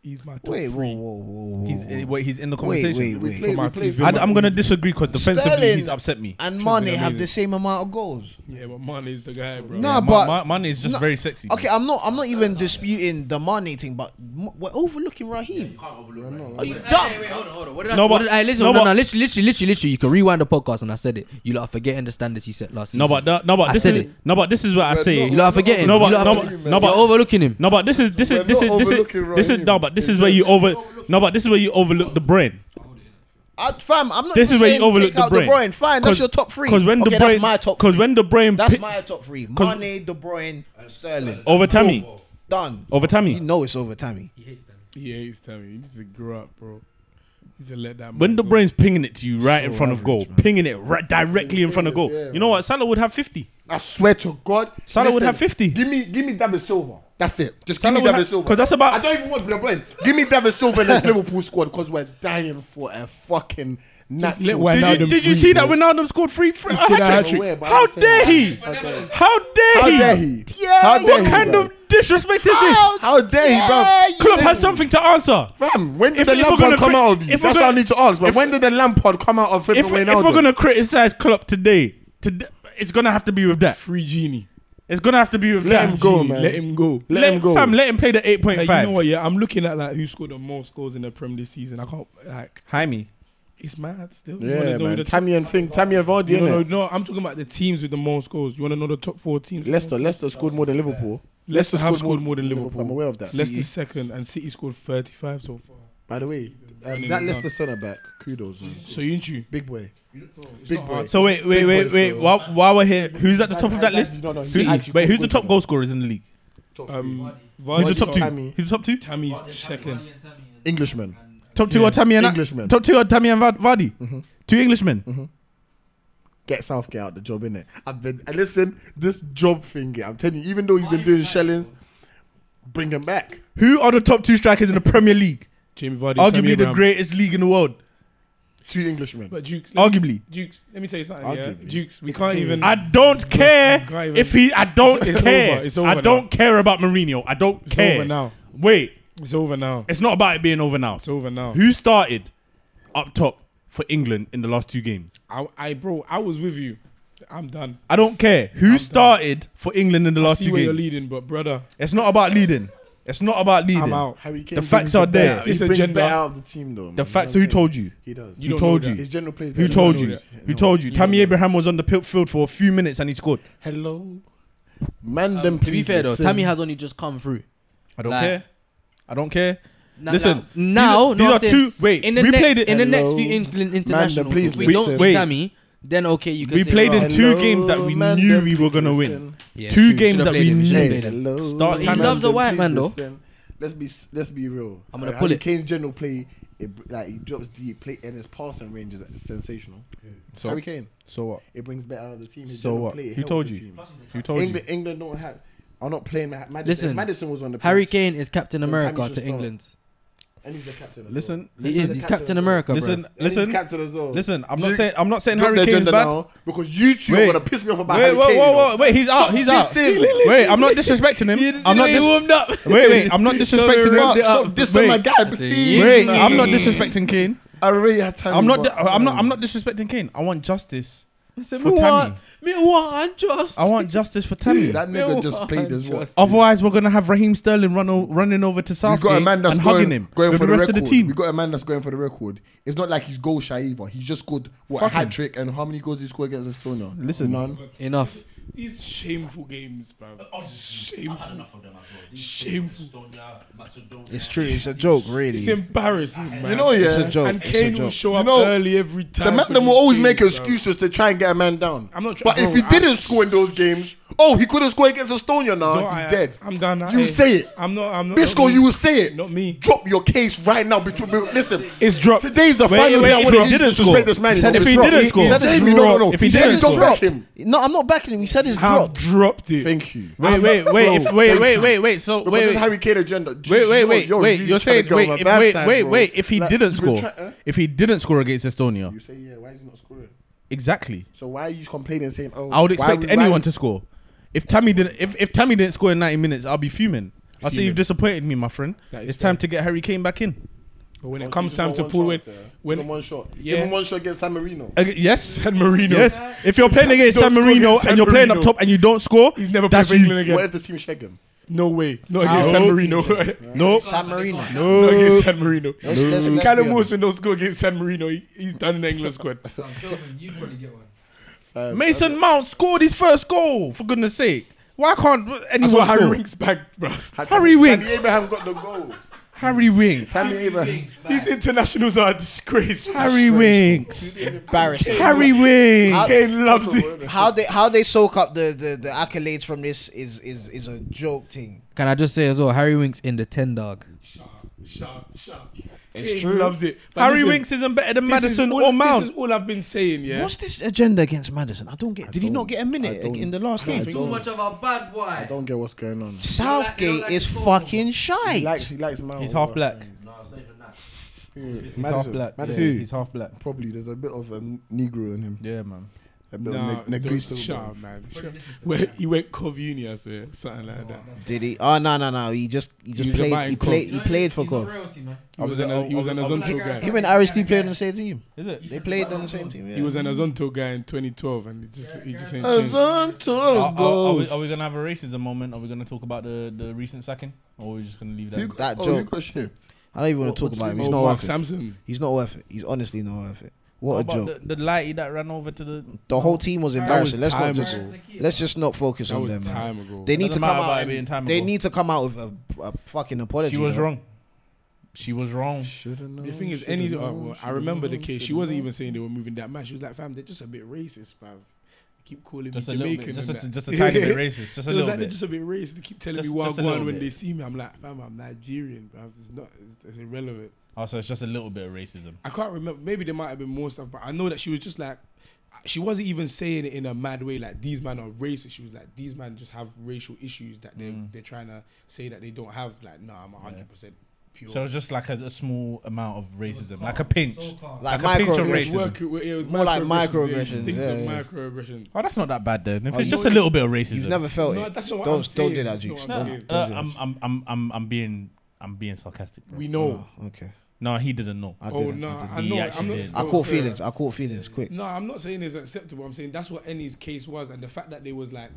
A: ease my top
F: Wait, whoa,
A: three.
F: whoa, whoa, whoa.
B: He's, eh, wait, he's in the
F: Wait,
B: conversation.
F: wait, wait.
A: For my- he's been
B: I,
A: my-
B: am gonna disagree because defensively
F: Sterling-
B: he's upset me.
F: And
A: Trent's been
F: Mane have
A: amazing.
F: the same amount of goals.
A: Yeah, but Mane's the guy, bro.
F: No,
B: Yeah, Ma-
F: but-
B: Ma- Mane is just
F: no.
B: very sexy.
F: Okay, I'm not. I'm not even disputing the Mane thing, but m- we're overlooking Raheem. Are you dumb?
C: Wait, wait, hold on, hold on. What did I
B: No,
C: say?
B: but-
C: What did I- listen,
B: no,
C: no,
B: but-
C: no, literally, literally, literally, literally. You can rewind the podcast and I said it. You lot are forgetting the standards he set last
B: No,
C: season.
B: but no, no, but
C: I
B: this
C: said
B: is
C: it.
B: no, but this is what I say.
C: You lot are forgetting.
B: No, but-
C: you lot
B: no,
C: are
B: but-
C: forgetting.
B: no, but-
C: You're overlooking him.
B: No, but this is this
E: We're
B: is this is
E: not
B: this is
E: overlooking
B: this is
E: Raheem.
B: no, but this is where you over no, but this is where you overlook the brain.
F: I, fam, I'm not.
B: This
F: even
B: is where you
F: saying
B: overlook
F: take
B: De
F: out
B: Bruyne.
F: De Bruyne. Fine, that's
B: Cause-
F: your top three.
B: Because when
F: okay,
B: the brain,
F: that's my top.
B: because when the brain,
F: that's
B: pi-
F: my top three.
B: cause-
F: Mane, De Bruyne, Sterling.
B: over Tammy,
F: Done.
B: over
F: You
B: Tammy.
F: know it's over, Tammy.
A: He hates Tammy. He needs to grow up, bro. He needs to let that man
B: When the
A: go.
B: brain's pinging it to you right in front of goal, pinging it right directly in front of goal. You know what? Salah would have fifty.
E: I swear to God,
B: Salah would have 50.
E: Give me, give me David Silva. That's it. Just
B: Salah
E: give
B: would
E: me
B: ha-
E: David Silva.
B: 'cause that's about-
E: I don't even want blame. Give me David Silva in this Liverpool squad because we're dying for a fucking
A: Just
E: natural.
A: let
B: Did you,
A: Wijnaldum
B: did you
A: free,
B: see
A: bro.
B: that Wijnaldum scored three free? a
A: scored a
B: hat-trick?
A: hat-trick.
E: Where, but
B: How
E: I'm saying-
B: dare he? How dare
E: How
B: he?
E: dare he?
F: Yeah,
E: How dare
B: What
E: he,
B: kind
E: bro?
B: of disrespect is this?
E: How dare he, bro?
B: Klopp has something to answer.
E: Fam, when did
B: If-
E: the
B: if we're
E: Lampard
B: gonna
E: come
B: cri-
E: out of you?
B: if we're
E: That's what I
B: gonna-
E: need to ask. But
B: if-
E: when did the Lampard come out of flipping
B: If, if we're
E: Wijnaldum?
B: gonna criticize Klopp today, today it's gonna have to be with that.
A: free genie.
B: It's gonna have to be with
A: Let
B: Fam
A: him
B: G.
A: go, man. Let him go.
B: Let, him go. Fam, let him play the eight point
A: Like,
B: five.
A: you know what? Yeah, I'm looking at like who scored the most goals in the Prem this season. I can't like
B: Jaime.
A: it's mad still. You wanna
E: Yeah,
A: know who
E: man.
A: the top-
E: Tammy and thing. Tammy and Vardy.
A: you know, no,
E: innit?
A: no, I'm talking about the teams with the most goals. You want to know the top four teams?
E: Leicester. Leicester scored more than Liverpool.
A: Leicester have scored more than Liverpool.
E: I'm aware of that.
A: Leicester second, and City scored 35 so far.
E: By the way, um,
A: Running
E: that
A: it
E: Leicester centre back, kudos, man.
A: So you not you?
E: big boy, big boy.
B: So wait, wait,
E: Big
B: wait,
E: boys
B: wait.
E: though.
B: While, while we're here, who's at the top of that list?
E: No, no, he
B: City.
E: actually
B: Wait, who's
E: got
B: the
E: good
B: top
E: goal.
B: goal scorers in the league?
A: Um,
B: Who's the top two?
E: Tammy.
B: Who's the top two?
A: Tammy's second.
E: Englishman,
B: Top two
A: Yeah. Mm-hmm.
B: or Tammy and
E: Englishman.
B: Top two or Tammy and Vad- Vardy. Two Englishmen.
E: Get Southgate out the job, innit? I've been and listen, this job thing, yeah, I'm telling you, even though he's been doing shellings, bring him back.
B: Who are the top two strikers in the Premier League?
A: Jamie Vardy. Tammy
B: Arguably the
A: Abraham.
B: greatest league in the world.
E: Two Englishmen.
A: But Jukes, let me,
B: Arguably.
A: Jukes, let me tell you something. Yeah?
E: Arguably.
A: Jukes, we can't even.
B: I don't care
A: Can't even-
B: if he. I don't
A: It's- it's
B: care.
A: over, it's over
B: I
A: now.
B: don't care about Mourinho. I don't
A: It's
B: care.
A: over now.
B: Wait,
A: It's over now.
B: it's not about it being over now.
A: It's over now.
B: Who started up top for England in the last two games?
A: I, I, bro, I was with you. I'm done.
B: I don't care. Who started for England in the
A: I
B: last
A: see
B: two
A: where you're
B: games?
A: leading, but brother,
B: It's not about leading. It's not about leading.
A: I'm out.
E: Harry Kane
B: The
E: brings
B: facts are there.
E: best-
A: This
E: he brings
A: agenda-
E: better out of the team, though.
B: The facts. Who told you?
E: He does.
A: You
B: Who
A: don't
B: told
A: know that.
E: His
B: you?
E: general plays.
B: Who
E: better
B: told
E: than
B: you?
E: ours.
B: Who told you? Tammy Abraham was on the pit field for a few minutes and he scored.
E: Hello, man.
C: Um,
E: them
C: to be
E: please
C: fair though,
E: listen.
C: Tammy has only just come through.
B: I don't
C: Like-
B: care. I don't care.
C: Now,
B: Listen,
C: now, now
B: these
C: no,
B: are
C: I'm saying,
B: two- wait,
C: in the
B: we
C: next,
B: played it-
C: in the next
E: Hello,
C: few England internationals.
E: please
C: if we
E: listen.
C: don't see
B: Wait.
C: Tammy, then okay, you can
B: We
C: say, "Oh,
B: played
C: "Right,
B: in two games that we
E: Hello, man,
B: knew
E: them
B: we were gonna
E: please
B: win.
E: listen.
C: yeah,
B: two
C: should've
B: games that
C: played
B: we
C: him, should've
B: knew.
C: played him."
E: Hello,
B: Start
C: He
E: man,
C: loves
E: them
C: a white
E: please
C: man, though.
E: listen. Let's be let's be real.
C: I'm gonna
E: Harry
C: pull it.
E: Kane's general play, it, br- like he drops deep, play, and his passing range is sensational.
B: So-
E: Harry Kane,
B: So what?
E: it brings better out of the team. His
B: So
E: general
B: what?
E: play
B: Who
E: helps
B: told
E: the
B: you?
E: team.
B: Who told you?
E: England, England don't have. Are not playing. Ma- Madison.
C: Listen,
E: Madison was on the
C: Harry
E: pitch,
C: Kane is Captain
E: Then
C: America
E: Tammy should
C: to
E: start.
C: England.
E: and he's the captain. as well.
B: Listen,
C: He is.
B: listen,
C: He's
E: captain
C: Captain
E: as well.
C: America,
B: listen,
C: bro.
E: And he's
B: listen,
E: captain as well.
B: listen. I'm not
E: Duke,
B: saying I'm not saying
E: drop
B: Harry
E: the
B: Kane's
E: agenda
B: bad.
E: now, because you two
B: Wait.
E: are gonna piss me off about
B: Wait,
E: Harry
B: whoa,
E: Kane.
B: whoa,
E: you know.
B: whoa, wait, he's out, he's out.
E: dissing.
B: Wait, I'm not disrespecting him. I'm not dis- Wait, wait, I'm not disrespecting
E: Fuck,
B: him.
E: Stop dissing my guy,
C: That's it.
E: please.
B: Wait,
E: man.
B: I'm not disrespecting Kane.
E: I really had time.
B: I'm not
E: but-
B: di- I'm not I'm not disrespecting Kane. I want justice.
C: said,
B: For
C: "Me
B: Tammy.
C: want- Me want just.
B: I want justice for Tammy.
E: That nigga just played his what?
B: Otherwise, we're gonna have Raheem Sterling run o- running over to
E: We
B: Southgate
E: got a man that's
B: and
E: going,
B: hugging him
E: going
B: with
E: for
B: the
E: the,
B: rest
E: record.
B: of the team.
E: We got a man that's going for the record. It's not like he's goal shy either. He's just scored what
B: Fuck
E: a hat
B: him.
E: trick and how many goals he scored against Estonia?
B: Listen.
E: none.
C: Enough.
A: These shameful games, bro. Shameful.
G: enough of them as well. These
A: Shameful.
F: It's true. It's a joke, really.
A: It's embarrassing, man.
E: You know, yeah.
F: It's a joke.
A: And
F: it's a
A: Kane will
F: joke.
A: show
E: You
A: up
E: know,
A: early every
E: the
A: time.
E: man
A: for
E: them will
A: these
E: always make
A: games, bro.
E: excuses to try and get a man down.
A: I'm not tr-
E: but if
A: bro,
E: he
A: I-
E: didn't score in those games, oh, he couldn't score against Estonia. Now
A: No,
E: he's
A: I-
E: dead.
A: I'm done. I-
E: You
A: hey,
E: say it.
A: I'm not. I'm not. not
E: Bisco,
A: me.
E: you will say it.
A: Not me.
E: Drop your case right now. Between listen,
A: It's dropped.
E: today's the
B: Wait,
E: final
B: wait,
E: day. I
B: if
E: want
B: he
E: to
B: didn't
E: disrespect
B: score.
E: this man.
B: He said if he
E: Drop.
B: didn't score.
E: said
B: He
E: it's
B: said
E: me. No, no, no.
B: if he
E: said
B: didn't
E: it's not
B: score.
E: back him.
F: No, I'm not backing him. He said he's
A: Have
F: dropped.
A: dropped it.
E: Thank you.
B: Wait, wait, wait, if, wait, wait, wait, wait. So
E: Because
B: wait,
E: this
B: wait.
E: Harry Kane agenda.
B: Wait, wait, wait,
E: You're
B: wait.
E: really
B: You're
E: trying
B: saying
E: to get
B: wait,
E: on my
B: if,
E: bad
B: wait,
E: side,
B: wait,
E: bro.
B: wait. If he
E: Like,
B: didn't
E: you're
B: score,
E: try- huh?
B: if he didn't score against Estonia,
E: You say yeah. Why is he not scoring?
B: exactly.
E: So why are you complaining saying oh?
B: I would
E: why
B: expect
E: we- why-
B: anyone to score. If Tammy didn't, if, if Tammy didn't score in 90 minutes, I'll be fuming. I say you've disappointed me, my friend.
A: is
B: It's time to get Harry Kane back in.
A: But when
E: Oh,
A: it
E: so
A: comes
E: you
A: time
E: just
A: to
E: want
A: pull
E: one
A: in,
E: shot, yeah?
A: when
E: Give him one shot.
A: Yeah.
E: Give him one shot against San Marino.
B: Uh, yes,
A: San Marino.
B: yes. If you're playing against
A: Don't
B: San
A: score
B: Marino and
A: against San
B: you're playing up
A: Marino.
B: top and you don't score,
A: He's never played
B: that's
A: for
B: you.
A: England
E: What
A: again.
E: if the team shake him?
A: No way. Not against San Marino.
B: No,
F: San Marino.
A: Not against San Marino.
F: Let's- let's- let's be
A: Callum
F: honest.
A: Wilson don't score against San Marino. He- He's done in the England squad.
C: You'd probably get one.
B: Mason Mount scored his first goal. For goodness' sake, why can't
A: That's
B: anyone
A: what Harry
B: score?
A: Winks back, bro.
B: Harry
E: Tammy
B: Winks.
E: Abraham got the goal.
B: Harry Winks.
E: Tammy Abraham.
A: These internationals are a disgrace.
B: Harry Winks.
F: Embarrassing.
B: Harry Winks.
A: Kane loves it.
F: How they how they soak up the, the, the accolades from this is, is is a joke thing.
C: Can I just say as well, Harry Winks in the ten dog.
A: Shut, shut.
F: It's
A: Kane
F: true.
A: loves it. But
B: Harry
A: listen,
B: Winks isn't better than
A: this is
B: Madison
A: all-
B: or
A: This
B: Mount.
A: is all I've been saying, yeah.
F: What's this agenda against Madison? I don't get. did he not get a minute
E: don't-
F: in the last
E: I
F: game?
E: don't- Too much
C: of a bad boy.
E: Don't get what's going on.
F: Southgate
C: like- they don't like
F: is
C: his football.
E: He
F: fucking
E: likes,
F: shite.
E: he likes Mount.
B: He's half black.
E: He's
B: He's half black.
E: Madison.
B: He's half black.
E: Probably there's a bit of a Negro in him.
B: Yeah, man.
D: A bit
A: Nah,
D: of neg-
A: don't-
D: negrito,
A: shut
D: bro.
A: up, man. Shut up. Where he went Cov Uni, I swear, something like that.
F: Did he? Oh no no no! He just he just
A: was a
F: played
A: biting
F: he
A: cock.
F: played he played for
L: He's not
F: Cov.
L: royalty, man.
A: He was, an, he was an Azonto guy.
F: Him and RSD played on the same team.
B: Is it?
F: They played on the same team.
A: He
F: Yeah.
A: was an Azonto guy in 2012, and he just he just ain't changed.
B: Are, are-
D: Azonto
B: are we,
D: goes.
B: are we gonna have a racism moment? Are we gonna talk about the, the recent sacking, or are we just gonna leave that?
D: You-
F: That
D: oh, you
F: joke.
D: got shit.
F: I don't even want to talk about him. He's
A: Oh,
F: not
A: Mark
F: worth it.
A: Sampson.
F: He's not worth it. He's honestly not worth it.
B: What
F: What a
B: about
F: joke.
B: the, the lighty that ran over to the?
F: The whole team was
A: was
F: embarrassing. Let's
A: time
F: not just
A: ago.
F: let's just not focus
A: That
F: on
A: was
F: them. man.
A: time ago.
F: They need
B: Doesn't
F: to come
B: matter about
F: out.
B: it
F: and-
B: being time
F: they
B: ago.
F: need to come out with a, a fucking apology.
B: She was
F: though.
B: wrong. She was wrong.
A: The thing is, any oh, well, I remember the case. She wasn't even saying they were moving that match. She was like, "Fam, they're just a bit racist, fam. They Keep calling
B: Just a
A: me
B: little
A: Jamaican,
B: bit, just
A: and
B: a,
A: that."
B: just a tiny bit racist. Just
A: It was
B: a little
A: like they're
B: bit.
A: just a bit racist. They keep telling
B: Just-
A: me what
B: just a
A: I'm
B: little
A: going when
B: bit.
A: they see me. I'm like, fam, I'm Nigerian, bruv. It's not. It's, it's irrelevant.
B: Oh, so it's just a little bit of racism.
A: I can't remember. Maybe there might have been more stuff, but I know that she was just like, she wasn't even saying it in a mad way. Like these men are racist. She was like, these men just have racial issues that they
B: Mm.
A: they're trying to say that they don't have. Like, no, I'm 100 percent pure.
B: So it's just like a, a small amount of racism, like a pinch,
L: So calm.
F: Like,
B: like a pinch of
F: microaggressions.
A: it was,
B: racism.
A: work, it was
F: More like
A: It
F: microaggressions,
A: stinks
F: yeah,
A: of
F: yeah.
A: microaggressions.
B: Oh, that's not that bad then. If
F: Oh,
B: it's
F: you-
B: just a little bit of racism,
F: You've never felt
A: No,
F: it.
A: that's not what
F: don't
A: I'm
F: don't do
A: saying.
F: that,
A: That's not
F: Jukes.
A: what I'm
F: Don't,
A: saying.
F: don't
B: Uh,
F: do that.
B: I'm, I'm, I'm, I'm, I'm being, I'm being sarcastic. Bro.
A: We know.
F: okay.
B: No, he didn't know.
F: I did
A: oh
F: it.
A: no,
F: I,
A: I,
B: He
A: know.
B: actually
A: I'm not,
B: did.
F: I caught feelings. I caught feelings. Quick.
A: No, I'm not saying it's acceptable. I'm saying that's what Ennie's case was, and the fact that they was like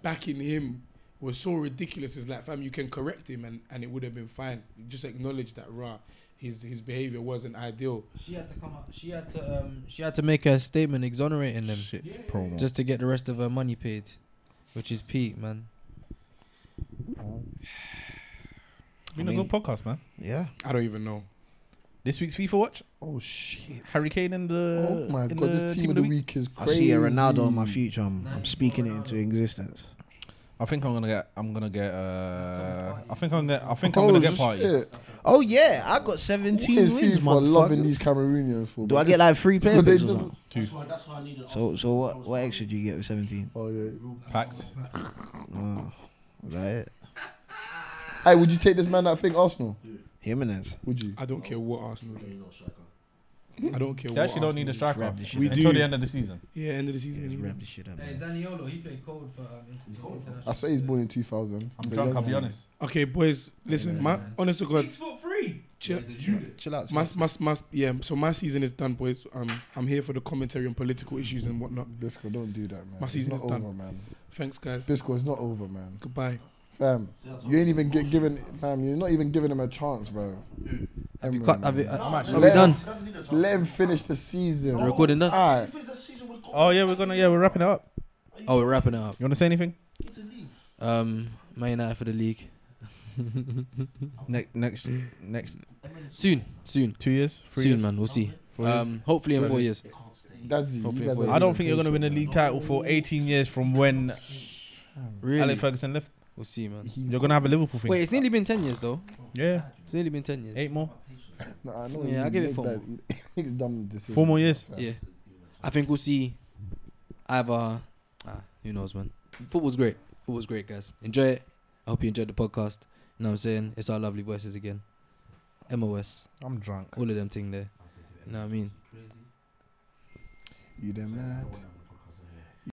A: backing him was so ridiculous. It's like, fam, you can correct him, and, and it would have been fine. Just acknowledge that rah, his his behavior wasn't ideal.
C: She had to come out. She had to. Um, she had to make a statement exonerating them
B: Shit, promo.
C: just to get the rest of her money paid, which is peak, man.
B: been
F: I
B: a
F: mean-
B: good podcast, man.
F: Yeah.
A: I don't even know.
B: This week's FIFA watch,
D: Oh shit.
B: Harry Kane and the.
D: Oh my
B: in
D: god, this team of the week is
F: I
D: crazy.
F: see a Ronaldo in my future. I'm, I'm speaking it into existence.
B: I think I'm gonna get. I'm gonna get. Uh, I think I'm gonna. I think I'm
D: Oh,
B: gonna get
D: shit.
B: party.
F: Oh yeah, I got
D: What
F: 17
D: is
F: wins.
D: FIFA loving
F: motherfuckers.
D: these Cameroonians for?
F: Do I get like free player
D: But they
F: picks or
D: just-
F: something?
L: That's why, that's why I needed.
F: So so what what extra do you get with 17?
D: Oh yeah.
B: Packs.
F: Oh, is that it?
D: Hey, would you take this man that thing Arsenal?
F: Jimenez.
D: Would you?
A: I don't care what Arsenal do.
L: No striker.
A: I don't care.
B: They
A: what
B: actually don't
A: Arsenal
B: need a
A: do.
B: striker
F: Rab this shit
A: We
F: up.
B: until
A: do.
B: the end of the season.
A: Yeah, end of the
F: Yeah,
A: season.
F: just
A: we
F: rab
A: need-
F: this shit up.
L: Hey, Zaniolo, he played cold for um, inter- international.
D: I say he's born in 2000.
B: I'm
D: He's a
B: drunk.
D: young
B: I'll be
D: man.
B: honest.
A: Okay, boys, listen. My honest to God,
L: Six foot three.
A: chill-
L: He's a unit.
D: Chill out.
A: my, my, my, yeah. So my season is done, boys. Um, I'm here for the commentary on political issues and whatnot.
D: Bisco, don't do that, man.
A: My season
D: it's
A: is
D: not
A: done.
D: over, man.
A: Thanks, guys.
D: Bisco, it's not over, man.
A: Goodbye.
D: Fam, you ain't even get given, fam. You're not even giving him a chance, bro. Have
C: You cut- have you- uh,
D: Let,
C: are we done?
D: Let him finish the season.
C: Recording done?
D: Alright.
B: Oh yeah, we're gonna. Yeah, we're wrapping it up.
C: Oh, we're wrapping it up.
B: You wanna say anything?
C: Um, Man United for the league
B: Next, next, next
C: soon, soon,
B: two years, three
C: soon,
B: years.
C: man. We'll see. Um, hopefully in four years.
D: That's you.
C: Hopefully
D: you guys are
C: for
B: I don't
D: losing
B: think you're gonna win a
D: patience,
B: league title for 18 years from when
C: Really,
B: Alex Ferguson left.
C: we'll see, man.
B: You're gonna have a Liverpool thing.
C: Wait, it's nearly been ten years though.
B: yeah,
C: It's nearly been ten years.
B: eight more.
D: man. No, I know
C: Yeah,
D: you
C: I'll give it
D: make
C: four
D: that- It's dumb decision.
B: Four more years.
D: fam.
C: Yeah, I think we'll see. Either ah, who knows, man. Football's great. Football's great, guys. Enjoy it. I hope you enjoyed the podcast. You know what I'm saying? It's our lovely voices again. MOS,
B: I'm drunk.
C: all of them thing there. You know what I mean?
D: You the man.